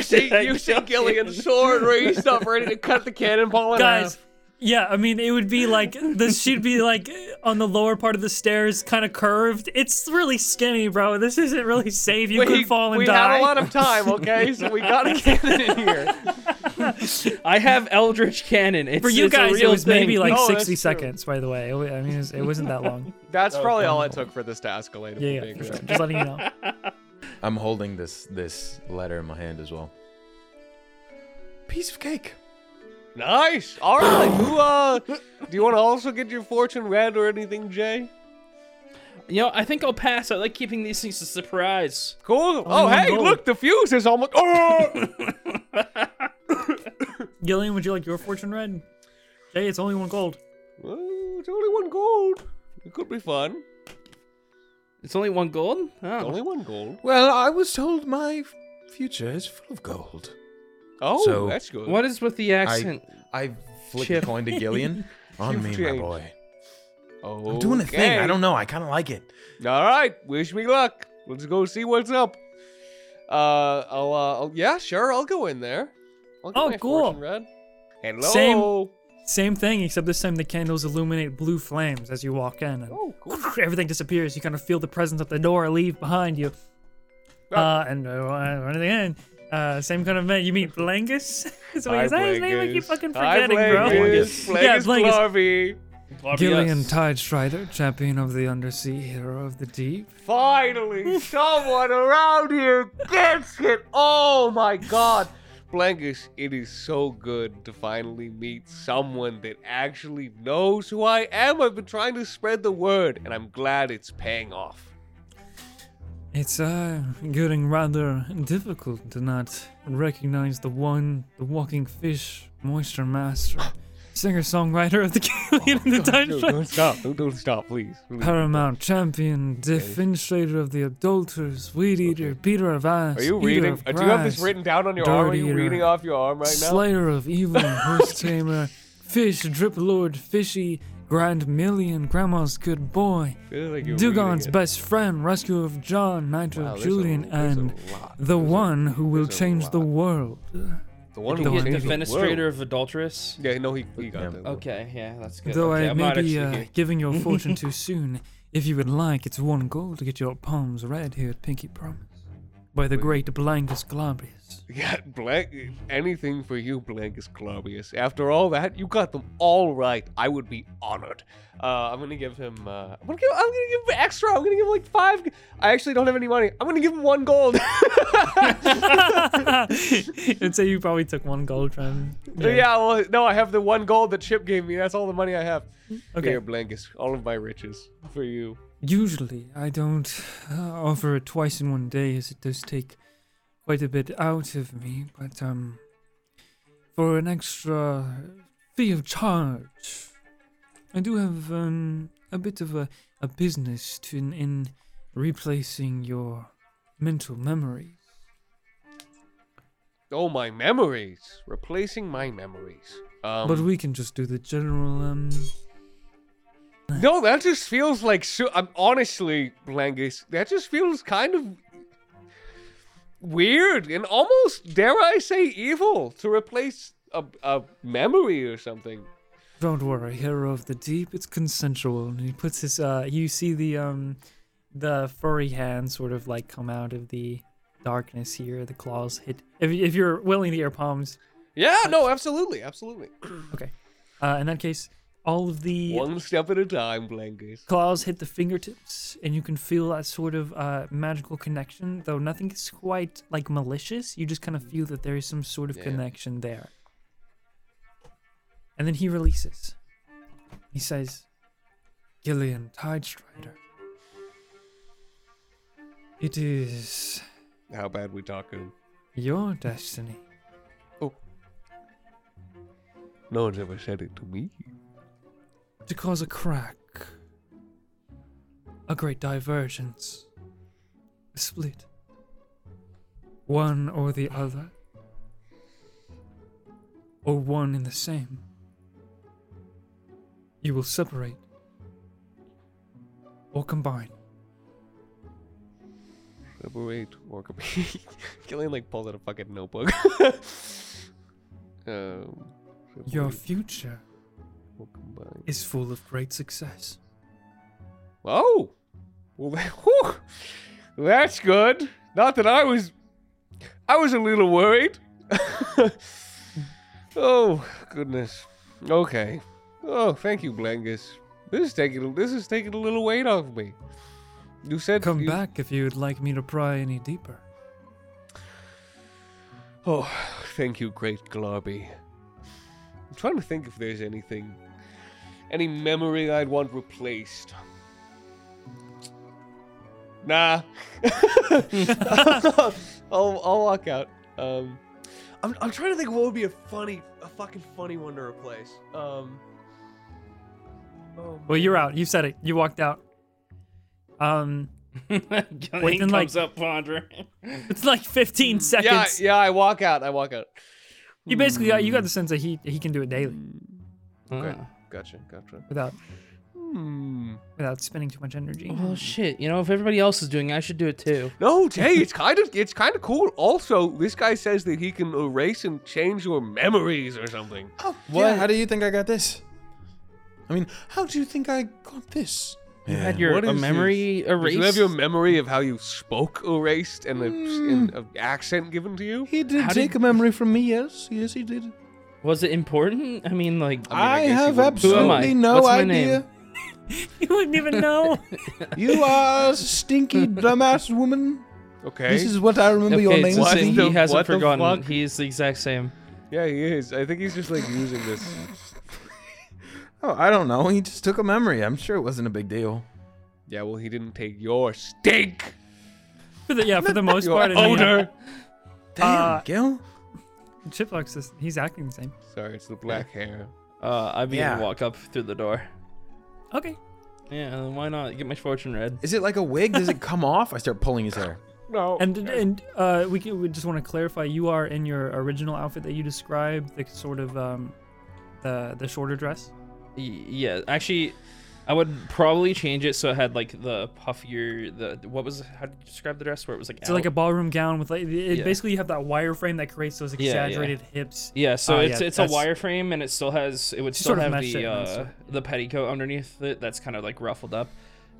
S1: *laughs*
S3: see, you see Gillian's sword raised up, ready to cut the cannonball in
S1: guys
S3: half.
S1: yeah i mean it would be like this should be like on the lower part of the stairs kind of curved it's really skinny bro this isn't really safe you
S3: We,
S1: could fall and
S3: we
S1: die
S3: have a lot of time, okay? So we got a cannon
S1: *laughs*
S3: in here.
S2: I have Eldritch Cannon. It's,
S1: for you
S2: it's a
S1: guys it
S2: real
S1: was maybe
S2: thing.
S1: like
S3: No,
S1: 60
S3: that's true.
S1: seconds by the way It wa- i mean it, was, it wasn't that long
S7: That's probably all it took for this to escalate. if
S1: yeah
S7: I'm
S1: yeah
S7: being
S1: for sure.
S7: real.
S1: just letting you know
S4: I'm holding this this letter in my hand as well. Piece of cake.
S3: Nice. All right. Who, uh, do you want to also get your fortune read or anything, Jay?
S2: You know, I think I'll pass. I like keeping these things a surprise.
S3: Cool. Oh, hey,
S1: no.
S3: look, the fuse is almost. Oh!
S1: gillian would you like your fortune read jay it's only one gold
S3: Well, it's only one gold. It could be fun.
S2: It's only one gold? Oh.
S3: Only one gold.
S4: Well, I was told my f- future is full of gold.
S3: Oh,
S4: So-
S3: that's good.
S2: What is with the accent?
S4: I flick
S2: Chip.
S4: the coin to Gillian.
S2: *laughs*
S4: On me, my
S3: change.
S4: boy.
S3: Oh,
S4: I'm doing a thing. I don't know. I kind of like it.
S3: All right. Wish me luck. Let's go see what's up. Uh, I'll. Uh, I'll yeah, sure. I'll go in there. I'll get
S1: Oh,
S3: my
S1: cool.
S3: fortune read. Hello.
S1: Same-
S3: Oh,
S1: same thing except this time the candles illuminate blue flames as you walk in and
S3: Oh, cool.
S1: *laughs* everything disappears you kind of feel the presence of the door leave behind you
S3: Ah.
S1: Uh, and uh, right at the end, uh, same kind of man. You meet Blangus. *laughs* so
S3: Hi,
S1: he goes, "Hey, his name I keep
S3: Blangus.
S1: fucking
S3: Hi,
S1: forgetting, bro.
S3: Blangus.
S1: Blangus. Yeah,
S3: Blangus
S1: Blangus.
S3: Clarvey.
S1: Gillian Tidestrider, champion of the undersea, hero of the deep.
S3: *laughs* Finally, someone around here gets it. Oh my god. Blankish, it is so good to finally meet someone that actually knows who I am. I've been trying to spread the word, and I'm glad it's paying off.
S1: It's uh, getting rather difficult to not recognize the one, the walking fish, moisture
S3: *laughs*
S1: master, singer-songwriter of the *laughs*
S3: Oh
S1: Gillian and the Tidestrider.
S3: *laughs* stop. Don't, don't stop, please.
S1: Paramount champion, defenstrator of the adulterers, weed eater, beater of ass.
S3: Are you
S1: eater
S3: reading?
S1: of
S3: uh, Do you have this
S1: grass.
S3: written down on your arm? Are you
S1: dirtier,
S3: reading off your arm right now?
S1: Slayer of evil,
S3: *laughs*
S1: horse tamer, fish, drip lord, fishy, grand million, grandma's good boy,
S3: Feel like you're
S1: Dugon's
S3: reading it.
S1: best friend, rescuer of John, knight
S3: Wow,
S1: of
S3: there's a-
S1: Julian,
S3: there's a
S1: and
S3: lot.
S1: the
S3: There's a-
S1: one who will
S3: there's a
S1: change the
S3: lot.
S1: world.
S3: The one
S2: You
S3: who
S2: get
S3: changed the
S2: Defenestrator
S3: world.
S2: of Adulteress?
S3: Yeah, no, he, he got
S4: Yeah.
S3: that. one.
S2: Okay, yeah, that's good.
S1: Though
S2: okay,
S1: I
S2: I'm
S1: may
S2: not
S1: be
S2: actually
S1: uh,
S2: here.
S1: giving your fortune
S2: *laughs*
S1: too soon, if you would like, it's one gold to get your palms red here at Pinky Promise. by the great Blankus *laughs*
S2: *laughs*
S1: Glabius.
S3: Yeah, Blank. Anything for you, Blankus Clavius. After all that, you got them all right. I would be honored.
S7: Uh, I'm gonna give him. Uh, I'm gonna give. I'm gonna give him extra. I'm gonna give like five. I actually don't have any money. I'm gonna give him one
S1: *laughs*
S7: gold. *laughs*
S1: I'd say you probably took one gold from.
S7: Yeah. well, no, I have the one gold that Chip gave me. That's all the money I have.
S1: Mm-hmm. Okay.
S7: Here, Blankus, all of my riches for you.
S1: Usually, I don't uh, offer it twice in one day, as it does take quite a bit out of me. But um, for an extra fee of charge, I do have um a bit of a, a business to in, in replacing your mental memory.
S3: Oh, my memories. Replacing my memories. Um,
S1: but we can just do the general um.
S3: No, that just feels like so. I'm honestly, Blangus, that just feels kind of weird and almost, dare I say, evil to replace a, a memory or something.
S1: Don't worry, hero of the deep. It's consensual. And he puts his uh you see the um the furry hand sort of like come out of the darkness here. The claws hit if if you're willing to air palms.
S3: Yeah, no, absolutely, absolutely.
S1: Okay. Uh in that case, all of the
S3: *clears throat* One step at a time, Blangus.
S1: claws hit the fingertips and you can feel that sort of uh magical connection, though nothing is quite like malicious. You just kind of feel that there is some sort of connection there. And then he releases. He says, Gillian Tidestrider. It is
S3: How bad we talking?
S1: your destiny.
S3: No one's ever said it to me.
S1: to cause a crack, a great divergence, a split, one or the other, or one in the same. You will separate or combine.
S3: Separate or *laughs* compete. Killian like pulls out a fucking notebook. *laughs* um,
S1: Your
S3: separate
S1: future
S3: or combine.
S1: is full of great success.
S3: Oh, well, *laughs* that- whew. that's good. Not that I was, I was a little worried. *laughs* oh goodness. Okay. Oh, thank you, Blangus. This is taking this is taking a little weight off me. You said
S1: Come
S3: you-
S1: back if you would like me to pry any deeper.
S3: Oh, thank you, great Glarby. I'm trying to think if there's anything, any memory I'd want replaced. Nah.
S7: I'll, *laughs* I'll walk out. Um, I'm, I'm trying to think what would be a funny, a fucking funny one to replace. Um, oh,
S1: Well, you're out. You said it. You walked out. Um,
S2: *laughs* Gillian
S1: then, like-
S2: comes
S3: *laughs*
S2: up pondering.
S1: it's like 15 seconds.
S7: yeah, yeah. I walk out. I walk out.
S1: You basically got, you
S2: Hmm.
S1: got the sense that he he can do it daily
S7: Okay. Gotcha. Gotcha.
S1: without
S3: Hmm.
S1: without spending too much energy.
S2: Well, Oh, shit. You know, if everybody else is doing it, I should do it too.
S3: No, Jay, it's kind of it's kind of cool. Also, this guy says that he can erase and change your memories or something.
S4: Oh, Yeah, how do you think I got this? I mean, how do you think I got this?
S2: You had your
S3: What
S2: a
S3: is
S2: memory
S3: Did
S2: erased.
S3: you have your memory of how you spoke erased and
S4: Hmm.
S3: an accent given to you?
S4: He did
S2: How
S4: take
S2: did-
S4: a memory from me, yes. Yes, he did.
S2: Was it important? I mean, like,
S4: I,
S3: guess he
S4: have
S3: wouldn't- Who
S2: am I?
S4: absolutely no
S2: What's my
S4: idea.
S1: You wouldn't even
S2: *laughs*
S1: know.
S4: *laughs* You are a stinky dumbass woman.
S3: Okay.
S4: This is what I remember your
S2: okay,
S4: name
S2: it's the
S3: What
S4: to
S2: same.
S4: be.
S3: the-
S2: he hasn't
S3: what the
S2: forgotten.
S3: fuck?
S2: He is the exact same.
S3: yeah, he is. I think he's just like using
S4: *laughs*
S3: this.
S4: Oh, I don't know. He just took a memory. I'm sure it wasn't a big deal.
S3: Yeah, well, he didn't take your stink.
S1: for the, yeah, for
S2: *laughs*
S1: the most
S3: Your
S1: part. I mean,
S3: odor.
S1: Uh,
S4: Gil?
S1: Chiplock's is, he's acting the same.
S3: Sorry, it's the
S4: *laughs*
S3: black hair.
S2: Uh, I begin
S4: Yeah.
S2: to walk up through the door.
S1: Okay.
S2: Oh, Yeah, why not? Get my fortune read.
S4: Is it like a wig? Does
S2: *laughs*
S4: it come off? I start pulling his hair.
S3: No.
S1: And and uh, we, can, we just want to clarify: you are in your original outfit that you described, the sort of um, the the shorter dress.
S2: Y- Yeah, actually, I would probably change it so it had like the puffier. The what was how did you describe the dress? Where it was like
S1: So like a
S2: out?
S1: ballroom gown with like it,
S2: Yeah.
S1: basically you have that wireframe that creates those
S2: yeah.
S1: exaggerated hips.
S2: yeah. So
S1: Ah,
S2: it's
S1: yeah,
S2: it's a
S1: that's-
S2: wireframe and it still has it would
S1: She
S2: still
S1: sort of
S2: have
S1: meshed
S2: the
S1: it and
S2: uh,
S1: stuff.
S2: the petticoat underneath it that's kind of like ruffled up.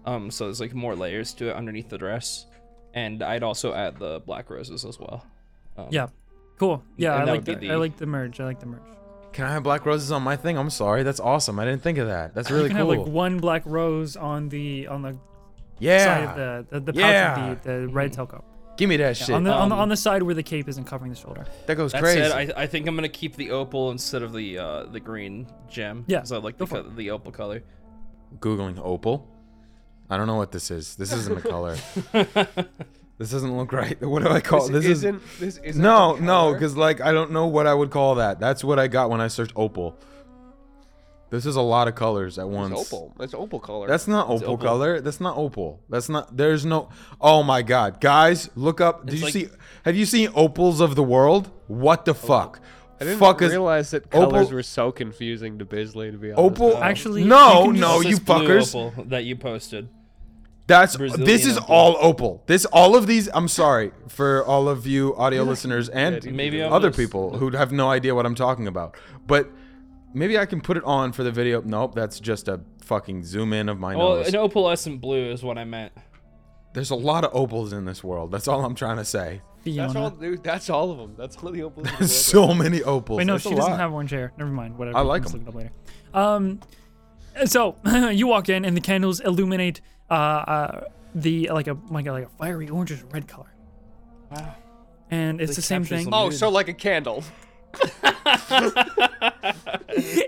S2: Um, so there's like more layers to it underneath the dress, and I'd also add the black roses as well. Um,
S1: Yeah. Cool. Yeah,
S2: And
S1: I
S2: that
S1: like
S2: would
S1: the,
S2: be
S1: I
S2: the-
S1: like the merge. I like the merge.
S4: Can I have black roses on my thing? I'm sorry. That's awesome. I didn't think of that. That's really
S1: you can
S4: cool.
S1: have like one black rose on the on the
S4: yeah.
S1: side of the the, the pouch
S4: Yeah.
S1: of the, the red telco.
S4: Give me that shit.
S1: On the, on the
S2: Um,
S1: on the side where the cape isn't covering the shoulder.
S4: that goes
S2: That
S4: crazy.
S2: said, I, I think I'm gonna keep the opal instead of the uh, the green gem.
S1: Yeah,
S2: because I like
S1: go
S2: the
S1: for
S2: co- the opal color.
S4: Googling opal. I don't know what this is. This isn't a
S1: *laughs*
S4: color. this doesn't look right. What do I call this? is-
S3: isn't this isn't
S4: no,
S3: a
S4: no,
S3: color.
S4: because like I don't know what I would call that. That's what I got when I searched opal. This is a lot of colors at once.
S3: it's opal. It's opal color.
S4: That's not opal,
S2: opal.
S4: color. That's not opal. That's not. There's no. Oh my god, guys, look up. Did
S2: It's
S4: you
S2: like- Oh,
S4: see? Have you seen opals of the world? What the fuck?
S3: I didn't
S4: fuck is
S3: realize that
S4: opal-
S3: colors were so confusing to Bisley. To be honest,
S4: opal?
S1: Actually, you
S4: no,
S1: can just-
S4: no,
S2: This
S4: you
S2: is blue
S4: fuckers.
S2: opal that you posted.
S4: That's
S2: Brazilian
S4: this is
S2: opal.
S4: all opal. This all of these. I'm sorry for all of you audio listeners and
S2: Maybe I'll
S4: other
S2: just-
S4: people who have no idea what I'm talking about. But maybe I can put it on for the video. Nope, that's just a fucking zoom in of my
S2: Well,
S4: nose.
S2: Oh, an opalescent blue is what I meant.
S4: There's a lot of opals in this world. That's all I'm trying to say.
S3: That's
S1: Fiona.
S3: all, dude, that's all of them. That's all the
S4: *laughs*
S3: opals. in the world.
S4: so many opals.
S1: Wait, no,
S4: That's
S1: she
S4: a
S1: doesn't
S4: lot.
S1: have orange hair. Never mind. Whatever.
S4: I
S1: we
S4: like
S1: can just
S4: 'em.
S1: look it up later. Um, so *laughs* you walk in and the candles illuminate uh, uh the like a like a, like a fiery orange or red color. Wow. And it's the,
S2: They
S1: same
S2: captures
S1: thing.
S2: the
S3: Oh,
S2: mood.
S3: so like a candle.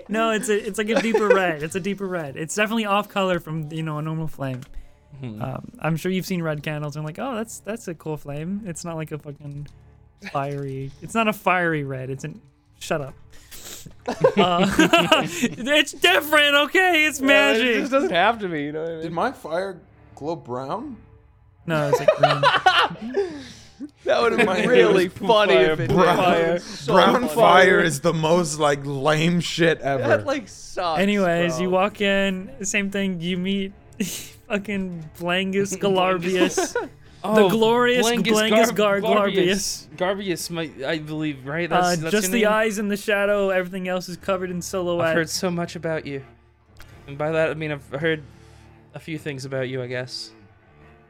S1: No, it's a, it's like a
S3: *laughs*
S1: deeper red. It's a deeper red. It's definitely off color from you know a normal flame. Um, I'm sure you've seen red candles and like, oh, that's that's a cool flame. It's not like a fucking fiery. It's not a fiery red. It's an shut *laughs* up. Uh, *laughs* it's different, okay? It's
S3: *laughs* It
S1: magic.
S3: just doesn't have to be, you know what I mean?
S4: Did my fire glow brown?
S1: No, it's like
S3: *laughs*
S1: green.
S3: That would have
S4: My-
S3: been really funny if it did.
S4: Brown-
S3: Fire. So
S4: brown
S3: funny.
S4: fire is the most like lame shit ever.
S3: That like sucks.
S1: Anyways,
S3: bro.
S1: you walk in. Same thing. You meet *laughs* fucking *laughs* Blangus Galarbius.
S2: Oh,
S1: glorious Blangus Gar-
S2: Garbius. Garbius, my, I believe, right?
S1: Uh,
S2: That's, that's
S1: just
S2: your
S1: the
S2: name?
S1: eyes and the shadow. Everything else is covered in
S2: I've
S1: silhouette.
S2: heard so much about you, and by that I mean I've heard a few things about you, I guess.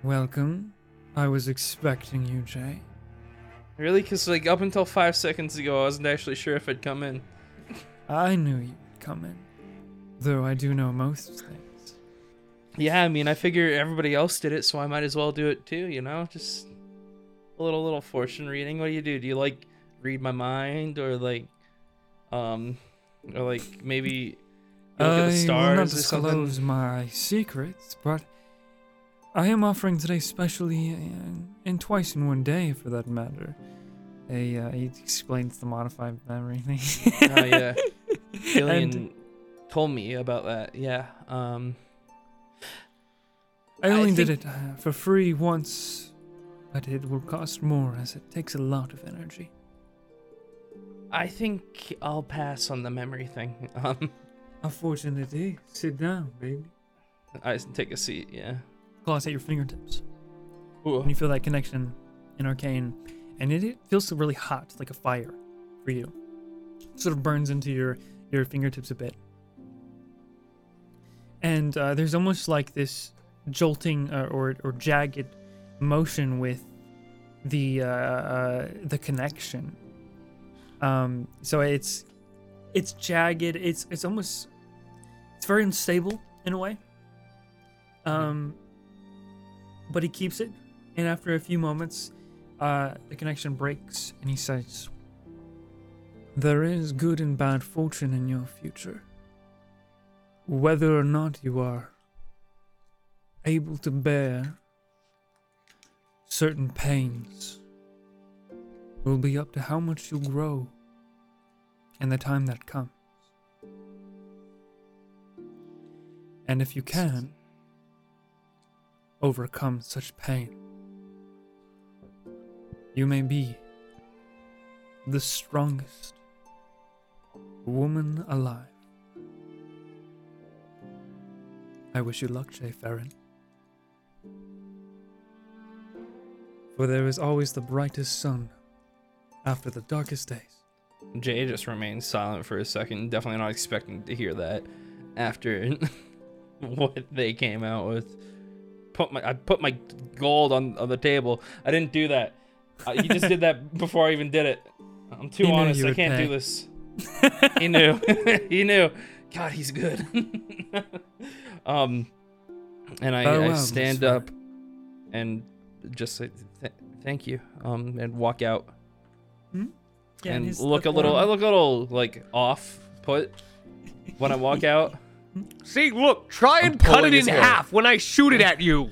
S1: Welcome. I was expecting you, Jay.
S2: Really? Because like up until five seconds ago, I wasn't actually sure if I'd come in.
S1: I knew you'd come in. Though I do know most things.
S2: Yeah, I mean, I figure everybody else did it, so I might as well do it too. You know, just a little little fortune reading. What do you do? Do you like read my mind, or like, um, or like maybe you look at the
S1: I Uh, will not
S2: stars or something?
S1: disclose my secrets, but I am offering today, specially and, and twice in one day, for that matter. A uh, he explains the modified memory thing. *laughs*
S2: Oh yeah, Gillian
S1: And-
S2: told me about that. Yeah. Um.
S1: I
S2: I
S1: only did it uh, for free once, but it will cost more as it takes a lot of energy.
S2: I think I'll pass on the memory thing. *laughs* Um,
S1: Unfortunately, sit down, baby.
S2: I just take a seat. Yeah.
S1: Gloss at your fingertips,
S2: Ooh.
S1: and you feel that connection in arcane, and it, it feels really hot, like a fire, for you. sort of burns into your your fingertips a bit, and uh, there's almost like this jolting uh, or or jagged motion with the uh, uh, the connection. Um, so it's it's jagged. It's it's almost it's very unstable in a way. Um, but he keeps it, and after a few moments, uh, the connection breaks, and he says, "There is good and bad fortune in your future. Whether or not you are able to bear certain pains." Will be up to how much you grow and the time that comes. And if you can, overcome such pain, you may be the strongest woman alive. I wish you luck, Jay Farron. For there is always the brightest sun after the darkest days.
S2: Jay just remains silent for a second, definitely not *laughs* expecting to hear that after what they came out with. put my I put my gold on, on the table. I didn't do that. Uh, he just
S1: *laughs*
S2: did that before I even did it. I'm too
S1: He knew
S2: honest.
S1: you
S2: I
S1: would
S2: can't
S1: pay. *laughs*
S2: do this. he knew. *laughs* he knew. God, he's good. *laughs* um, and I,
S1: Oh,
S2: I
S1: wow,
S2: stand
S1: that's
S2: up and just say th- thank you. Um, and walk out
S1: Yeah,
S2: and
S1: he's
S2: look a
S1: the
S2: little. I
S1: one-
S2: look a little like off put when
S1: *laughs*
S2: I walk out.
S3: See, look, try and cut it in
S4: pulling his hair.
S3: half when I shoot it at you.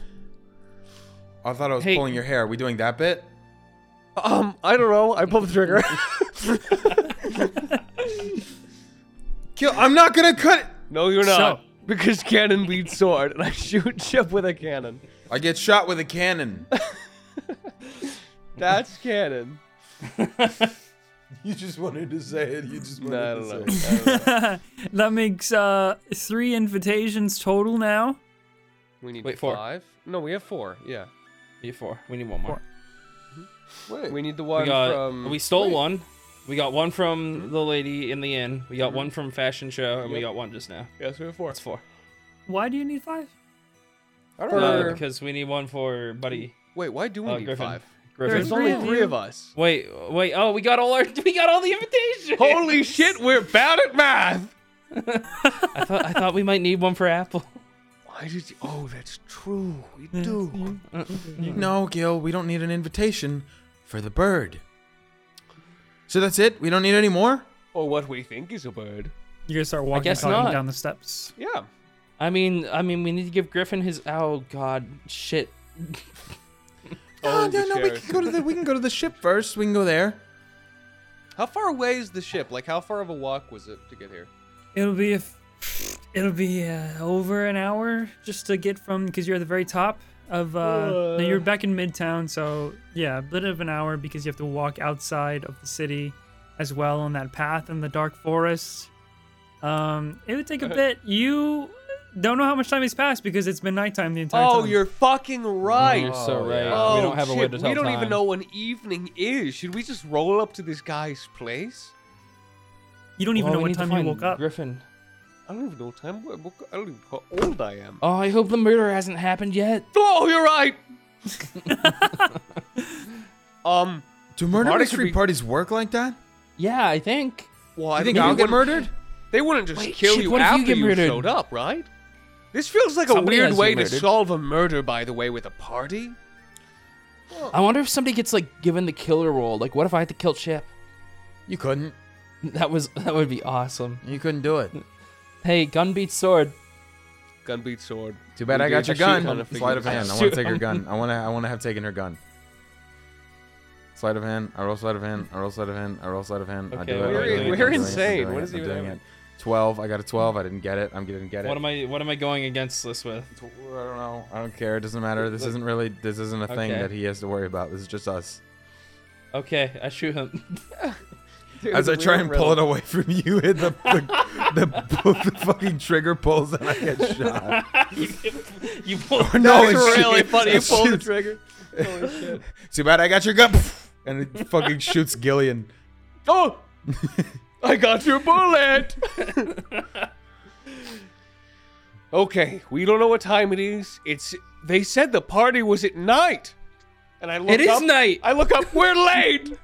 S4: I thought I was
S2: Hey.
S4: pulling your hair. Are we doing that bit?
S7: Um, I don't know. I pulled the trigger.
S4: Kill. I'm not gonna cut. It.
S3: *laughs* No, you're
S1: So-
S3: not.
S7: because cannon leads sword, and I
S3: *laughs*
S7: shoot Chip with a cannon.
S4: I get shot with a *laughs* cannon.
S7: That's cannon.
S4: you just wanted to say it. You just
S7: No, I don't know.
S3: Uh,
S1: that makes uh three invitations total now.
S3: We need
S2: Wait, four.
S3: five. No, we have four. Yeah.
S2: We need four. We need one more.
S4: Wait.
S3: We need the
S2: We
S3: one
S2: got.
S3: from. Hmm?
S2: we stole one. We got one from the lady in the inn. We got one from fashion show, and we got one just now.
S3: Yes, we have four.
S2: That's four.
S1: Why do you need five?
S3: I don't
S2: Uh,
S3: know.
S2: because we need one for Buddy
S3: Wait, why do we
S2: uh,
S3: need
S2: Griffin.
S3: five?
S2: Griffin.
S3: There's
S1: There's
S3: only
S1: three of
S3: three
S1: you.
S3: of us.
S2: Wait, wait. Oh, we got all our. *laughs* We got all the invitations.
S3: Holy shit, we're bad at math.
S2: I thought. I thought we might need one for Apple.
S3: Why did you? Oh, that's true. We
S2: Mm-hmm.
S3: do.
S4: No, Gil. We don't need an invitation for the bird. So that's it. We don't need any more.
S3: Or what we think is a bird.
S1: You're gonna start walking
S2: guess
S1: talking
S2: not.
S1: down the steps.
S3: Yeah.
S2: I mean, I mean, we need to give Griffin his. Oh God, shit.
S3: Oh,
S4: no,
S3: the
S4: Ah, no, no. We
S3: chairs.
S4: can go to the. We can go to the ship first. We can go there.
S3: How far away is the ship? Like, how far of a walk was it to get here?
S1: It'll be if it'll be uh, over an hour just to get from because you're at the very top of uh, no, you're back in midtown, so yeah, a bit of an hour because you have to walk outside of the city as well on that path in the dark forest. Um, it would take
S2: Uh,
S1: a bit. You don't know how much time has passed because it's been nighttime the entire time.
S3: Oh, you're fucking right.
S2: You're so right.
S3: Oh,
S2: we don't have a way
S3: shit,
S2: to tell
S3: We don't
S2: time.
S3: even know when evening is. Should we just roll up to this guy's place?
S1: you don't even
S2: Well,
S1: know
S2: we
S1: what
S2: need to
S1: time you
S2: find
S1: woke up.
S2: Griffin.
S3: I don't even know what time. I woke- I don't even know how old I am.
S2: Oh, I hope the murder hasn't happened yet.
S3: Oh, you're right. *laughs* um.
S4: Do murder
S3: Party could
S4: mystery
S3: be-
S4: parties work like that?
S2: Yeah, I think.
S3: Well, I
S4: You think
S3: they
S4: I'll
S3: wouldn't-
S4: get murdered?
S3: They wouldn't just
S2: Wait,
S3: kill
S2: shit,
S3: you
S2: what if you
S3: after
S2: get
S3: you,
S2: murdered?
S3: showed up, right? This feels like
S2: Somebody
S3: a weird
S2: has you
S3: way to
S2: murdered.
S3: solve a murder, by the way, with a party.
S2: I wonder if somebody gets like given the killer role. Like, what if I had to kill Chip? *laughs*
S4: You couldn't.
S2: That was that would be awesome.
S4: You couldn't do it.
S2: Hey, gun beats sword.
S3: Gun beat sword.
S4: Too bad
S3: We
S4: I got
S3: did
S4: your
S3: shoot on
S4: gun.
S3: a figure.
S4: Sleight of hand. I want
S2: Shoot
S4: to take her
S2: on-
S4: gun. I want to. I want to have taken her gun. Sleight of hand. I roll sleight of hand. I roll sleight of hand. I roll sleight of hand. I
S2: Okay,
S4: do it. I'm doing
S2: we're-
S4: it,
S2: we're
S4: I'm doing it, I'm
S3: insane.
S4: doing
S3: What
S4: it,
S3: is
S4: I'm
S3: even
S4: doing
S3: happening?
S4: it. Twelve. I got a twelve. I didn't get it. I'm getting get it.
S2: What am I what am I going against this with?
S4: I don't know. I don't care. It doesn't matter. This isn't really. This isn't a thing
S2: Okay.
S4: that he has to worry about. This is just us.
S2: Okay, I shoot him. *laughs*
S4: As I try and pull it away from you, *laughs* and the the, the, the fucking trigger pulls, and I get shot.
S2: you
S4: *laughs*
S2: pull
S4: Oh, No,
S3: That's
S4: it's-
S3: really funny. You
S4: it's
S3: pull the
S4: just-
S3: trigger.
S4: Too bad I got your gun. *laughs* And it fucking shoots Gillian.
S3: *laughs* Oh, I got your bullet. okay, we don't know what time it is. It's they said the party was at night, and I look.
S2: It is
S3: up,
S2: night.
S3: I look up. We're late.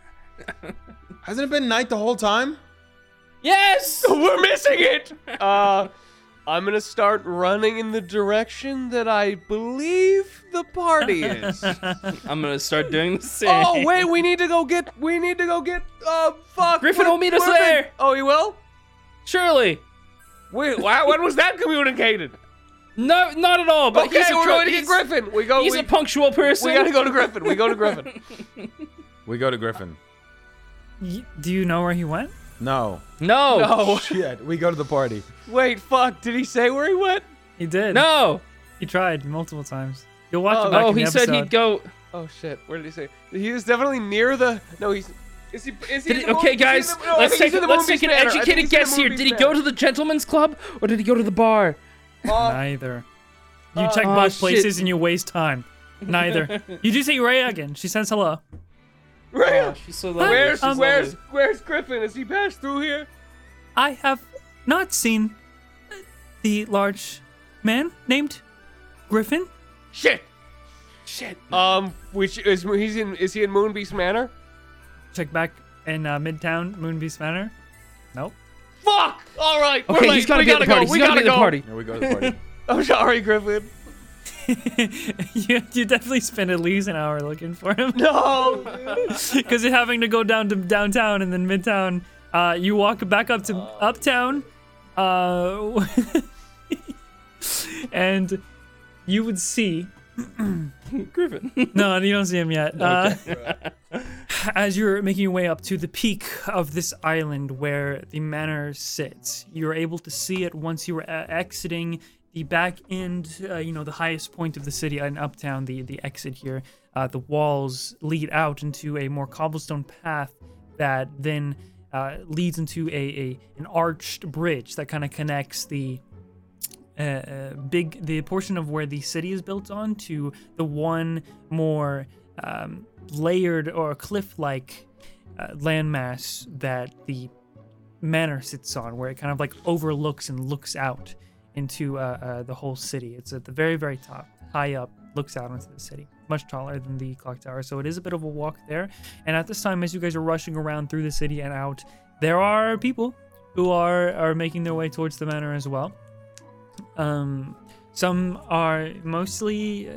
S3: *laughs*
S4: Hasn't it been night the whole time?
S2: Yes!
S3: we're missing it. Uh, I'm gonna start running in the direction that I believe the party is.
S4: *laughs*
S2: *laughs* I'm gonna start doing the same. *laughs*
S3: oh wait, we need to go get. We need to go get. Uh, fuck.
S2: Griffin
S3: we're-
S2: will meet us
S3: we're-
S2: there.
S3: Oh, he will.
S2: Surely!
S3: Wait, why, when was that communicated?
S2: No not at all,
S3: *laughs*
S2: but
S3: okay,
S2: he's a
S3: we're
S2: tro-
S3: going to get
S2: he's-
S3: Griffin. We go.
S2: He's
S3: we,
S2: a punctual person.
S3: we gotta go to Griffin. We go to
S2: *laughs*
S3: Griffin.
S4: We go to Griffin.
S1: Y- Do you know where he went?
S4: No.
S2: No.
S3: No,
S4: Shit, we go to the party.
S3: wait, fuck. Did he say where he went?
S1: He did.
S2: No.
S1: he tried multiple times. You'll watch
S3: Oh,
S1: it back
S2: oh,
S1: in the
S2: he said
S1: episode.
S2: he'd go.
S3: Oh shit, where did he say? He was definitely near the. No, he's. Is he? Is he?
S2: Did
S3: in
S2: he,
S3: the
S2: okay,
S3: movie- is he
S2: guys,
S3: in the- no, I think
S2: let's
S3: he's in
S2: take
S3: the
S2: let's
S3: movie's
S2: take an
S3: banner. I think
S2: educated
S3: he's in the
S2: guess here. Did
S3: movie's
S2: he go
S3: banner.
S2: to the gentleman's club or did he go to the bar?
S1: Neither. You check
S2: Oh,
S1: both
S2: shit.
S1: places and you waste time. Neither.
S2: *laughs*
S1: you do see Ray again. She says hello.
S3: Right.
S2: Oh, she's so lovely.
S3: where's
S2: She's
S3: where's
S2: lovely.
S3: where's Griffin? Has he passed through here?
S1: I have not seen uh, the large man named Griffin.
S3: Shit. Shit. Um, which is he's in? Is he in Moonbeast Manor?
S1: Check back in uh, Midtown Moonbeast Manor. *laughs* Nope.
S3: Fuck! All right, we're
S2: Okay,
S3: late.
S2: he's gotta
S3: we
S2: be at
S3: gotta
S2: the
S3: go. We
S2: party. He's gotta
S3: gotta
S2: be at the
S3: go.
S2: party.
S4: Here we go to the party.
S3: *laughs* I'm sorry, Griffin. *laughs*
S1: you, you definitely spent at least an hour looking for
S2: *laughs*
S1: him
S3: No.
S1: because you're having to go down to downtown and then midtown. Uh, you walk back up to uptown, uh, *laughs* and you would see
S2: Griffin.
S1: No, you don't see him yet. Uh, *laughs* as you're making your way up to the peak of this island where the manor sits, you're able to see it once you were uh, exiting the back end, uh, you know, the highest point of the city in Uptown, the, the exit here. Uh, the walls lead out into a more cobblestone path that then uh, leads into a, a an arched bridge that kind of connects the uh, uh, big the portion of where the city is built on to the one more um, layered or cliff-like uh, landmass that the manor sits on, where it kind of like overlooks and looks out into uh, uh, the whole city. It's at the very very top, high up, looks out onto the city, much taller than the clock tower. So it is a bit of a walk there. And at this time, as you guys are rushing around through the city and out, there are people who are are making their way towards the manor as well. Um, some are mostly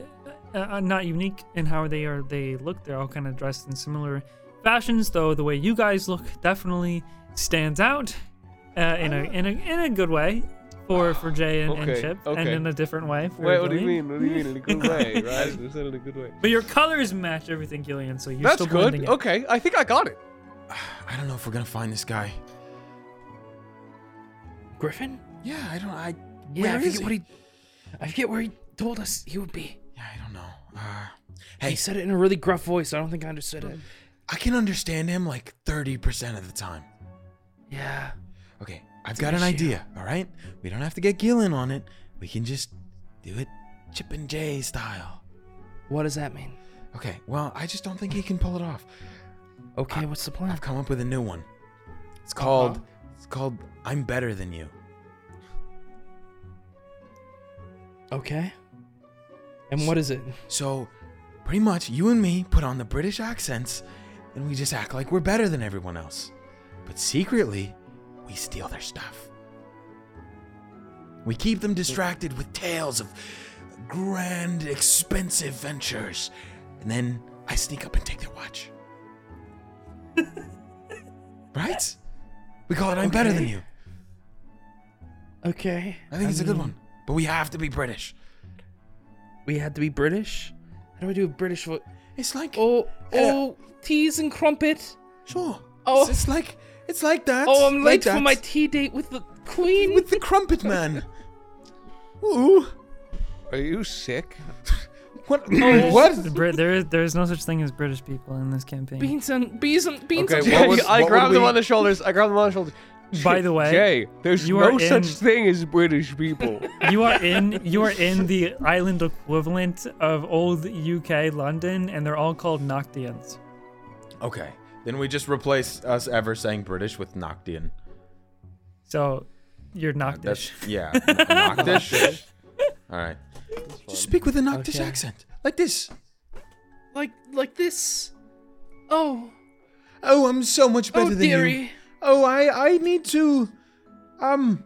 S1: uh, uh, not unique in how they are they look. They're all kind of dressed in similar fashions, though the way you guys look definitely stands out uh, in a in a in a good way for for Jay and, and
S3: Okay,
S1: Chip, and
S3: okay.
S1: in a different way. For
S3: Wait, what do you
S1: Gillian.
S3: mean? What do you mean? In a good way,
S2: *laughs*
S3: right? You said in a good way.
S1: But your colors match everything, Gillian. So you're
S3: That's
S1: still
S3: good.
S1: blending in.
S3: Okay, I think I got it.
S4: *laughs* I don't know if we're gonna find this guy.
S2: Griffin?
S4: Yeah, I don't. I.
S2: Yeah, I
S4: where
S2: forget
S4: is he?
S2: what he. I forget where he told us he would be.
S4: Yeah, I don't know. Uh,
S2: He
S4: hey,
S2: said it in a really gruff voice. I don't think I understood it.
S4: I can understand him like thirty percent of the time.
S2: Yeah.
S4: Okay, I've got
S2: an
S4: an
S2: issue.
S4: idea. All right, we don't have to get Gillen on it. We can just do it Chip and Jay style.
S2: What does that mean?
S4: Okay, well, I just don't think he can pull it off.
S2: Okay, what's the plan?
S4: I've come up with a new one. It's called. It's called. I'm better than you.
S2: Okay. And what is it?
S4: So, pretty much, you and me put on the British accents, and we just act like we're better than everyone else. But secretly, we steal their stuff. We keep them distracted with tales of grand, expensive ventures, and then I sneak up and take their watch. right? We call it I'm better than
S2: Okay.
S4: you.
S2: Okay.
S4: I think it's a good one. But we have to be British.
S2: We had to be British? How do I do a British voice?
S4: It's like
S2: Oh,
S4: Yeah.
S2: oh, teas and crumpet.
S4: Sure.
S2: Oh.
S4: It's, it's like it's like that.
S2: Oh, I'm
S4: like
S2: late for
S4: that.
S2: my tea date with the queen.
S4: with the crumpet
S2: *laughs*
S4: man. Ooh.
S3: Are you *laughs* sick?
S4: What?
S3: *laughs* Oh,
S4: what?
S1: The Brit, there is there is no such thing as British people in this campaign.
S2: beans and beans and beans.
S4: Okay,
S2: and
S4: what was-
S3: I
S4: what would
S3: grabbed him
S4: we-
S3: on the shoulders. I grabbed him on the shoulders.
S1: By the way,
S3: Jay, there's
S1: you
S3: no
S1: are in-
S3: such thing as British people.
S1: you are in you are in the island equivalent of old UK London, and they're all called Noctians.
S4: Okay. Then we just replace us ever saying British with Noctian.
S1: So you're Noctish. *laughs*
S4: That's *laughs* yeah. Noctish. All right. Just speak with a Noctish accent, like this.
S2: like like this. Oh,
S4: Oh, I'm so much better
S2: oh
S4: than you.
S2: dearie.
S4: Oh, I I need to. Um,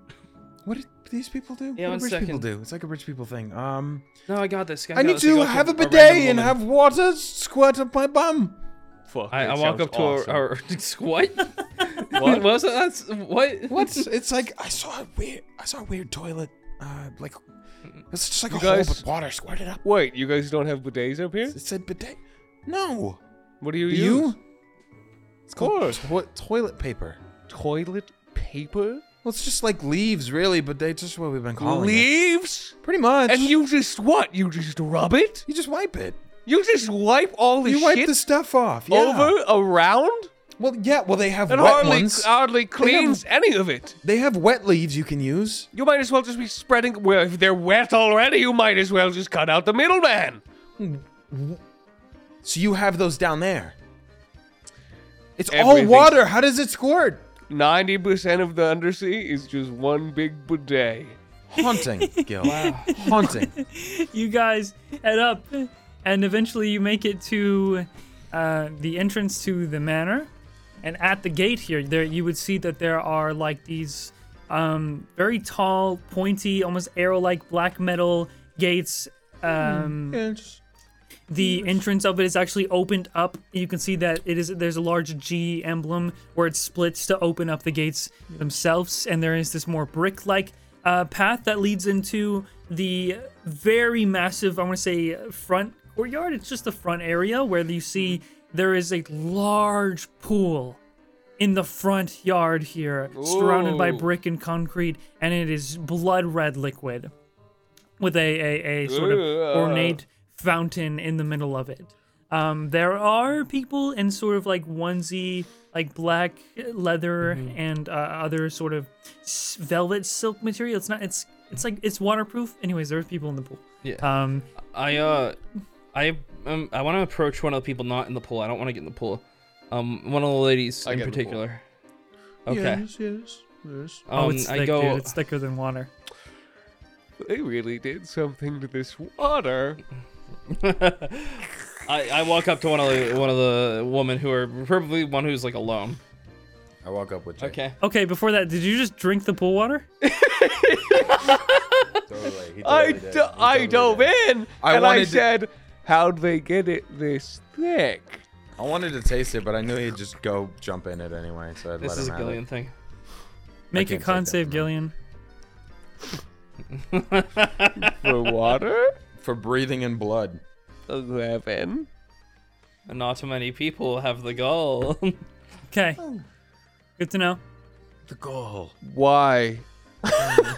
S4: what did these people do?
S2: Yeah,
S4: what
S2: one
S4: do rich people
S2: second.
S4: do? It's like a rich people thing. Um,
S2: No, I got this.
S4: I
S2: got
S4: need
S2: this.
S4: to
S2: go
S4: have a
S2: random
S4: bidet and
S2: woman.
S4: have water squirt up my bum.
S3: *laughs* Fuck.
S2: I,
S3: that
S2: I walk
S3: sounds
S2: up to
S3: awesome.
S2: *laughs* our, our what? *laughs* what was it? That's what?
S4: What? it's like I saw a weird. I saw a weird toilet. Uh, like it's just like
S3: You
S4: a
S3: guys-
S4: hole, but water squirted up.
S3: Wait, you guys don't have bidets up here?
S4: It said bidet. No.
S3: What do you
S4: Do
S3: use?
S4: you? It's
S3: course.
S4: toi- toilet paper.
S3: Toilet paper?
S4: Well, it's just like leaves, really, but they just what we've been calling it.
S3: Leaves?
S4: Pretty much.
S3: And you just what? You just rub it?
S4: You just wipe it.
S3: You just wipe all the
S4: you wipe
S3: shit
S4: the stuff off. Yeah.
S3: over around?
S4: Well, yeah. Well, they have
S3: That
S4: wet
S3: hardly uh
S4: ones.
S3: hardly cleans any of it.
S4: they have wet leaves you can use.
S3: You might as well just be spreading. Well, if they're wet already, you might as well just cut out the middleman.
S4: So you have those down there. It's
S3: Everything-
S4: all water. How does it squirt?
S3: *laughs* Ninety percent of the undersea is just one big bidet. *laughs*
S4: Haunting, Gil. Haunting.
S1: You guys head up and eventually you make it to uh, the entrance to the manor. And at the gate here, there you would see that there are like these um, very tall, pointy, almost arrow-like black metal gates. Um, the entrance of it is actually opened up. You can see that it is there's a large G emblem where it splits to open up the gates themselves, and there is this more brick-like uh, path that leads into the very massive, I want to say, front courtyard. It's just the front area where you see there is a large pool in the front yard here, surrounded by
S3: Ooh.
S1: brick and concrete, and it is blood red liquid with a, a, a sort of
S3: Ooh.
S1: ornate fountain in the middle of it. Um, there are people in sort of like onesie, like black leather and uh, other sort of s- velvet silk material. It's not. It's it's like it's waterproof. Anyways, there's people in the pool.
S2: Yeah.
S1: Um,
S2: I uh, I um, I want to approach one of the people not in the pool. I don't want to get in the pool. Um, one of the ladies
S3: I
S2: in
S3: get in the pool.
S2: particular. Okay.
S4: yes, yes.
S2: Um,
S1: oh, it's thick,
S2: I go.
S1: dude. It's thicker than water.
S3: They really did something to this water.
S2: I, I walk up to one of the one of the women who are probably one who's like alone.
S4: I walk up with Jay.
S2: Okay.
S1: Okay, before that, did you just drink the pool water?
S4: Totally. He
S3: I,
S4: totally did.
S3: d-
S4: He totally
S3: I dove
S4: did.
S3: in
S4: I
S3: and
S4: wanted
S3: I
S4: to-
S3: said, How'd they get it this
S4: *laughs*
S3: thick?
S4: I wanted to taste it, but I knew he'd just go jump in it anyway, so I'd
S2: This
S4: let
S2: is
S4: him
S2: a
S4: have it.
S2: Gillian thing.
S1: Make a
S4: can't take
S1: con
S4: that
S1: save,
S4: from
S1: Gillian.
S3: For water?
S4: For breathing in blood.
S3: 11.
S2: Not too many people have the goal.
S1: Okay. Good to know.
S4: The goal.
S3: Why? *laughs*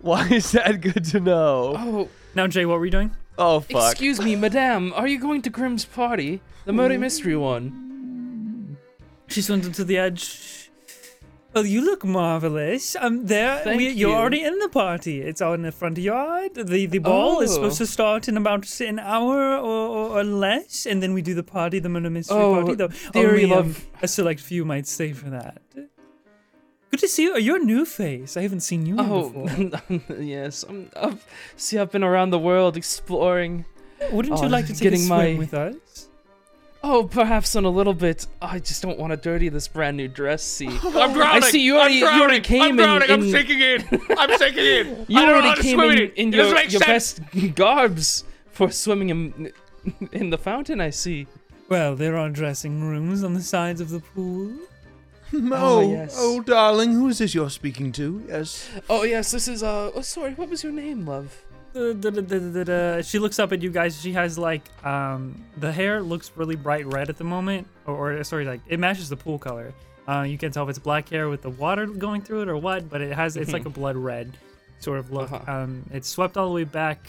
S3: Why is that good to know?
S2: oh,
S1: Now, Jay, what were you doing?
S3: Oh, fuck.
S2: excuse me, madame. Are you going to Grimm's party, the murder mystery one?
S1: She's went to the edge. Well, you look marvelous. Um, there,
S2: Thank
S1: we, you're
S2: you.
S1: already in the party. It's out in the front yard. The the ball is
S2: Oh.
S1: supposed to start in about s- an hour or, or, or less, and then we do the party, the murder mystery
S2: Oh,
S1: party. Though
S2: dearly
S1: only um,
S2: love-
S1: a select few might stay for that. Good to see you. You're a new face. I haven't seen you
S2: Oh,
S1: before.
S2: yes. *laughs* I'm, I've, see, I've been around the world exploring.
S1: Wouldn't you
S2: oh,
S1: like to take a
S2: getting
S1: swim
S2: my-
S1: with us?
S2: Oh, perhaps in a little bit. I just don't want to dirty this brand new
S3: *laughs*
S2: dress. See,
S3: I'm drowning.
S2: I see you already-
S3: I'm
S2: you
S3: drowning.
S2: already came
S3: I'm
S2: in-
S3: drowning. I'm
S2: in-
S3: sinking
S2: *laughs*
S3: in. I'm sinking in.
S2: you
S3: I don't know how
S2: already
S3: to
S2: came
S3: swim
S2: in,
S3: it.
S2: in
S3: It
S2: your,
S3: doesn't make
S2: your
S3: sense.
S2: best *laughs* garbs for swimming in in the fountain. I see.
S1: Well, there are dressing rooms on the sides of the pool.
S2: Oh, yes.
S4: darling, who is this you're speaking to? Yes.
S2: Oh yes, this is uh. Oh, sorry, what was your name, love?
S1: Da-da-da-da-da-da. She looks up at you guys. She has like um the hair looks really bright red at the moment, or, or sorry, like it matches the pool color. Uh, you can't tell if it's black hair with the water going through it or what, but it has it's like a blood red sort of look.
S2: Uh-huh.
S1: Um, it's swept all the way back,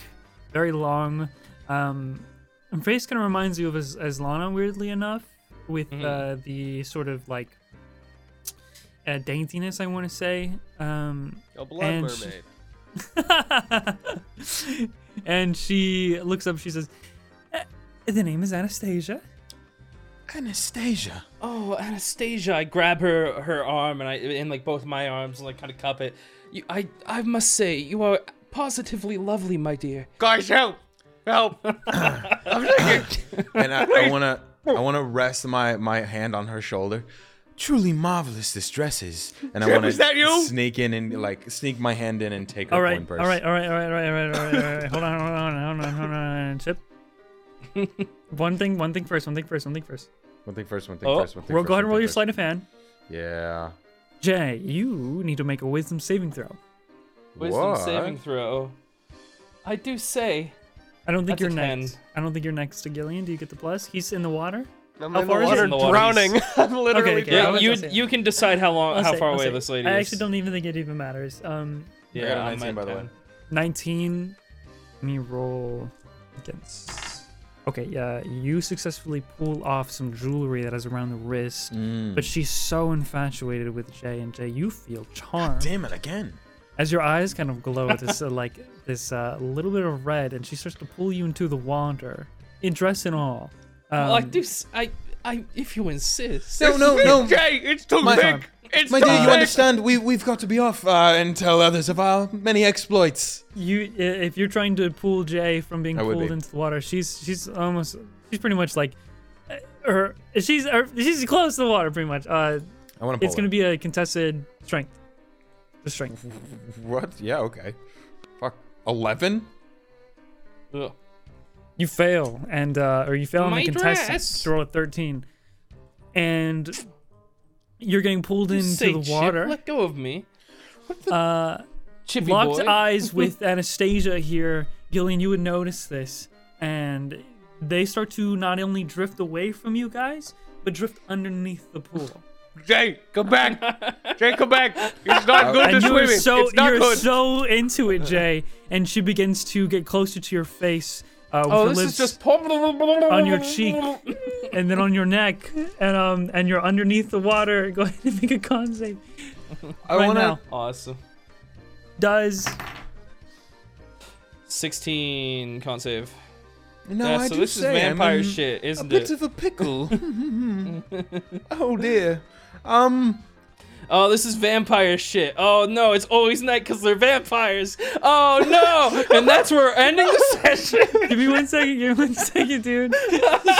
S1: very long. Um, and face kind of reminds you of as, as Lana, weirdly enough, with uh, the sort of like uh, daintiness I want to say. Um,
S3: A blood
S1: And she-
S3: mermaid.
S1: *laughs* and she looks up. She says, "Eh, "The name is Anastasia."
S4: Anastasia.
S2: Oh, Anastasia. I grab her her arm and I in like both my arms and like kind of cup it. You, I I must say you are positively lovely, my dear.
S3: Guys, help! Help! I'm sinking.
S4: And I, I wanna I wanna rest my, my hand on her shoulder. Truly marvelous this dress is. And I
S3: Trip,
S4: wanna
S3: is that you?
S4: sneak in and like sneak my hand in and take her
S1: All
S4: coin
S1: right, all
S4: purse.
S1: right, all right, all right, all right, all right, all right, all right. Hold on, hold on, hold on, hold on,
S2: *laughs*
S1: Chip. one thing, one thing first, one thing first, one thing first.
S4: One thing first, one thing
S2: Oh,
S4: first, one thing
S1: Roll,
S4: first,
S1: go ahead
S4: one
S1: and roll
S4: thing
S1: your
S4: first.
S1: sleight of hand.
S4: Yeah.
S1: Jay, you need to make a wisdom saving throw.
S2: Wisdom
S4: What?
S2: saving throw. I do say.
S1: I don't think
S2: That's a
S1: you're
S2: 10.
S1: next. I don't think you're next to Gillian. Do you get the plus? He's in the water.
S3: I'm
S1: How
S3: in the
S1: far is it?
S3: water
S2: In the water.
S3: drowning. *laughs* I'm literally
S1: okay.
S2: Yeah,
S1: I'll
S3: drowning.
S2: you
S1: I'll say it.
S2: you can decide how long
S1: I'll
S2: how
S1: say-
S2: far
S1: I'll
S2: away
S1: say.
S2: this lady
S1: I
S2: is.
S1: actually don't even think it even matters. Um,
S2: Yeah,
S4: got a
S2: I'm
S4: 19,
S2: at
S4: by the way.
S2: 10.
S1: 19 let me roll against okay yeah you successfully pull off some jewelry that is around the wrist
S4: Mm.
S1: but she's so infatuated with jay and jay you feel charmed
S4: Damn it again.
S1: as your eyes kind of glow with this uh, *laughs* like this uh, little bit of red and she starts to pull you into the wander in dress and all um,
S2: Well, I do. s- I I if you insist.
S4: No, no, no.
S3: Jay, it's too
S4: My
S3: big.
S4: time.
S3: It's
S4: My dear, you
S3: perfect.
S4: understand, we, we've got to be off uh, and tell others of our many exploits.
S1: You, i- if you're trying to pull Jay from being
S4: I would
S1: pulled
S4: be.
S1: into the water, she's she's almost she's pretty much like, uh, her she's her, she's close to the water pretty much. Uh,
S4: I want to pull
S1: it's gonna be a contested strength, the
S2: Mm-hmm.
S1: strength.
S4: What? Yeah, okay. Fuck. 11?
S2: Ugh.
S1: You fail and uh, or you fail on
S2: My
S1: the contestant.
S2: dress.
S1: Roll a thirteen, and you're getting pulled
S2: Say,
S1: into the
S2: Chip,
S1: water.
S2: let go of me.
S1: uh,
S2: Chippy
S1: locked
S2: boy.
S1: eyes with Anastasia here, Gillian, you would notice this, and they start to not only drift away from you guys, but drift underneath the pool.
S2: *laughs*
S3: Jay, come back. Jay, come back. It's not good to
S1: and you
S3: swimming.
S1: are so
S3: it's not
S1: you're
S3: good.
S1: so into
S2: *laughs*
S1: it, Jay, and she begins to get closer to your face. Uh, with
S2: Oh,
S1: her
S2: this
S1: lips
S2: is just on
S1: on your cheek, and then on your neck, and um, and you're underneath the water. *laughs* Go ahead and make a con save
S4: I
S1: right
S4: wanna,
S1: now.
S2: Awesome.
S1: Does
S2: 16 con save.
S4: No,
S2: Yeah,
S4: I
S2: so
S4: do
S2: this is
S4: say I'm
S2: vampire
S4: in
S2: shit,
S4: A
S2: isn't
S4: bit
S2: it?
S4: of a pickle. oh dear. Um,
S2: Oh, this is vampire shit. Oh no, it's always night because they're vampires. Oh
S4: *laughs*
S2: no, and that's where we're ending the session.
S1: give me one second, give me one second, dude.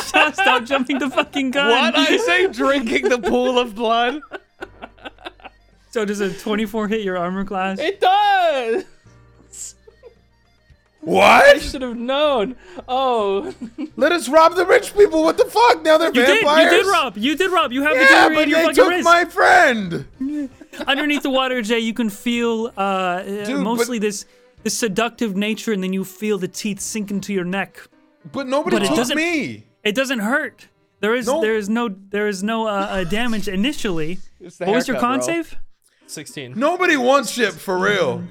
S1: Stop, stop jumping the fucking gun.
S3: what I say, drinking the pool of *laughs* blood.
S1: So does a 24 hit your armor class?
S2: It does. I
S4: what?
S2: should have known. Oh,
S4: Let us rob the rich people. What the fuck? Now they're
S1: You did, you
S4: vampires.
S1: did, Rob. You did, Rob. You have
S4: Yeah,
S1: the
S4: but
S1: jewelry in your
S4: they
S1: fucking
S4: took
S1: wrist.
S4: my friend.
S1: *laughs* Underneath the water, Jay, you can feel uh, uh,
S4: but-
S1: mostly this this seductive nature, and then you feel the teeth sink into your neck.
S4: But nobody
S1: But it
S4: took
S1: doesn't-
S4: me.
S1: It doesn't hurt. There is
S4: No.
S1: there is no there is no uh, uh, damage initially. What was your con
S3: haircut, bro.
S1: save?
S2: 16.
S4: Nobody wants shit
S1: *laughs*
S4: for real.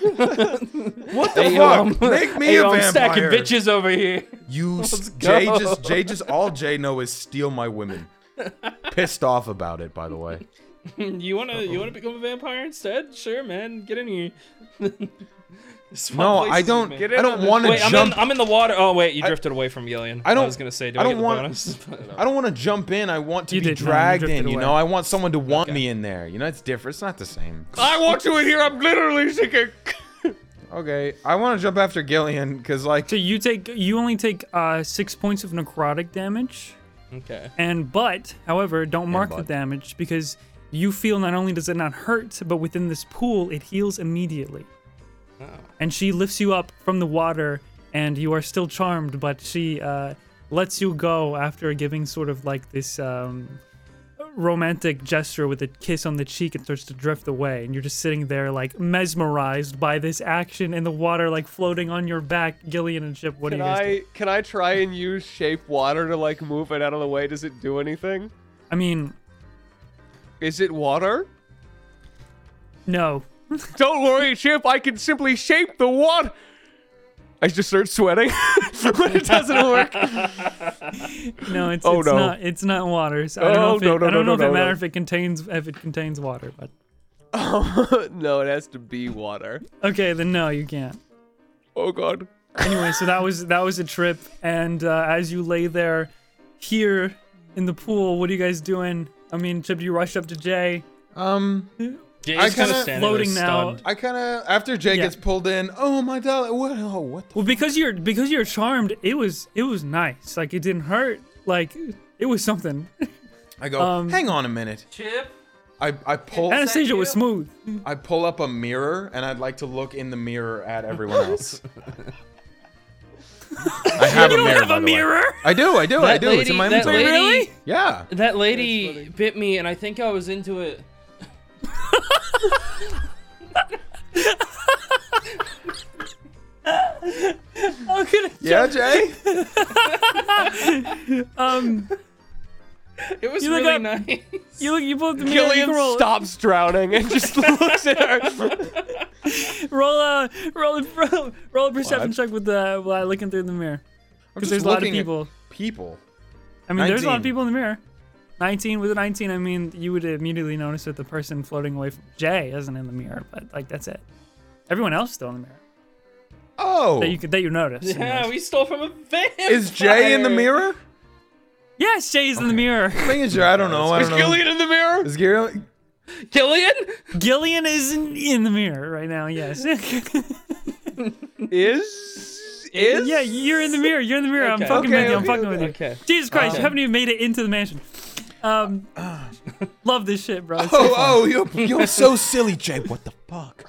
S4: what the
S2: Hey, yo,
S4: fuck?
S1: um,
S2: I'm-
S4: Make me
S2: hey,
S4: a
S2: yo, I'm
S4: vampire.
S2: stacking bitches over here.
S4: You s-
S2: go.
S4: Jay just Jay just all Jay know is steal my women. Pissed off about it, by the way.
S2: You wanna you wanna become a vampire instead? Sure, man. Get in here. This
S4: No,
S2: one place
S4: I
S2: is-
S4: don't.
S2: man.
S4: I don't want to
S2: Wait, I'm
S4: jump.
S2: in, I'm in the water. Oh wait, you drifted away from Gillian.
S4: I don't-
S2: I was gonna say, do
S4: I
S2: I,
S4: don't
S2: get the
S4: wanna-
S2: bonus?
S4: *laughs*
S2: *laughs*
S4: I don't want to jump in. I want to
S1: You
S4: be
S1: did, no, you
S4: dragged
S1: drifted
S4: in. You
S1: away.
S4: know, I want someone to want me in there. You know, it's different. It's not the same.
S3: I want you in here. I'm literally sinking.
S4: Okay, I want to jump after Gillian because like
S1: So you take you only take uh, six points of necrotic damage.
S2: okay.
S1: And but, however, don't mark the
S4: but.
S1: damage because you feel not only does it not hurt, but within this pool it heals immediately. And she lifts you up from the water, and you are still charmed, but she uh, lets you go after giving sort of like this um, romantic gesture with a kiss on the cheek and starts to drift away. And you're just sitting there, like mesmerized by this action in the water, like floating on your back. Gillian and Chip, what
S3: Can
S1: do you guys do?
S3: I can I try and use shape water to like move it out of the way? Does it do anything?
S1: I mean,
S3: Is it water?
S1: no,
S3: Don't worry, Chip. I can simply shape the water. I just start sweating *laughs* when it doesn't work. *laughs*
S1: No, it's,
S3: Oh,
S1: it's
S3: no.
S1: not it's not water. So I don't know
S3: Oh,
S1: if it,
S3: no, no,
S1: I don't know
S3: no, no,
S1: if it
S3: no, no.
S1: matters if it contains if it contains water, but
S3: no, it has to be water.
S1: okay, then no, you can't.
S3: Oh god.
S1: Anyway, so that was that was a trip, and uh, as you lay there, here in the pool, what are you guys doing? I mean, Chip, do you rush up to Jay?
S4: um, I
S2: Jay's kind
S4: kinda-
S2: of standing
S1: Floating
S2: there,
S1: now.
S2: stunned.
S4: I kind of after Jay
S1: Yeah.
S4: gets pulled in. Oh my god! What? Oh, what? The
S1: Well, because you're because you're charmed, it was it was nice. Like it didn't hurt. Like it was something.
S4: I go.
S1: Um,
S4: Hang on a minute.
S2: Chip.
S4: I I pull
S1: Anastasia was
S2: you?
S1: smooth.
S4: I pull up a mirror and I'd like to look in the mirror at everyone else. I have a mirror. by the way. I do. I do. I
S2: That
S4: do. it's in
S2: lady-
S4: my
S2: that
S4: inventory.
S2: lady-
S1: Really?
S4: Yeah.
S2: That lady bit me, and I think I was into it.
S1: *laughs* Oh, good.
S4: Yeah,
S1: *laughs*
S4: Jay.
S1: Um,
S2: It was
S1: You look
S2: really
S1: up-
S2: nice.
S4: *laughs*
S1: you look. You pulled the mirror. You
S3: Gillian
S1: can roll,
S3: stops drowning and just *laughs* looks at her.
S1: roll a roll *laughs* a roll, roll a perception check with the while looking through the mirror
S4: I'm
S1: because there's
S4: just
S1: a lot of
S4: looking at
S1: people.
S4: People.
S1: I mean, there's a lot of
S4: 19.
S1: people in the mirror. 19 with a 19, I mean, you would immediately notice that the person floating away from Jay isn't in the mirror, but like that's it. Everyone else is still in the mirror
S4: Oh.
S1: that you could that you notice.
S2: yeah,
S1: anyways.
S2: we stole from a vampire.
S4: Is Jay in the mirror?
S1: yes, Jay's in the mirror. *laughs*
S4: Thing is, Jay, I don't know. I
S3: Is
S4: don't know.
S3: Gillian in the mirror?
S4: Is Gillian?
S2: Killian?
S1: Gillian is in, in the mirror right now. Yes. *laughs*
S3: Is is
S1: yeah, you're in the mirror. You're in the mirror.
S2: Okay.
S1: I'm fucking
S3: Okay,
S1: with you. I'm
S3: okay,
S1: fucking with you.
S2: Okay.
S1: Jesus Christ,
S2: Okay.
S1: you haven't even made it into the mansion. Um, love this shit, bro. *laughs* It's so
S4: Oh,
S1: fun.
S4: oh, you're, you're so silly, Jay. What the fuck?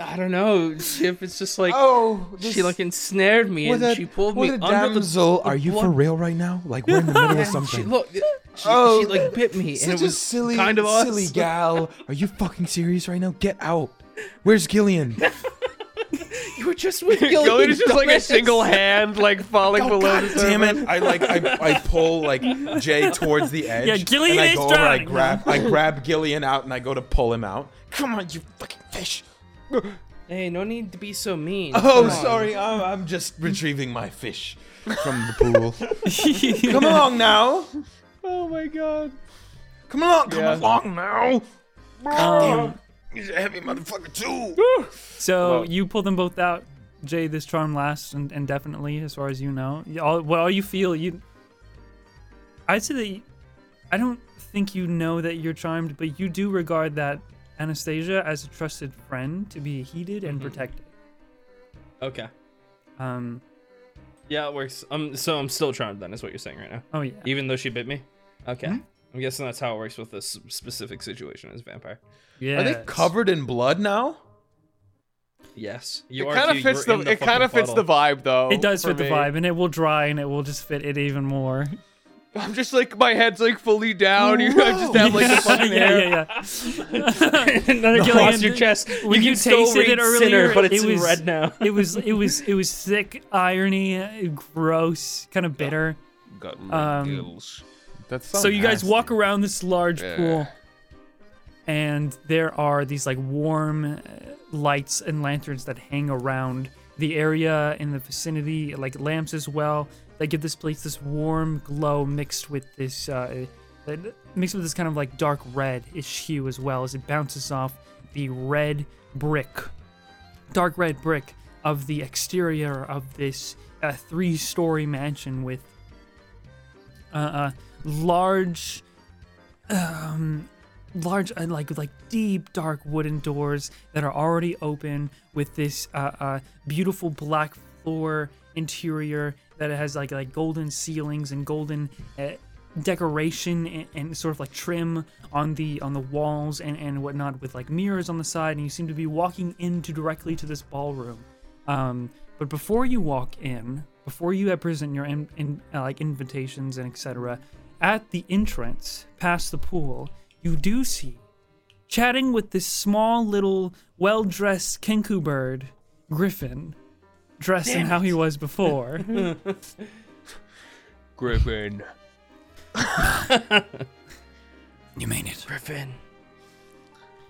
S2: I don't know, Chip. It's just like
S4: Oh,
S2: she like ensnared me and
S4: What a-
S2: she pulled
S4: what
S2: me
S4: a
S2: under the.
S4: damsel. Are you for
S2: blood-
S4: real right now? Like we're in the
S2: *laughs*
S4: middle of
S2: She,
S4: something.
S2: look, she,
S4: Oh,
S2: she like bit me and it
S4: Such a
S2: was
S4: silly,
S2: kind of us.
S4: silly gal. Are you fucking serious right now? Get out. Where's
S2: *laughs*
S4: Gillian?
S2: You were just with Gillian.
S3: Gillian is just like a
S2: dumbass.
S3: single hand like falling
S1: Oh,
S3: below the surface.
S4: Oh, Damn it! I like I, I pull like Jay towards the edge.
S1: Yeah, Gillian
S4: and I
S1: is
S4: go over, I
S1: drowning.
S4: grab I grab Gillian out and I go to pull him out. Come on, you fucking fish!
S2: Hey, no need to be so mean.
S4: Oh,
S2: Come on.
S4: sorry. I'm, I'm just retrieving my fish from the *laughs* pool. Come along now.
S3: Oh my god.
S4: Come along.
S3: Yeah.
S4: Come along now.
S1: Um,
S4: He's a heavy motherfucker too.
S2: *laughs*
S1: so you pull them both out. Jay, this charm lasts and indefinitely, as far as you know. You- All, well, all you feel, you. I'd say that. You, I don't think you know that you're charmed, but you do regard that Anastasia as a trusted friend to be heeded and protected.
S2: Okay.
S1: Um.
S2: Yeah, it works. Um, so I'm still charmed then, is what you're saying right now.
S1: Oh yeah.
S2: Even though she bit me? Okay. I'm guessing that's how it works with this specific situation as a vampire.
S1: Yeah.
S4: Are they covered in blood now?
S2: Yes.
S3: It
S2: You are
S3: kind of
S2: you
S3: fits
S2: were
S3: the,
S2: in
S3: it kind of
S2: fucking
S3: fits the
S2: puddle.
S3: vibe though.
S1: It does
S3: for
S1: fit the
S3: me.
S1: vibe, and it will dry, and it will just fit it even more. *laughs*
S3: I'm just like my head's like fully down. You I just have
S4: *laughs*
S3: like the fucking
S1: yeah,
S3: hair.
S1: yeah, yeah.
S2: Another
S1: Gillian,
S2: across your chest.
S1: when you
S2: you, can still
S1: tasted
S2: read
S1: it earlier,
S2: Sinner, but it's
S1: it was-
S2: in red now.
S1: It was, it was, it was thick irony, uh, gross, kind of bitter.
S3: Got
S1: Um,
S3: gills.
S4: That's
S1: So you guys walk around this large pool, and there are these like warm uh, lights and lanterns that hang around the area in the vicinity, like lamps as well. That give this place this warm glow mixed with this, uh, that mixed with this kind of like dark red-ish hue as well as it bounces off the red brick dark red brick of the exterior of this uh, three story mansion with uh, a large um large uh, like like deep dark wooden doors that are already open with this uh, uh beautiful black floor interior that has like like golden ceilings and golden uh, decoration and, and sort of like trim on the on the walls and and whatnot with like mirrors on the side and you seem to be walking into directly to this ballroom um but before you walk in before you have present your in, in, uh, like invitations and etc at the entrance past the pool you do see chatting with this small little well-dressed kinku bird griffin dressed in how he was before
S3: Griffin.
S6: You made it.
S2: Griffin.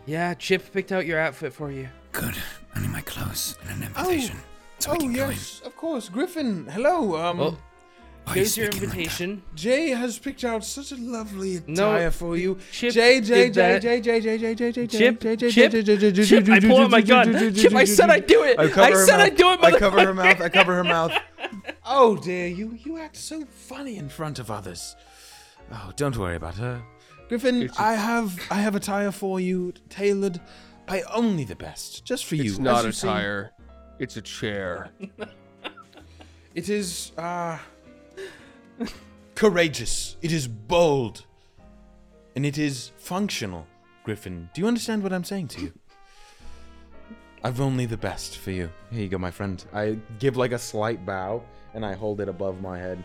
S2: Yeah, Chip picked out your outfit for you.
S6: Good. I need my clothes and an invitation. so we
S4: Oh
S6: can go in.
S4: yes, of course, Griffin. Hello. Um,
S2: Well,
S6: Why are you
S2: here's your
S6: speaking like that?
S2: invitation.
S4: Jay has picked out such a lovely
S2: No,
S4: attire for you.
S2: Chip
S4: Jay, Jay,
S2: did
S4: Jay,
S2: that.
S4: Jay, Jay, Jay, Jay, Jay, Jay,
S2: Chip,
S4: Jay, Jay,
S2: Chip,
S4: Jay, Jay, Jay, Jay,
S2: Chip,
S4: Jay,
S2: I pull out my
S4: Jay, Jay,
S2: gun.
S4: Jay, Jay,
S2: Chip, I
S4: Jay,
S2: said
S4: Jay,
S2: I'd do it.
S4: I cover
S2: I
S4: her
S2: said I'd
S4: mouth.
S2: do it,
S4: I
S2: mother-
S4: cover her mouth. I cover her mouth. *laughs* Oh dear, you you act so funny in front of others. Oh, don't worry about her. Griffin, I have I have attire for you tailored by only the best, just for you.
S3: It's not
S4: As
S3: a
S4: you see,
S3: tire. It's a chair.
S4: It is uh courageous. It is bold. And it is functional, Griffin. Do you understand what I'm saying to you? I've only the best for you. Here you go, my friend. I give like a slight bow and I hold it above my head.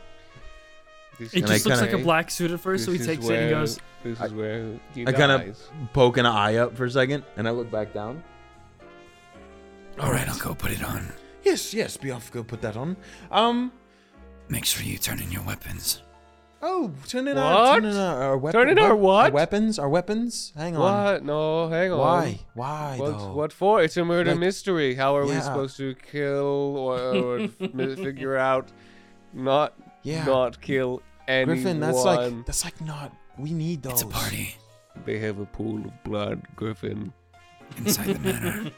S3: This
S1: it
S3: is-
S4: And I
S1: just looks
S4: kinda-
S1: like a black suit at first so he
S3: this is
S1: takes it and
S3: where-
S1: goes
S3: This is where he
S4: I kind of
S3: dies.
S4: poke an eye up for a second and I look back down.
S6: All right, I'll go put it on.
S4: Yes, yes, be off, go put that on. Um,
S6: Make sure you turn in your weapons.
S4: oh, turn in our, turn
S3: What?
S4: in our, our weapons.
S3: Turn in our what?
S4: weapons, our weapons. Hang on.
S3: What? No, hang on.
S4: Why? Why though?
S3: What, what for? It's a murder
S4: Like-
S3: mystery. How are we
S4: Yeah.
S3: supposed to kill or, or
S1: *laughs*
S3: f- figure out not
S4: Yeah.
S3: not kill anyone?
S4: Griffin, that's like that's like not. We need those.
S6: It's a party
S3: they have a pool of blood, Griffin.
S6: inside the manor.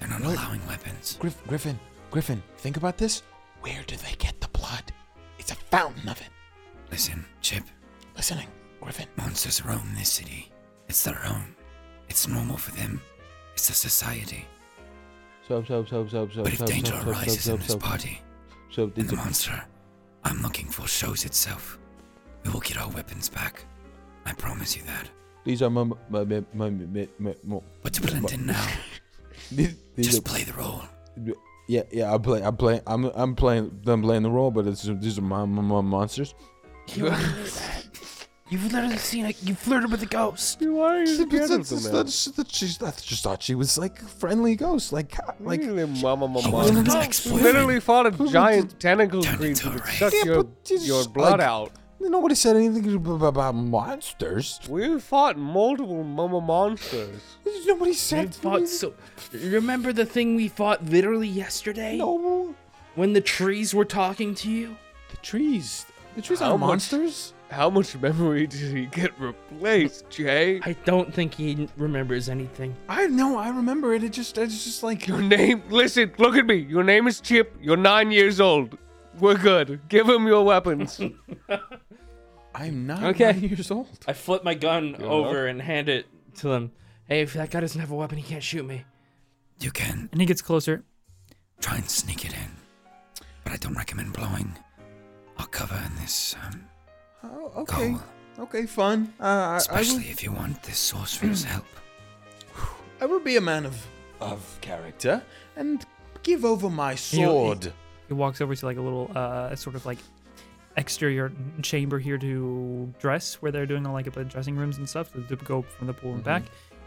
S6: They're not allowing weapons.
S4: Griff, Griffin, Griffin, think about this. Where do they get the blood? It's a fountain of it.
S6: Listen, Chip,
S4: Listening. Orphan.
S6: Monsters roam this city. It's their home. It's normal for them. It's a society.
S8: Soap, soap, soap, soap, soap,
S6: But if
S8: soap,
S6: danger
S8: soap, soap,
S6: arises in
S8: soap,
S6: this
S8: soap,
S6: party,
S8: soap,
S6: and the
S8: soap.
S6: monster I'm looking for shows itself, we will get our weapons back. I promise you that.
S8: These are my, my, my, my, my, my, my
S6: But to blend in now,
S8: these, these are,
S6: just play the role.
S8: yeah, yeah. I play, I play, I'm, I'm playing, I'm playing the role, but it's these are my, my, my monsters.
S5: You've literally seen it. You flirted with a ghost.
S3: Why are you
S8: That's,
S3: scared of
S8: that's,
S3: them
S8: that's,
S3: now?
S8: she's, that's just thought she was like a friendly ghost, like, ca- like.
S3: Really, mama, mama.
S6: She was an
S3: You
S6: ex-boyfriend.
S3: literally fought a giant tentacle
S6: Turned
S3: creature
S6: into a
S3: that
S6: race.
S3: sucked
S8: Yeah,
S3: your,
S8: but it's
S3: your
S8: just
S3: blood
S8: like-
S3: out.
S8: Nobody said anything ab- about monsters.
S3: We fought multiple mama monsters.
S8: Nobody said.
S2: We fought
S8: anything.
S2: so. Remember the thing we fought literally yesterday?
S8: No,
S2: When the trees were talking to you?
S8: the trees. The trees
S3: How
S8: are
S3: much-
S8: monsters.
S3: How much memory did he get replaced, Jay?
S2: I don't think he n- remembers anything.
S8: I know. I remember it. It just. It's just like.
S3: Your name, listen, look at me. Your name is Chip. You're nine years old. We're good. Give him your weapons.
S8: I'm not
S2: Okay.
S8: nine years old.
S2: I flip my gun over and hand it to them. Hey, if that guy doesn't have a weapon, he can't shoot me.
S6: You can
S1: And he gets closer.
S6: try and sneak it in, but I don't recommend blowing our cover in this um,
S8: Oh,
S6: coal,
S8: okay. Okay. Fun. Uh, I, I, will,
S6: especially if you want this sorcerer's help.
S8: I will be a man of of character and give over my
S1: you-
S8: sword.
S1: He walks over to like a little uh sort of like exterior chamber here to dress where they're doing all like the dressing rooms and stuff to go from the pool and back.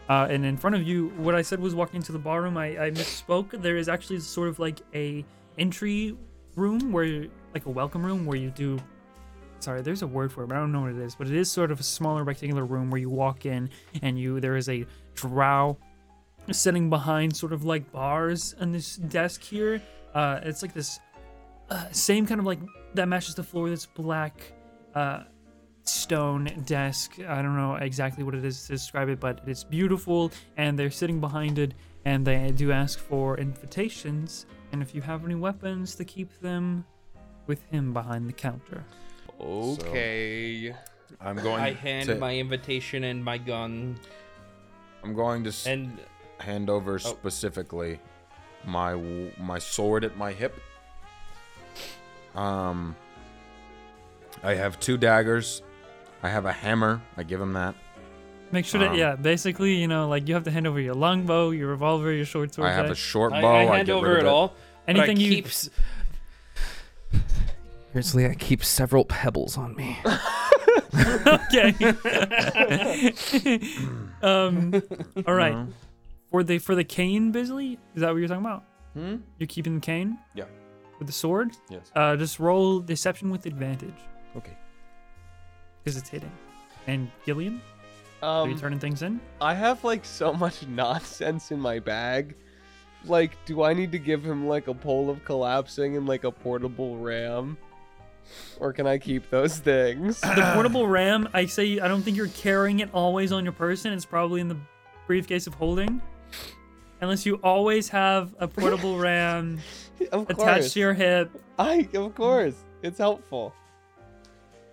S1: Uh, and in front of you, what I said was walking into the ballroom. I, I misspoke. There is actually sort of like a entry room where like a welcome room where you do sorry there's a word for it but i don't know what it is but it is sort of a smaller rectangular room where you walk in and you there is a drow sitting behind sort of like bars on this desk here uh it's like this uh, same kind of like that matches the floor this black uh stone desk i don't know exactly what it is to describe it but it's beautiful and they're sitting behind it and they do ask for invitations and if you have any weapons to keep them with him behind the counter
S3: okay.
S4: I'm going.
S2: I hand
S4: to,
S2: my invitation and my gun,
S4: I'm going to s-
S2: and
S4: hand over
S2: Oh.
S4: specifically my w- my sword at my hip. Um, I have two daggers. I have a hammer. I give him that.
S1: Make sure that
S4: Um,
S1: yeah, basically, you know, like you have to hand over your longbow, your revolver, your short sword.
S4: I have
S1: that.
S4: a short
S2: I,
S4: bow.
S2: I
S4: I
S2: hand
S4: get rid
S2: over
S4: of
S2: it all. but I
S1: Anything you-
S2: keep s- Grizzly, I keep several pebbles on me.
S1: okay. *laughs* um, all right. For the for the cane, Bisley, is that what you're talking about? Hmm? You're keeping the cane.
S4: Yeah.
S1: With the sword.
S4: Yes.
S1: Uh, just roll deception with advantage
S4: Okay.
S1: because it's hidden. And Gillian, are you
S3: Um,
S1: turning things in?
S3: I have like so *laughs* much nonsense in my bag. Like, do I need to give him like a pole of collapsing and like a portable ram? Or can I keep those things?
S1: The portable ram. I say I don't think you're carrying it always on your person. It's probably in the briefcase of holding. Unless you always have a portable RAM
S3: of
S1: *laughs* attached
S3: course.
S1: to your hip,
S3: I of course. It's helpful.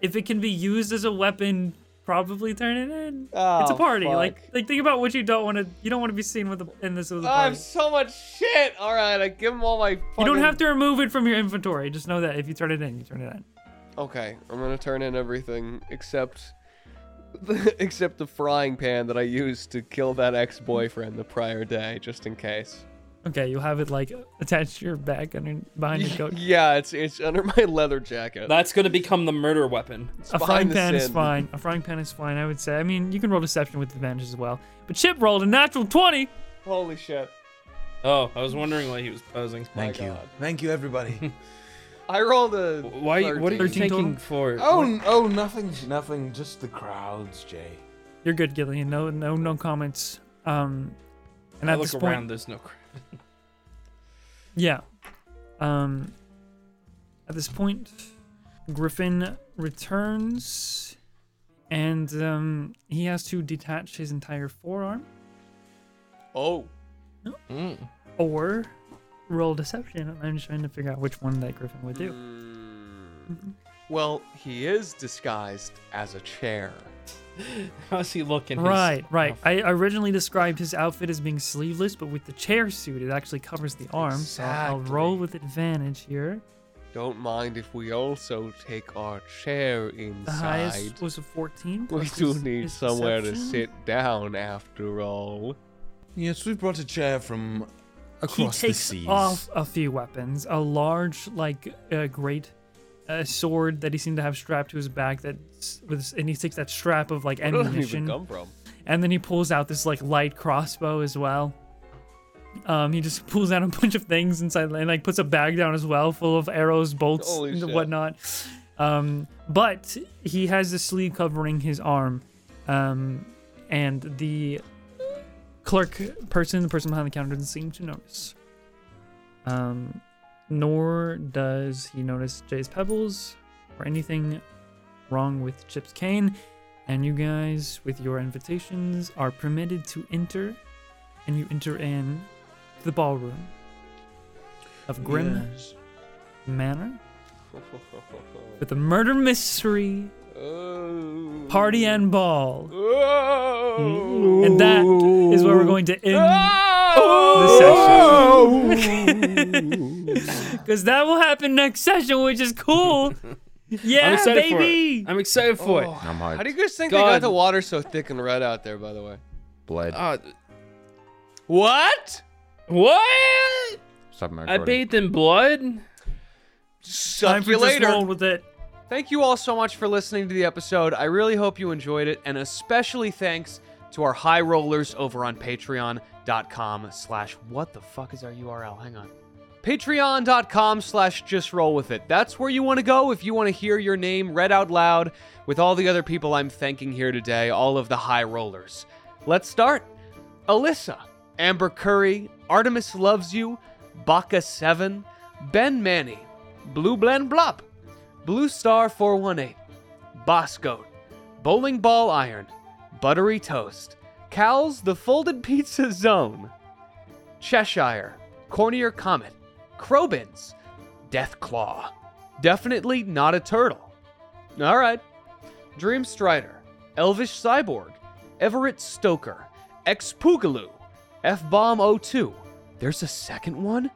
S1: if it can be used as a weapon, probably turn it in. it's a
S3: Oh,
S1: party. Like,
S3: fuck.
S1: like think about what you don't want to. You don't want to be seen with a, in this with a
S3: I
S1: party.
S3: have so much shit. All right, I give him all my. Fucking...
S1: you don't have to remove it from your inventory. Just know that if you turn it in, you turn it in.
S3: Okay, I'm gonna turn in everything except, *laughs* except the frying pan that I used to kill that ex-boyfriend the prior day, just in case.
S1: Okay, you'll have it like attached to your back under behind your
S3: *laughs*
S1: coat.
S3: Yeah, it's it's under my leather jacket.
S2: *laughs* That's gonna become the murder weapon.
S3: It's
S1: A frying
S3: behind the
S1: pan is
S3: sin.
S1: fine. A frying pan is fine. I would say. I mean, you can roll deception with advantage as well. But Chip rolled a natural twenty.
S3: Holy shit!
S2: Oh, I was wondering why he was posing.
S8: Thank you.
S3: God.
S8: Thank you,
S2: *laughs*
S8: everybody.
S3: I rolled a.
S2: Why? What are
S1: 13
S2: you
S1: total?
S2: taking for?
S8: oh, n- oh, nothing, nothing. Just the crowds, Jay.
S1: You're good, Gillian. No, no, no comments. Um, and
S2: I
S1: at
S2: look
S1: this point,
S2: around. There's no. cra-
S1: Yeah. Um at this point Griffin returns and um he has to detach his entire forearm
S3: Oh,
S1: or
S9: Mm.
S1: roll deception. I'm just trying to figure out which one that Griffin would do.
S3: Well, he is disguised as a chair.
S2: How's *laughs* he looking? His-
S1: Right, right. I originally described his outfit as being sleeveless, but with the chair suit, it actually covers the arm. So I'll roll with advantage here.
S9: Don't mind if we also take our chair
S1: The
S9: inside.
S1: highest was a 14.
S9: We
S1: plus
S9: do
S1: his-
S9: need
S1: his
S9: somewhere to
S1: deception.
S9: sit down after all.
S4: Yes, we brought a chair from
S1: He
S4: across
S1: takes
S4: the seas.
S1: off a few weapons, a large, like, uh, great uh, sword that he seemed to have strapped to his back. That s- was, and he takes that strap of
S4: *laughs*
S1: like
S9: Where did it even
S1: ammunition,
S9: come from?
S1: and then he pulls out this like light crossbow as well. Um, he just pulls out a bunch of things inside, and like puts a bag down as well, full of arrows, bolts,
S9: Holy
S1: and
S9: shit.
S1: whatnot. Um, but he has the sleeve covering his arm, um, and the clerk person, the person behind the counter, doesn't seem to notice. Um, nor does he notice Jay's pebbles or anything wrong with Chip's cane. And you guys, with your invitations, are permitted to enter, and you enter in the ballroom of Grim
S2: *laughs*
S1: Manor with the murder mystery
S9: Oh.
S1: party and ball. And that is where we're going to
S9: Oh.
S1: end the *laughs*
S2: *laughs*
S1: session. Because that will happen next session, which is cool.
S2: I'm
S1: Yeah,
S2: excited
S1: baby.
S2: for it. I'm excited for it.
S6: I'm hyped.
S9: How do you guys think they
S2: God.
S9: got the water so thick and red out there, by the way?
S6: Bled.
S2: Uh,
S9: What?
S2: what?
S6: Stop my
S2: I
S6: recording.
S2: bathed in blood.
S1: Time
S3: Suck
S1: for
S3: you
S1: just
S3: later.
S1: roll with it.
S3: Thank you all so much for listening to the episode. I really hope you enjoyed it, and especially thanks to our high rollers over on patreon.com slash what the fuck is our URL? Hang on. Patreon.com slash just roll with it. That's where you want to go if you want to hear your name read out loud with all the other people I'm thanking here today, all of the high rollers. Let's start. Alyssa, Amber Curry, Artemis Loves You, Baka7, Ben Manny, Blue Blend Blop, Blue Star 418, Bosco, Bowling Ball Iron, Buttery Toast, Cal's The Folded Pizza Zone, Cheshire, Cornier Comet, Crobins, Death Claw, Definitely Not a Turtle. All right. Dream Strider, Elvish Cyborg, Everett Stoker, Ex Poogaloo, F Bomb 02. There's a second one?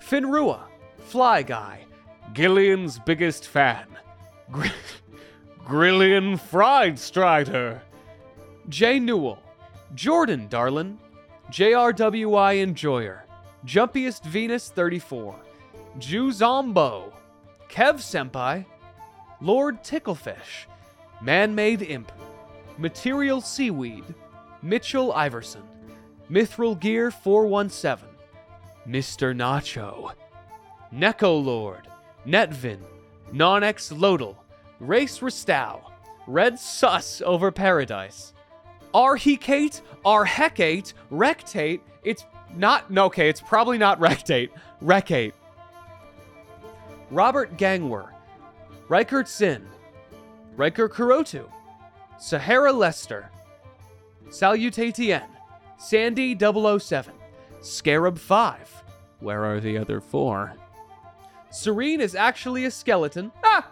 S3: Finrua, Fly Guy, Gillian's Biggest Fan, Gr- Grillian Fried Strider, Jay Newell, Jordan Darlin, JRWI Enjoyer, Jumpiest Venus 34, Jew Zombo, Kev Senpai, Lord Ticklefish, Man Made Imp, Material Seaweed, Mitchell Iverson, Mithril Gear 417, Mr. Nacho, Neko Lord, Netvin, Nonex Lodal, Race Restow, Red Sus over Paradise, R Hecate, R Hecate, Rectate, it's not, no, okay, it's probably not Rectate, Recate, Robert Gangwer, Reichert Sin, Riker Kurotu, Sahara Lester, Salutatien, Sandy 007, Scarab 5. Where are the other four? Serene is actually a skeleton. Ah!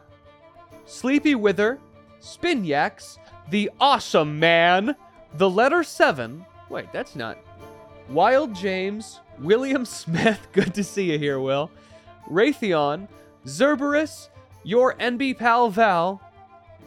S3: Sleepy Wither, Spinyax, The Awesome Man, The Letter 7. Wait, that's not. Wild James, William *laughs* Smith, good to see you here, Will. Raytheon, Zerberus, your NB pal Val,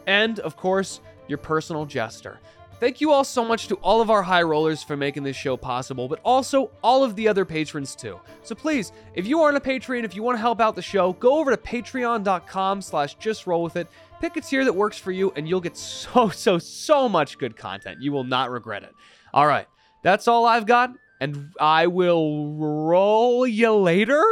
S3: and of course, your personal jester. Thank you all so much to all of our high rollers for making this show possible, but also all of the other patrons too. So please, if you aren't a patron, if you want to help out the show, go over to patreon.com slash just roll with it. Pick a tier that works for you, and you'll get so, *laughs* so, so much good content. You will not regret it. All right, that's all I've got, and I will roll you later.